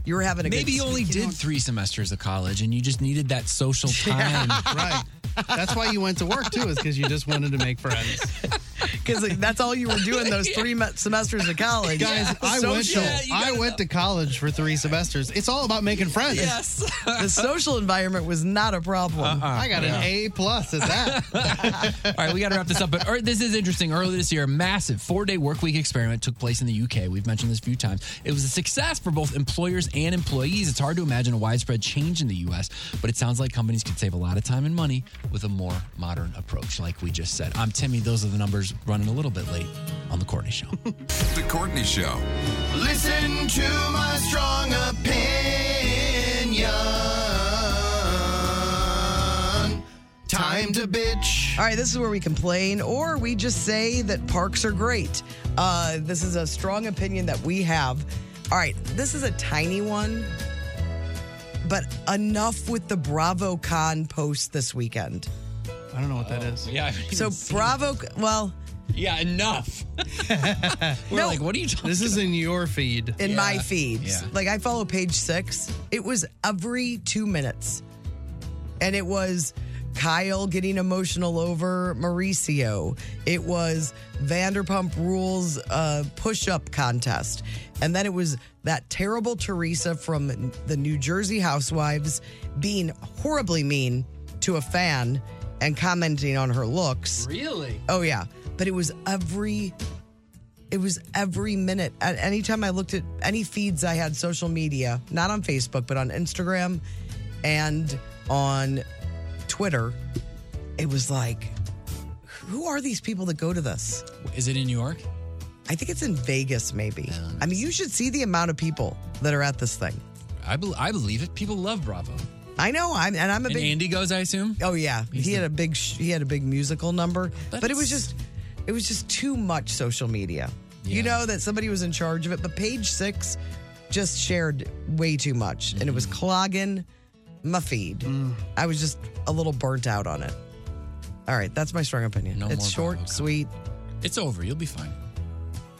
You were having a Maybe good you only did three semesters of college and you just needed that social time. right. That's why you went to work too is because you just wanted to make friends. because that's all you were doing those three me- semesters of college. Guys, I went to Social- I went to college for 3 semesters. It's all about making friends. Yes. the social environment was not a problem. Uh-uh. I got an A plus at that. All right, we got to wrap this up. But er, this is interesting. Earlier this year, a massive four day work week experiment took place in the UK. We've mentioned this a few times. It was a success for both employers and employees. It's hard to imagine a widespread change in the US, but it sounds like companies could save a lot of time and money with a more modern approach, like we just said. I'm Timmy. Those are the numbers running a little bit late on The Courtney Show. The Courtney Show. Listen to my strong opinion. Time to bitch. All right, this is where we complain or we just say that parks are great. Uh, this is a strong opinion that we have. All right, this is a tiny one, but enough with the BravoCon post this weekend. I don't know what that is. Yeah. So Bravo, well, yeah, enough. We're No. like, what are you talking This is in your feed. in my feeds. Yeah. Like I follow page six. It was every two minutes. And it was Kyle getting emotional over Mauricio. It was Vanderpump Rules uh, push up contest. And then it was that terrible Teresa from the New Jersey Housewives being horribly mean to a fan and commenting on her looks. Really? Oh, yeah. But it was every it was every minute. At any time I looked at any feeds I had social media, not on Facebook, but on Instagram and on Twitter, it was like, who are these people that go to this? Is it in New York? I think it's in Vegas, maybe. I mean, you should see the amount of people that are at this thing. I, bel I believe it. People love Bravo. I know. I'm and I'm a And big Andy goes. I assume. Oh yeah, he had a big sh- he had a big musical number, but, But it was it's- just it was just too much social media. You know that somebody was in charge of it, but Page Six just shared way too much, and it Mm. was clogging my feed. I was just a little burnt out on it. All right, that's my strong opinion. No it's more short, sweet. It's over. You'll be fine.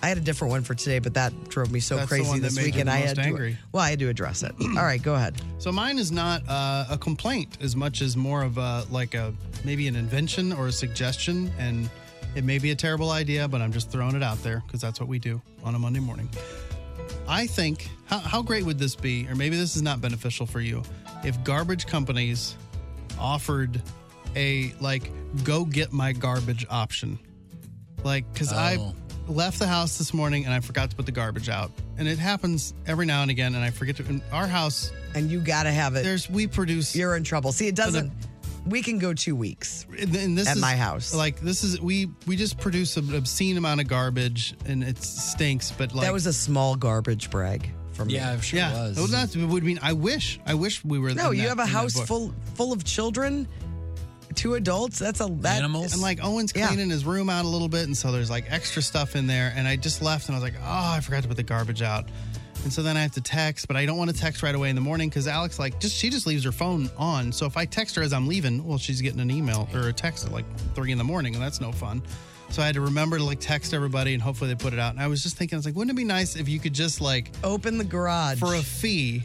I had a different one for today, but that drove me so That's the crazy one that this made you weekend. the I most had angry. to well, I had to address it. All right, go ahead. So mine is not uh, a complaint as much as more of a like a maybe an invention or a suggestion, and it may be a terrible idea, but I'm just throwing it out there because that's what we do on a Monday morning. I think how, how great would this be, or maybe this is not beneficial for you, if garbage companies offered a like go get my garbage option. Like, because I Oh. left the house this morning and I forgot to put the garbage out, and it happens every now and again, and I forget to. In our house, and you got to have it. There's we produce. You're in trouble. See, it doesn't. we can go two weeks. And, and this at is, my house. Like this is we we just produce an obscene amount of garbage, and it stinks. But like that was a small garbage brag from me. yeah. It would, not, it would mean I wish I wish we were. No, in you that- have a in that house book. full full of children, two adults. That's a that And like Owen's cleaning his room out a little bit, and so there's like extra stuff in there. And I just left, and I was like, oh, I forgot to put the garbage out. And so then I have to text, but I don't want to text right away in the morning because Alex like just she just leaves her phone on. So if I text her as I'm leaving, well, she's getting an email or a text at like three in the morning, and that's no fun. So I had to remember to like text everybody and hopefully they put it out. And I was just thinking, I was like, wouldn't it be nice if you could just like open the garage for a fee?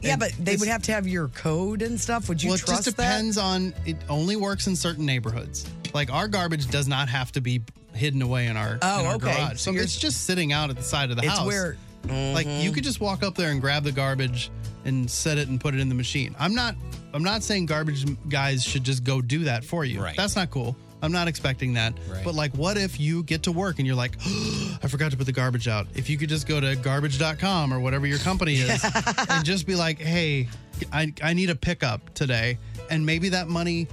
Yeah, but they would have to have your code and stuff. Would you well, trust it just that? depends on. It only works in certain neighborhoods. Like our garbage does not have to be hidden away in our, Oh, in our okay. garage. So So you're- it's just sitting out at the side of the It's house. where- like you Mm-hmm. could just walk up there and grab the garbage and set it and put it in the machine. I'm not. I'm not saying garbage guys should just go do that for you. Right. That's not cool. I'm not expecting that. Right. But like, what if you get to work and you're like, I forgot to put the garbage out. If you could just go to garbage.com or whatever your company is and just be like, hey, I, I need a pickup today. And maybe that money,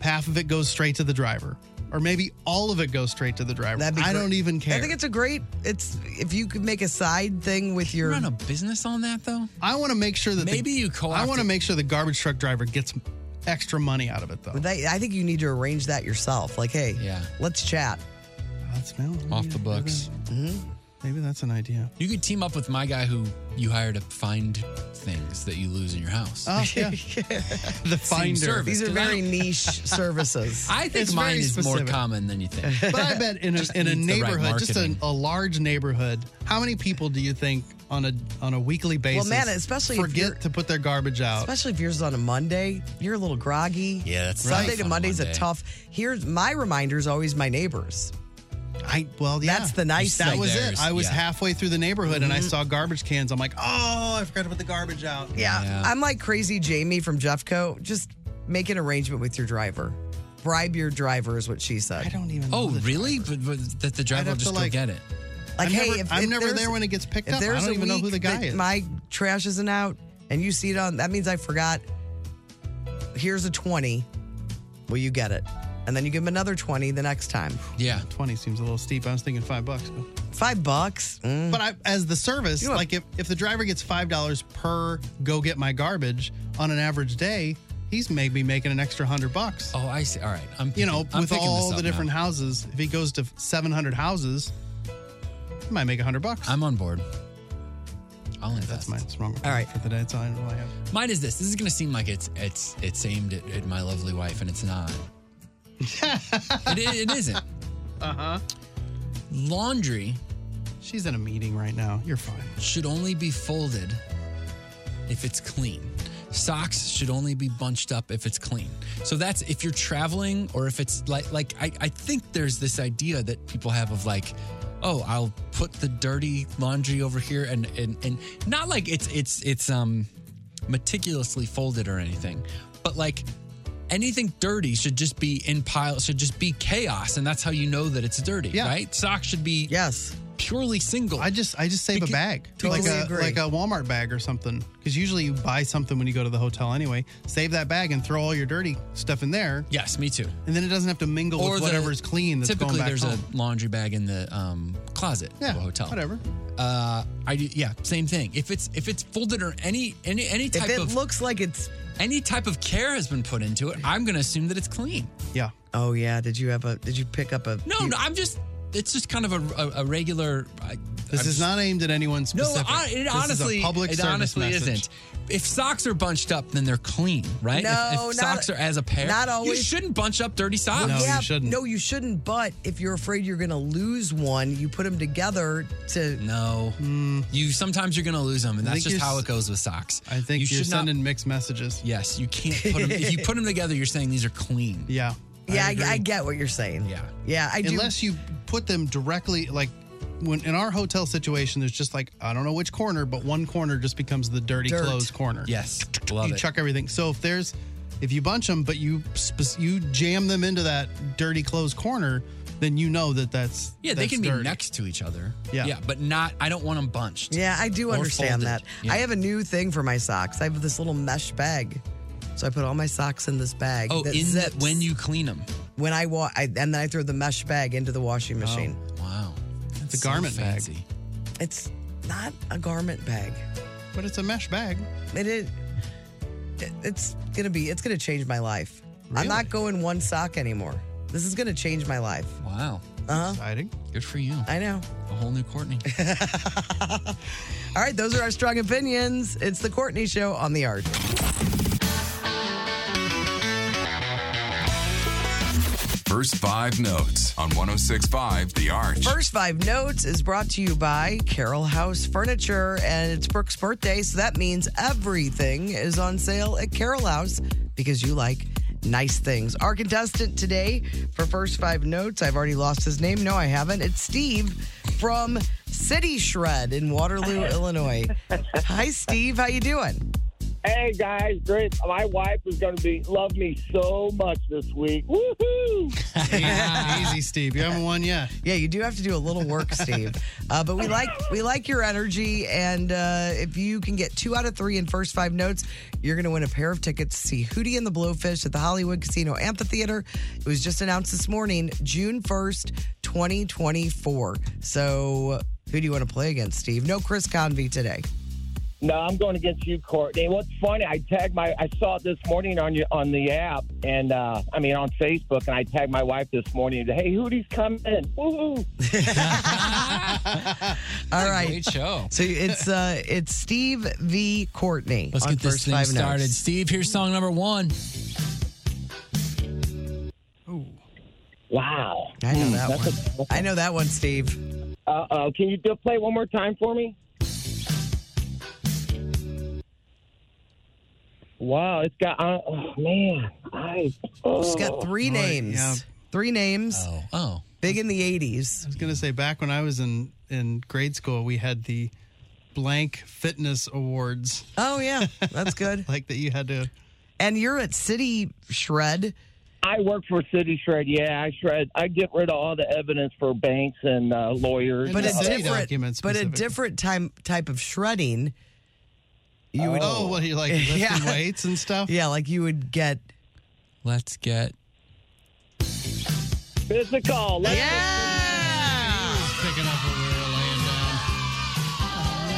half of it goes straight to the driver. Or maybe all of it goes straight to the driver. That'd be I great. don't even care. I think it's a great. It's if you could make a side thing with your run a business on that though. I want to make sure that the- Maybe you co-opt I want to it. make sure the garbage truck driver gets extra money out of it though. But they, I think you need to arrange that yourself. Like, hey, yeah, let's chat. That's no Off the books. Maybe that's an idea. You could team up with my guy who you hire to find things that you lose in your house. Oh, yeah. Same the finder. service, These are 'cause I very don't- niche services. I think It's mine very is more specific. common than you think. But I bet in a, Just in a needs the right neighborhood, just a, marketing. a large neighborhood, how many people do you think on a on a weekly basis? man, especially if you're- forget to put their garbage out. Especially if yours is on a Monday, you're a little groggy. Yeah, that's Sunday rough to on a Monday's a Monday. tough. Here's my reminder is always my neighbors. I well, yeah. that's the nice. That thing. was it. I was halfway through the neighborhood and I Mhm. saw garbage cans. I'm like, oh, I forgot to put the garbage out. Yeah, I'm like crazy Jamie from Jeffco. Just make an arrangement with your driver. Bribe your driver is what she said. I don't even. Oh, really? But, but that the I'd driver will have to, just go like- get it. Like, I'm hey, never- if, I'm if never there's- there when it gets picked if up. I there's don't a even know who week the guy that is. My trash isn't out, and you see it on. That means I forgot. Here's a twenty. Will you get it? And then you give him another twenty the next time. Yeah, twenty seems a little steep. I was thinking five bucks. Five bucks. Mm, But I, as the service, like if, if the driver gets five dollars per go get my garbage on an average day, he's maybe making an extra hundred bucks. Oh, I see. All right, I'm you know picking- I'm with picking all this the up different now. houses, if he goes to seven hundred houses, he might make a hundred bucks. I'm on board. I'll invest. That's mine. It's wrong. All right, for the day, it's all I all I have. Mine is this. This is going to seem like it's it's it's aimed at, at my lovely wife, and it's not. it, it isn't. Uh huh. Laundry. She's in a meeting right now. You're fine. Should only be folded if it's clean. Socks should only be bunched up if it's clean. So that's if you're traveling or if it's like like I, I think there's this idea that people have of like, oh, I'll put the dirty laundry over here and and, and not like it's it's it's um meticulously folded or anything, but like anything dirty should just be in pile should just be chaos and that's how you know that it's dirty, right? Socks should be yes purely single. I just I just save a bag, Totally like a agree. like a Walmart bag or something, because usually you buy something when you go to the hotel anyway. Save that bag and throw all your dirty stuff in there. Yes, me too. And then it doesn't have to mingle with the- whatever's clean. That's typically, going back there's home. a laundry bag in the um, closet Yeah, of a hotel. whatever. Uh, I do, yeah, same thing. If it's if it's folded or any any any If type it of looks like it's any type of care has been put into it, I'm going to assume that it's clean. Yeah. Oh yeah. Did you have a? Did you pick up a? No, no, I'm just. It's just kind of a, a, a regular. I, This I'm is just- not aimed at anyone specific. No, I, it This is a honestly, public it service honestly message. isn't. If socks are bunched up, then they're clean, right? If- No, if, not- socks are as a pair, not You always. shouldn't bunch up dirty socks. Well, yeah, No, you shouldn't. But if you're afraid you're going to lose one, you put them together to. No. You sometimes you're gonna lose them, and Hmm. I that's think just you're how s- it goes with socks. I think you you're should not- sending mixed messages. Yes, you can't put them. if you put them together, you're saying these are clean. Yeah. Yeah, I, I get what you're saying. Yeah. Yeah, I do. Unless you put them directly, like when in our hotel situation, there's just like I don't know which corner, but one corner just becomes the dirty Dirt. clothes corner. Yes, love you it. chuck everything. So if there's, if you bunch them, but you sp- you jam them into that dirty clothes corner, then you know that that's Yeah, they that's can be dirty. next to each other. Yeah. Yeah, but not. I don't want them bunched. Yeah, I do Or understand folded. that. Yeah. I have a new thing for my socks. I have this little mesh bag. So I put all my socks in this bag. Oh, that in the, zips when you clean them. when I wa- I, and then I throw the mesh bag into the washing machine. wow. It's a so garment bag. fancy. It's not a garment bag. But it's a mesh bag. It is. it- It's gonna be. It's gonna change my life. I'm not going one sock anymore. This is gonna change my life. Wow. Uh-huh. Exciting. Good for you. I know. A whole new Courtney. All right, those are our strong opinions. It's the Courtney Show on the Arch. First five notes on 1065 The Arch. First Five Notes is brought to you by Carroll House Furniture, and it's Brooke's birthday, so that means everything is on sale at Carroll House because you like nice things. Our contestant today for First Five Notes, I've already lost his name. No, I haven't. It's Steve from City Shred in Waterloo, Illinois. Hi, Steve. How you doing? Hey guys, great. My wife is going to be love me so much this week. Woohoo! Easy, Steve. You haven't won yet. Yeah, you do have to do a little work, Steve. Uh, but we like we like your energy, and uh, if you can get two out of three in first five notes, you're going to win a pair of tickets to see Hootie and the Blowfish at the Hollywood Casino Amphitheater. It was just announced this morning, June first, 2024. So, who do you want to play against, Steve? No Chris Convey today. No, I'm going against you, Courtney. What's funny? I tagged my. I saw it this morning on your, on the app, and uh, I mean on Facebook, and I tagged my wife this morning. Hey, Hootie's coming! Woohoo! All right, great show. So it's uh, it's Steve v. Courtney. Let's on get this first thing five notes. started. Steve, here's song number one. Wow. I Mm, know that one. I know that one, Steve. Uh oh. Can you do, play one more time for me? Wow, it's got. Uh, oh man, I. Oh. She's got three names. Three names. Oh. oh. Big in the 80s. I was going to say, back when I was in, in grade school, we had the blank fitness awards. Oh, yeah. That's good. like that you had to. And you're at City Shred. I work for City Shred. Yeah, I shred. I get rid of all the evidence for banks and uh, lawyers. But Uh, a different, but a different time, type of shredding. You would Oh, what, you like lifting weights and stuff? Yeah, like you would get. Let's get physical. Let's Picking up what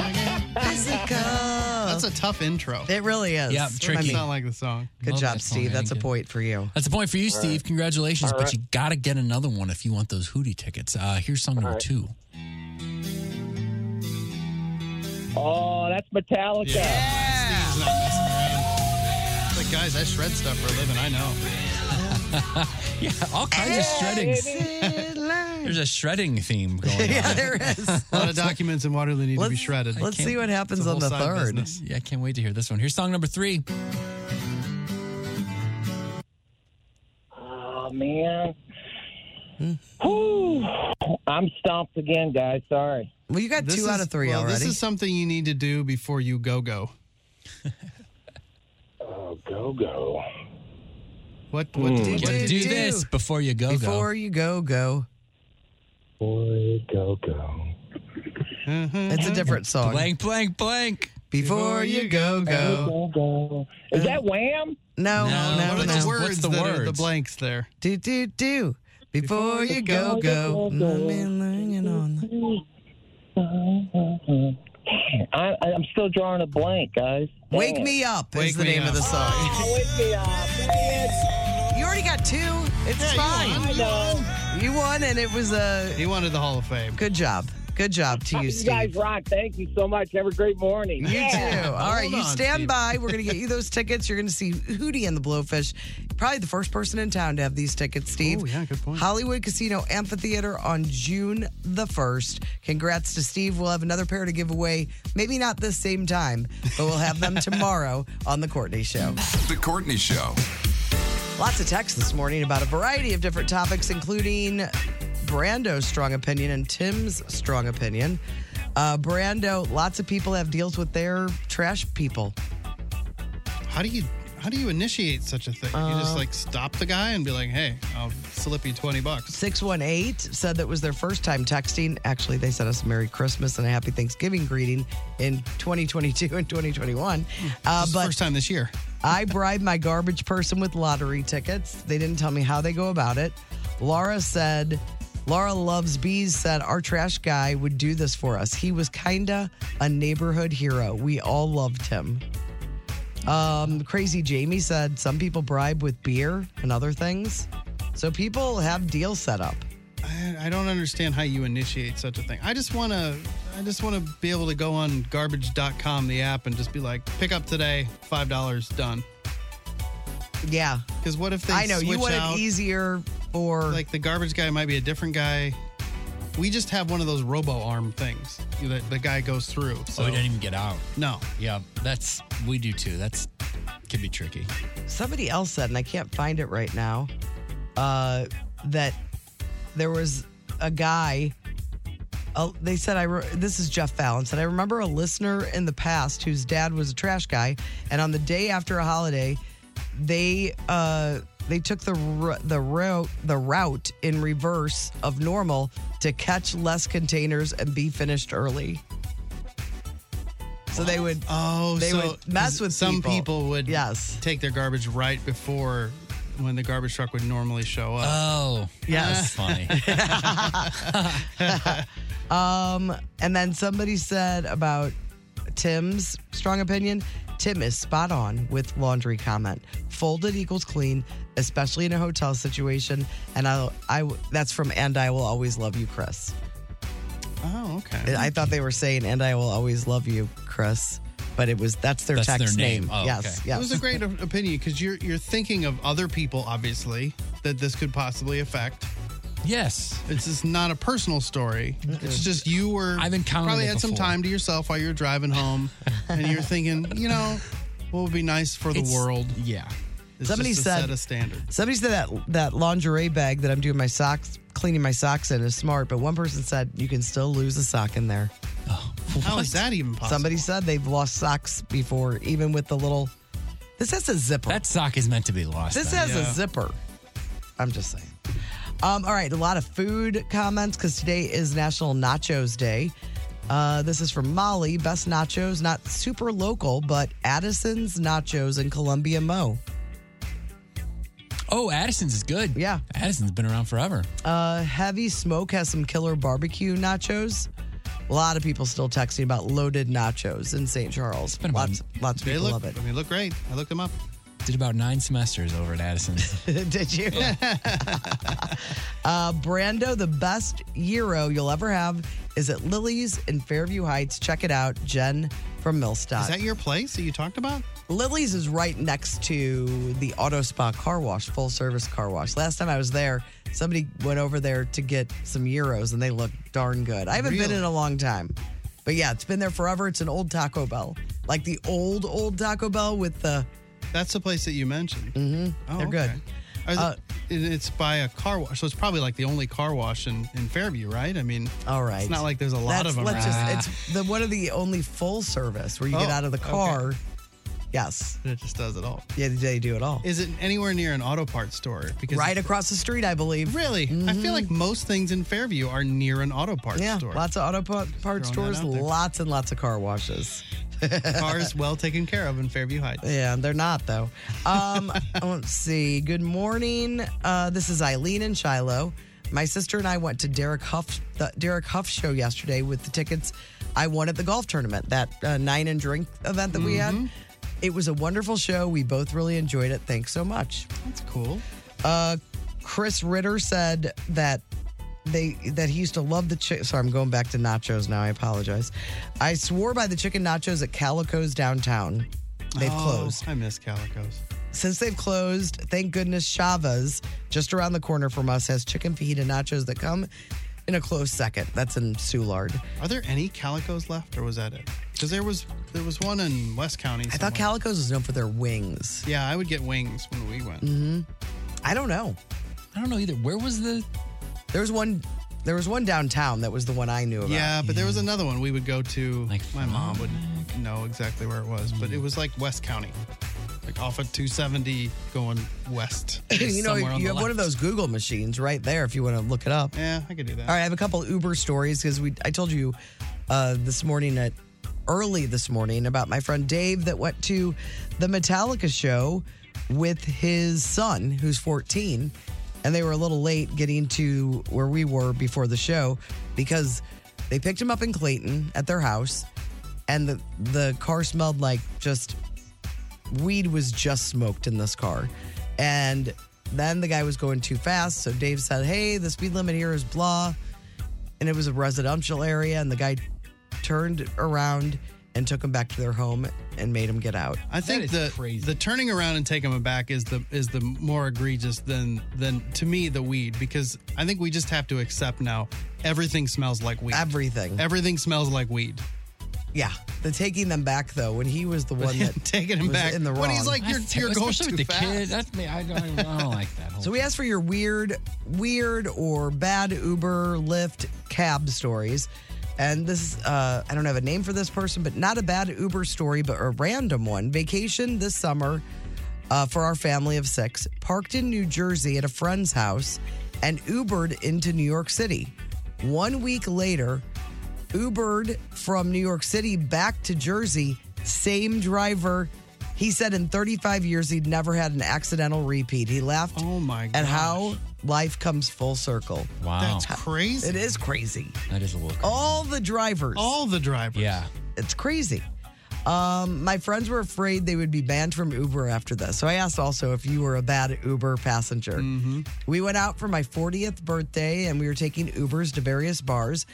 we were laying down. Physical. That's a tough intro. It really is. Yeah, tricky. That's not like the song. Good Love job, that song, Steve. man. That's a Good. point for you. That's a point for you, All Steve. right. Congratulations, All but right. you got to get another one if you want those Hootie tickets. Uh, here's song number right. two. Oh, that's Metallica. Steve's not messing around. It's like, guys, I shred stuff for a living. I know. yeah, all kinds of shredding. There's a shredding theme going on. Yeah, there is. A lot of documents in Waterloo need to be shredded. I can't- it's a whole side business. Yeah, I can't wait to hear this one. Here's song number three. Oh man. Whew. I'm stomped again, guys. Sorry. Well, you got This two is- out of three well, This already. is something you need to do before you go go. oh, go go. What? What? Hmm. Do, Do, what do, do. before you go. Before you go, go. Before you go, go. It's a different song. Blank, blank, blank. Before you go, go. Is that Wham? No, no, no. what are the no. words that are the blanks there? Do, do, do. Before you go, go. I've been learning on the- I, I'm still drawing a blank, guys. Dang Wake it. Me Up is the name of the song. Oh, wake me up. You already got two. It's fine. I know. You won, and it was a. He wanted the Hall of Fame. Good job. Good job to you, You Steve. guys rock. Thank you so much. Have a great morning. You Yeah. too. All right, Hold you on, stand Steve. by. We're going to get you those tickets. You're going to see Hootie and the Blowfish. Probably the first person in town to have these tickets, Steve. Oh, yeah, good point. Hollywood Casino Amphitheater on June the 1st. Congrats to Steve. We'll have another pair to give away. Maybe not this same time, but we'll have them tomorrow on The Courtney Show. The Courtney Show. Lots of texts this morning about a variety of different topics, including Brando's strong opinion and Tim's strong opinion. Uh, Brando, lots of people have deals with their trash people. How do you how do you initiate such a thing? you just Uh, like stop the guy and be like, "Hey, I'll slip you twenty bucks." 618 said that was their first time texting. Actually, they sent us a Merry Christmas and a Happy Thanksgiving greeting in 2022 and 2021. Uh, but first time this year. I bribed my garbage person with lottery tickets. They didn't tell me how they go about it. Laura said, Laura loves bees said our trash guy would do this for us. He was kinda a neighborhood hero. We all loved him. Um, Crazy Jamie said some people bribe with beer and other things. So people have deals set up. I I don't understand how you initiate such a thing. I just want to I just want to be able to go on garbage.com the app and just be like pick up today, $5 done. Yeah. Cuz what if they I know, you switch want it out, easier or like the garbage guy might be a different guy. We just have one of those robo arm things that the guy goes through. So So oh, we didn't even get out. No. Yeah, that's we do too. That's can be tricky. somebody else said, and I can't find it right now, uh, that there was a guy. Uh, they said, "I." Re- this is Jeff Fallon said, "I remember a listener in the past whose dad was a trash guy, and on the day after a holiday, they uh, they took the r- the route the route in reverse of normal to catch less containers and be finished early." So they would oh they so would mess with some people. people would yes take their garbage right before when the garbage truck would normally show up. Oh, Yes. um, and then somebody said about Tim's strong opinion. Tim is spot on with laundry comment. Folded equals clean, especially in a hotel situation. And I, I that's from and I will always love you, Chris. Uh, Oh, okay. I thought they were saying and I will always love you, Chris, but it was that's their text name. yes, yes. It was a great o- opinion because you're you're thinking of other people, obviously, that this could possibly affect. Yes, it's just not a personal story. It's just you were. I've encountered probably it had some before. time to yourself while you're driving home, and you're thinking, you know, what would be nice for the It's- world? Yeah. Somebody just to said- set a standard. Somebody said that that lingerie bag that I'm doing my socks, cleaning my socks in is smart, but one person said you can still lose a sock in there. How is that even possible? Somebody said they've lost socks before, even with the little. This has a zipper. That sock is meant to be lost. This then. has a zipper. I'm just saying. Um, all right, a lot of food comments because today is National Nachos Day. Uh, this is from Molly. Best nachos, not super local, but Addison's Nachos in Columbia, Mo. Oh, Addison's is good. Yeah. Addison's been around forever. Uh, Heavy Smoke has some killer barbecue nachos. A lot of people still texting about loaded nachos in St. Charles. Lots, lots of They people look. love it. I mean, look great. I looked them up. Did about nine semesters over at Addison's. Did you? uh, Brando, the best Euro you'll ever have is at Lily's in Fairview Heights. Check it out. Jen from Millstock. Is that your place that you talked about? Lily's is right next to the auto spa car wash, full service car wash. Last time I was there, somebody went over there to get some Euros and they look darn good. I haven't been Really? in a long time. But yeah, it's been there forever. It's an old Taco Bell. Like the old, old Taco Bell with the. That's the place that you mentioned. Mm-hmm. Oh, They're good. Uh, okay. Are the- it- it's by a car wash, so it's probably like the only car wash in, in Fairview, right? I mean, all right. It's not like there's a lot That's- of them. let's around. just- it's the one of the only full service where you get Oh, out of the okay. car. Yes. It just does it all. Yeah, they do it all. Is it anywhere near an auto parts store? Because right across the street, I believe. Really? I feel like most things in Fairview are near an auto parts Yeah, store. lots of auto pa- parts throwing that stores, out there. lots and lots of car washes. Cars well taken care of in Fairview Heights. Yeah, they're not though. Um, let's see. Good morning. Uh, this is Eileen and Shiloh. My sister and I went to Derek Huff, the Derek Huff show yesterday with the tickets I won at the golf tournament, that uh, nine and drink event that we had. It was a wonderful show. We both really enjoyed it. Thanks so much. That's cool. Uh, Chris Ritter said that they that he used to love the chicken. Sorry, I'm going back to nachos now. I apologize. I swore by the chicken nachos at Calico's downtown. They've Oh, closed I miss Calicos. since they've closed, thank goodness Chava's just around the corner from us has chicken fajita nachos that come in a close second. That's in Soulard. Are there any Calicos left, or was that it? Because there was there was one in West County. I thought Calico's was known for their wings. Yeah, I would get wings when we went. hmm I don't know. I don't know either. Where was the? There was one. There was one downtown that was the one I knew about. Yeah, but there was another one we would go to. Like my mom would know exactly where it was, but it was like West County, like off of 270 going west. you know, you have one of those Google machines right there if you want to look it up. Yeah, I could do that. All right, I have a couple Uber stories because we I told you uh, this morning at early this morning about my friend Dave that went to the Metallica show with his son who's 14 and they were a little late getting to where we were before the show because they picked him up in Clayton at their house and the the car smelled like just weed was just smoked in this car and Then the guy was going too fast, so Dave said, "Hey, the speed limit here is blah," and it was a residential area, and the guy turned around and took him back to their home and made him get out. I think the the turning around and taking them back is the is the more egregious than than to me the weed because I think we just have to accept now everything smells like weed. Everything. Everything smells like weed. Yeah, the taking them back though, when he was the one that Taking him was back. in the wrong. When he's like, you're, you're going too fast. That's me. I don't, I don't like that. So we asked for your weird, weird or bad Uber, Lyft, cab stories. And this, uh, I don't have a name for this person, but not a bad Uber story, but a random one. Vacation this summer uh, for our family of six, parked in New Jersey at a friend's house and Ubered into New York City. One week later, Ubered from New York City back to Jersey, same driver. He said in 35 years he'd never had an accidental repeat. He laughed oh my at how life comes full circle. Wow. That's crazy. It is crazy. That is a little. All the drivers. All the drivers. Yeah. It's crazy. Um, my friends were afraid they would be banned from Uber after this. So I asked also if you were a bad Uber passenger. We went out for my 40th birthday and we were taking Ubers to various bars.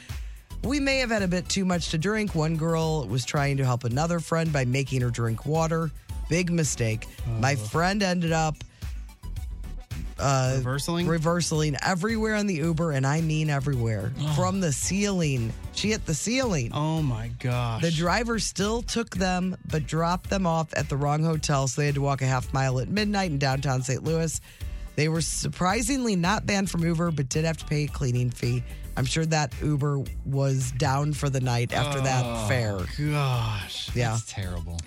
We may have had a bit too much to drink. One girl was trying to help another friend by making her drink water. Big mistake. My friend ended up uh, reversaling, reversaling everywhere on the Uber, and I mean everywhere from the ceiling. She hit the ceiling. Oh my gosh! The driver still took them, but dropped them off at the wrong hotel, so they had to walk a half mile at midnight in downtown St. Louis. They were surprisingly not banned from Uber, but did have to pay a cleaning fee. I'm sure that Uber was down for the night after that fare. Gosh. Yeah. That's terrible.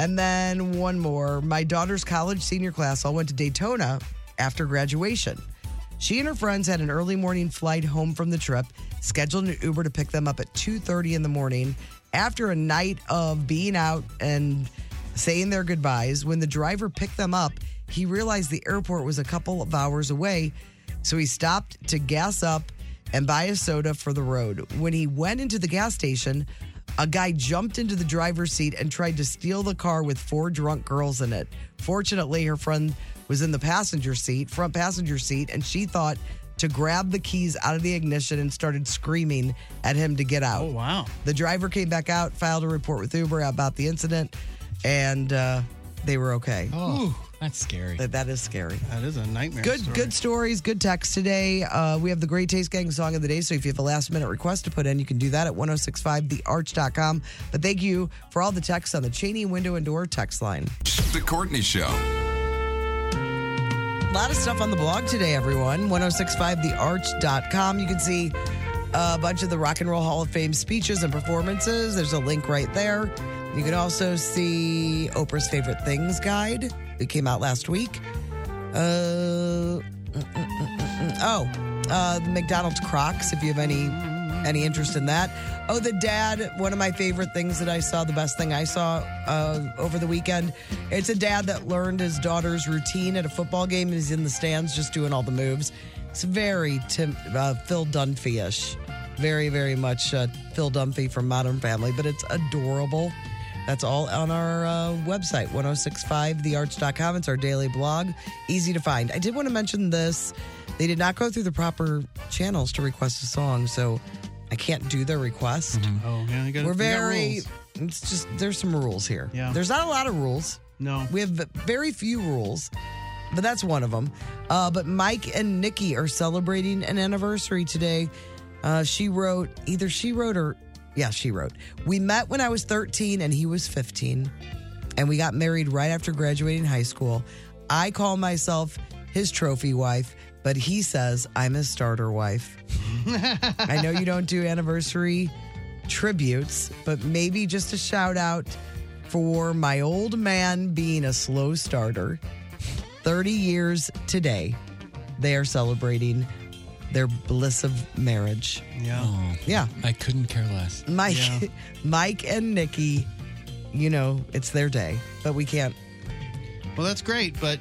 And then one more. My daughter's college senior class all went to Daytona after graduation. She and her friends had an early morning flight home from the trip, scheduled an Uber to pick them up at 2:30 in the morning after a night of being out and saying their goodbyes. When the driver picked them up, he realized the airport was a couple of hours away, so he stopped to gas up and buy a soda for the road. When he went into the gas station, a guy jumped into the driver's seat and tried to steal the car with four drunk girls in it. Fortunately, her friend was in the passenger seat, front passenger seat, and she thought to grab the keys out of the ignition and started screaming at him to get out. Oh, wow. The driver came back out, filed a report with Uber about the incident, and uh, they were okay. Oh, that's scary. That, that is scary. That is a nightmare. Good, story. good stories, good text today. Uh, we have the Great Taste Gang song of the day. So if you have a last minute request to put in, you can do that at 1065thearch.com. But thank you for all the texts on the Cheney window and door text line. The Courtney Show. A lot of stuff on the blog today, everyone. 1065thearch.com. You can see a bunch of the Rock and Roll Hall of Fame speeches and performances. There's a link right there. You can also see Oprah's Favorite Things guide that came out last week. Uh, mm, mm, mm, mm, mm. oh, uh, the McDonald's Crocs. If you have any any interest in that. Oh, the dad. One of my favorite things that I saw. The best thing I saw uh, over the weekend. It's a dad that learned his daughter's routine at a football game. He's in the stands, just doing all the moves. It's very Tim, uh, Phil Dunphy ish. Very, very much uh, Phil Dunphy from Modern Family, but it's adorable. That's all on our uh, website, 1065thearch.com. It's our daily blog. Easy to find. I did want to mention this. They did not go through the proper channels to request a song, so I can't do their request. Oh, yeah. You got, We're you got very, rules. it's just, there's some rules here. Yeah. There's not a lot of rules. No. We have very few rules, but that's one of them. Uh, but Mike and Nikki are celebrating an anniversary today. Uh, she wrote, either she wrote or, yeah, she wrote, We met when I was 13 and he was 15, and we got married right after graduating high school. I call myself his trophy wife, but he says I'm his starter wife. I know you don't do anniversary tributes, but maybe just a shout out for my old man being a slow starter. 30 years today, they are celebrating their bliss of marriage. Yeah. Yeah. I couldn't care less. Mike, Mike and Nikki, you know, it's their day, but we can't. Well, that's great, but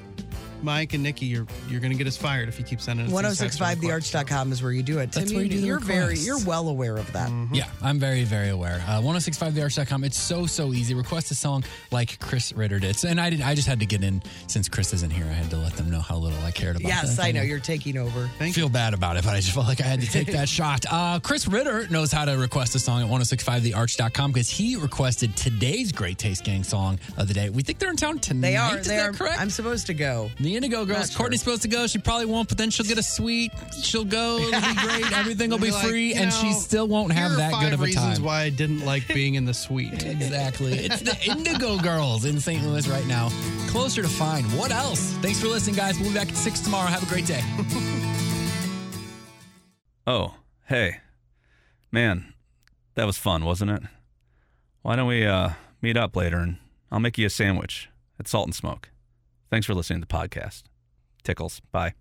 Mike and Nikki, you're you're going to get us fired if you keep sending us these texts. 1065thearch.com is where you do it. Tim, That's where you do the you're very, requests. Mm-hmm. you're well aware of that. Yeah, I'm very, very aware. Uh, 1065thearch.com. It's so, so easy. Request a song like Chris Ritter did. So, and I did. I just had to get in since Chris isn't here. I had to let them know how little I cared about. Yes, that. I know. You're taking over. I feel bad about it, but I just felt like I had to take that shot. Uh, Chris Ritter knows how to request a song at 1065thearch.com because he requested today's Great Taste Gang song of the day. We think they're in town tonight. They are. Is They that are. correct? I'm supposed to go. The Indigo Girls. Courtney's supposed to go. She probably won't, but then she'll get a suite. She'll go. It'll be great. Everything will be You're like, free, you and she know, still won't have here are that good five of a reasons time. why I didn't like being in the suite. exactly. It's the Indigo Girls in St. Louis right now. Closer to fine. What else? Thanks for listening, guys. We'll be back at 6 tomorrow. Have a great day. Oh, hey. Man, that was fun, wasn't it? Why don't we uh, meet up later and I'll make you a sandwich at Salt and Smoke. Thanks for listening to the podcast. Tickles. Bye.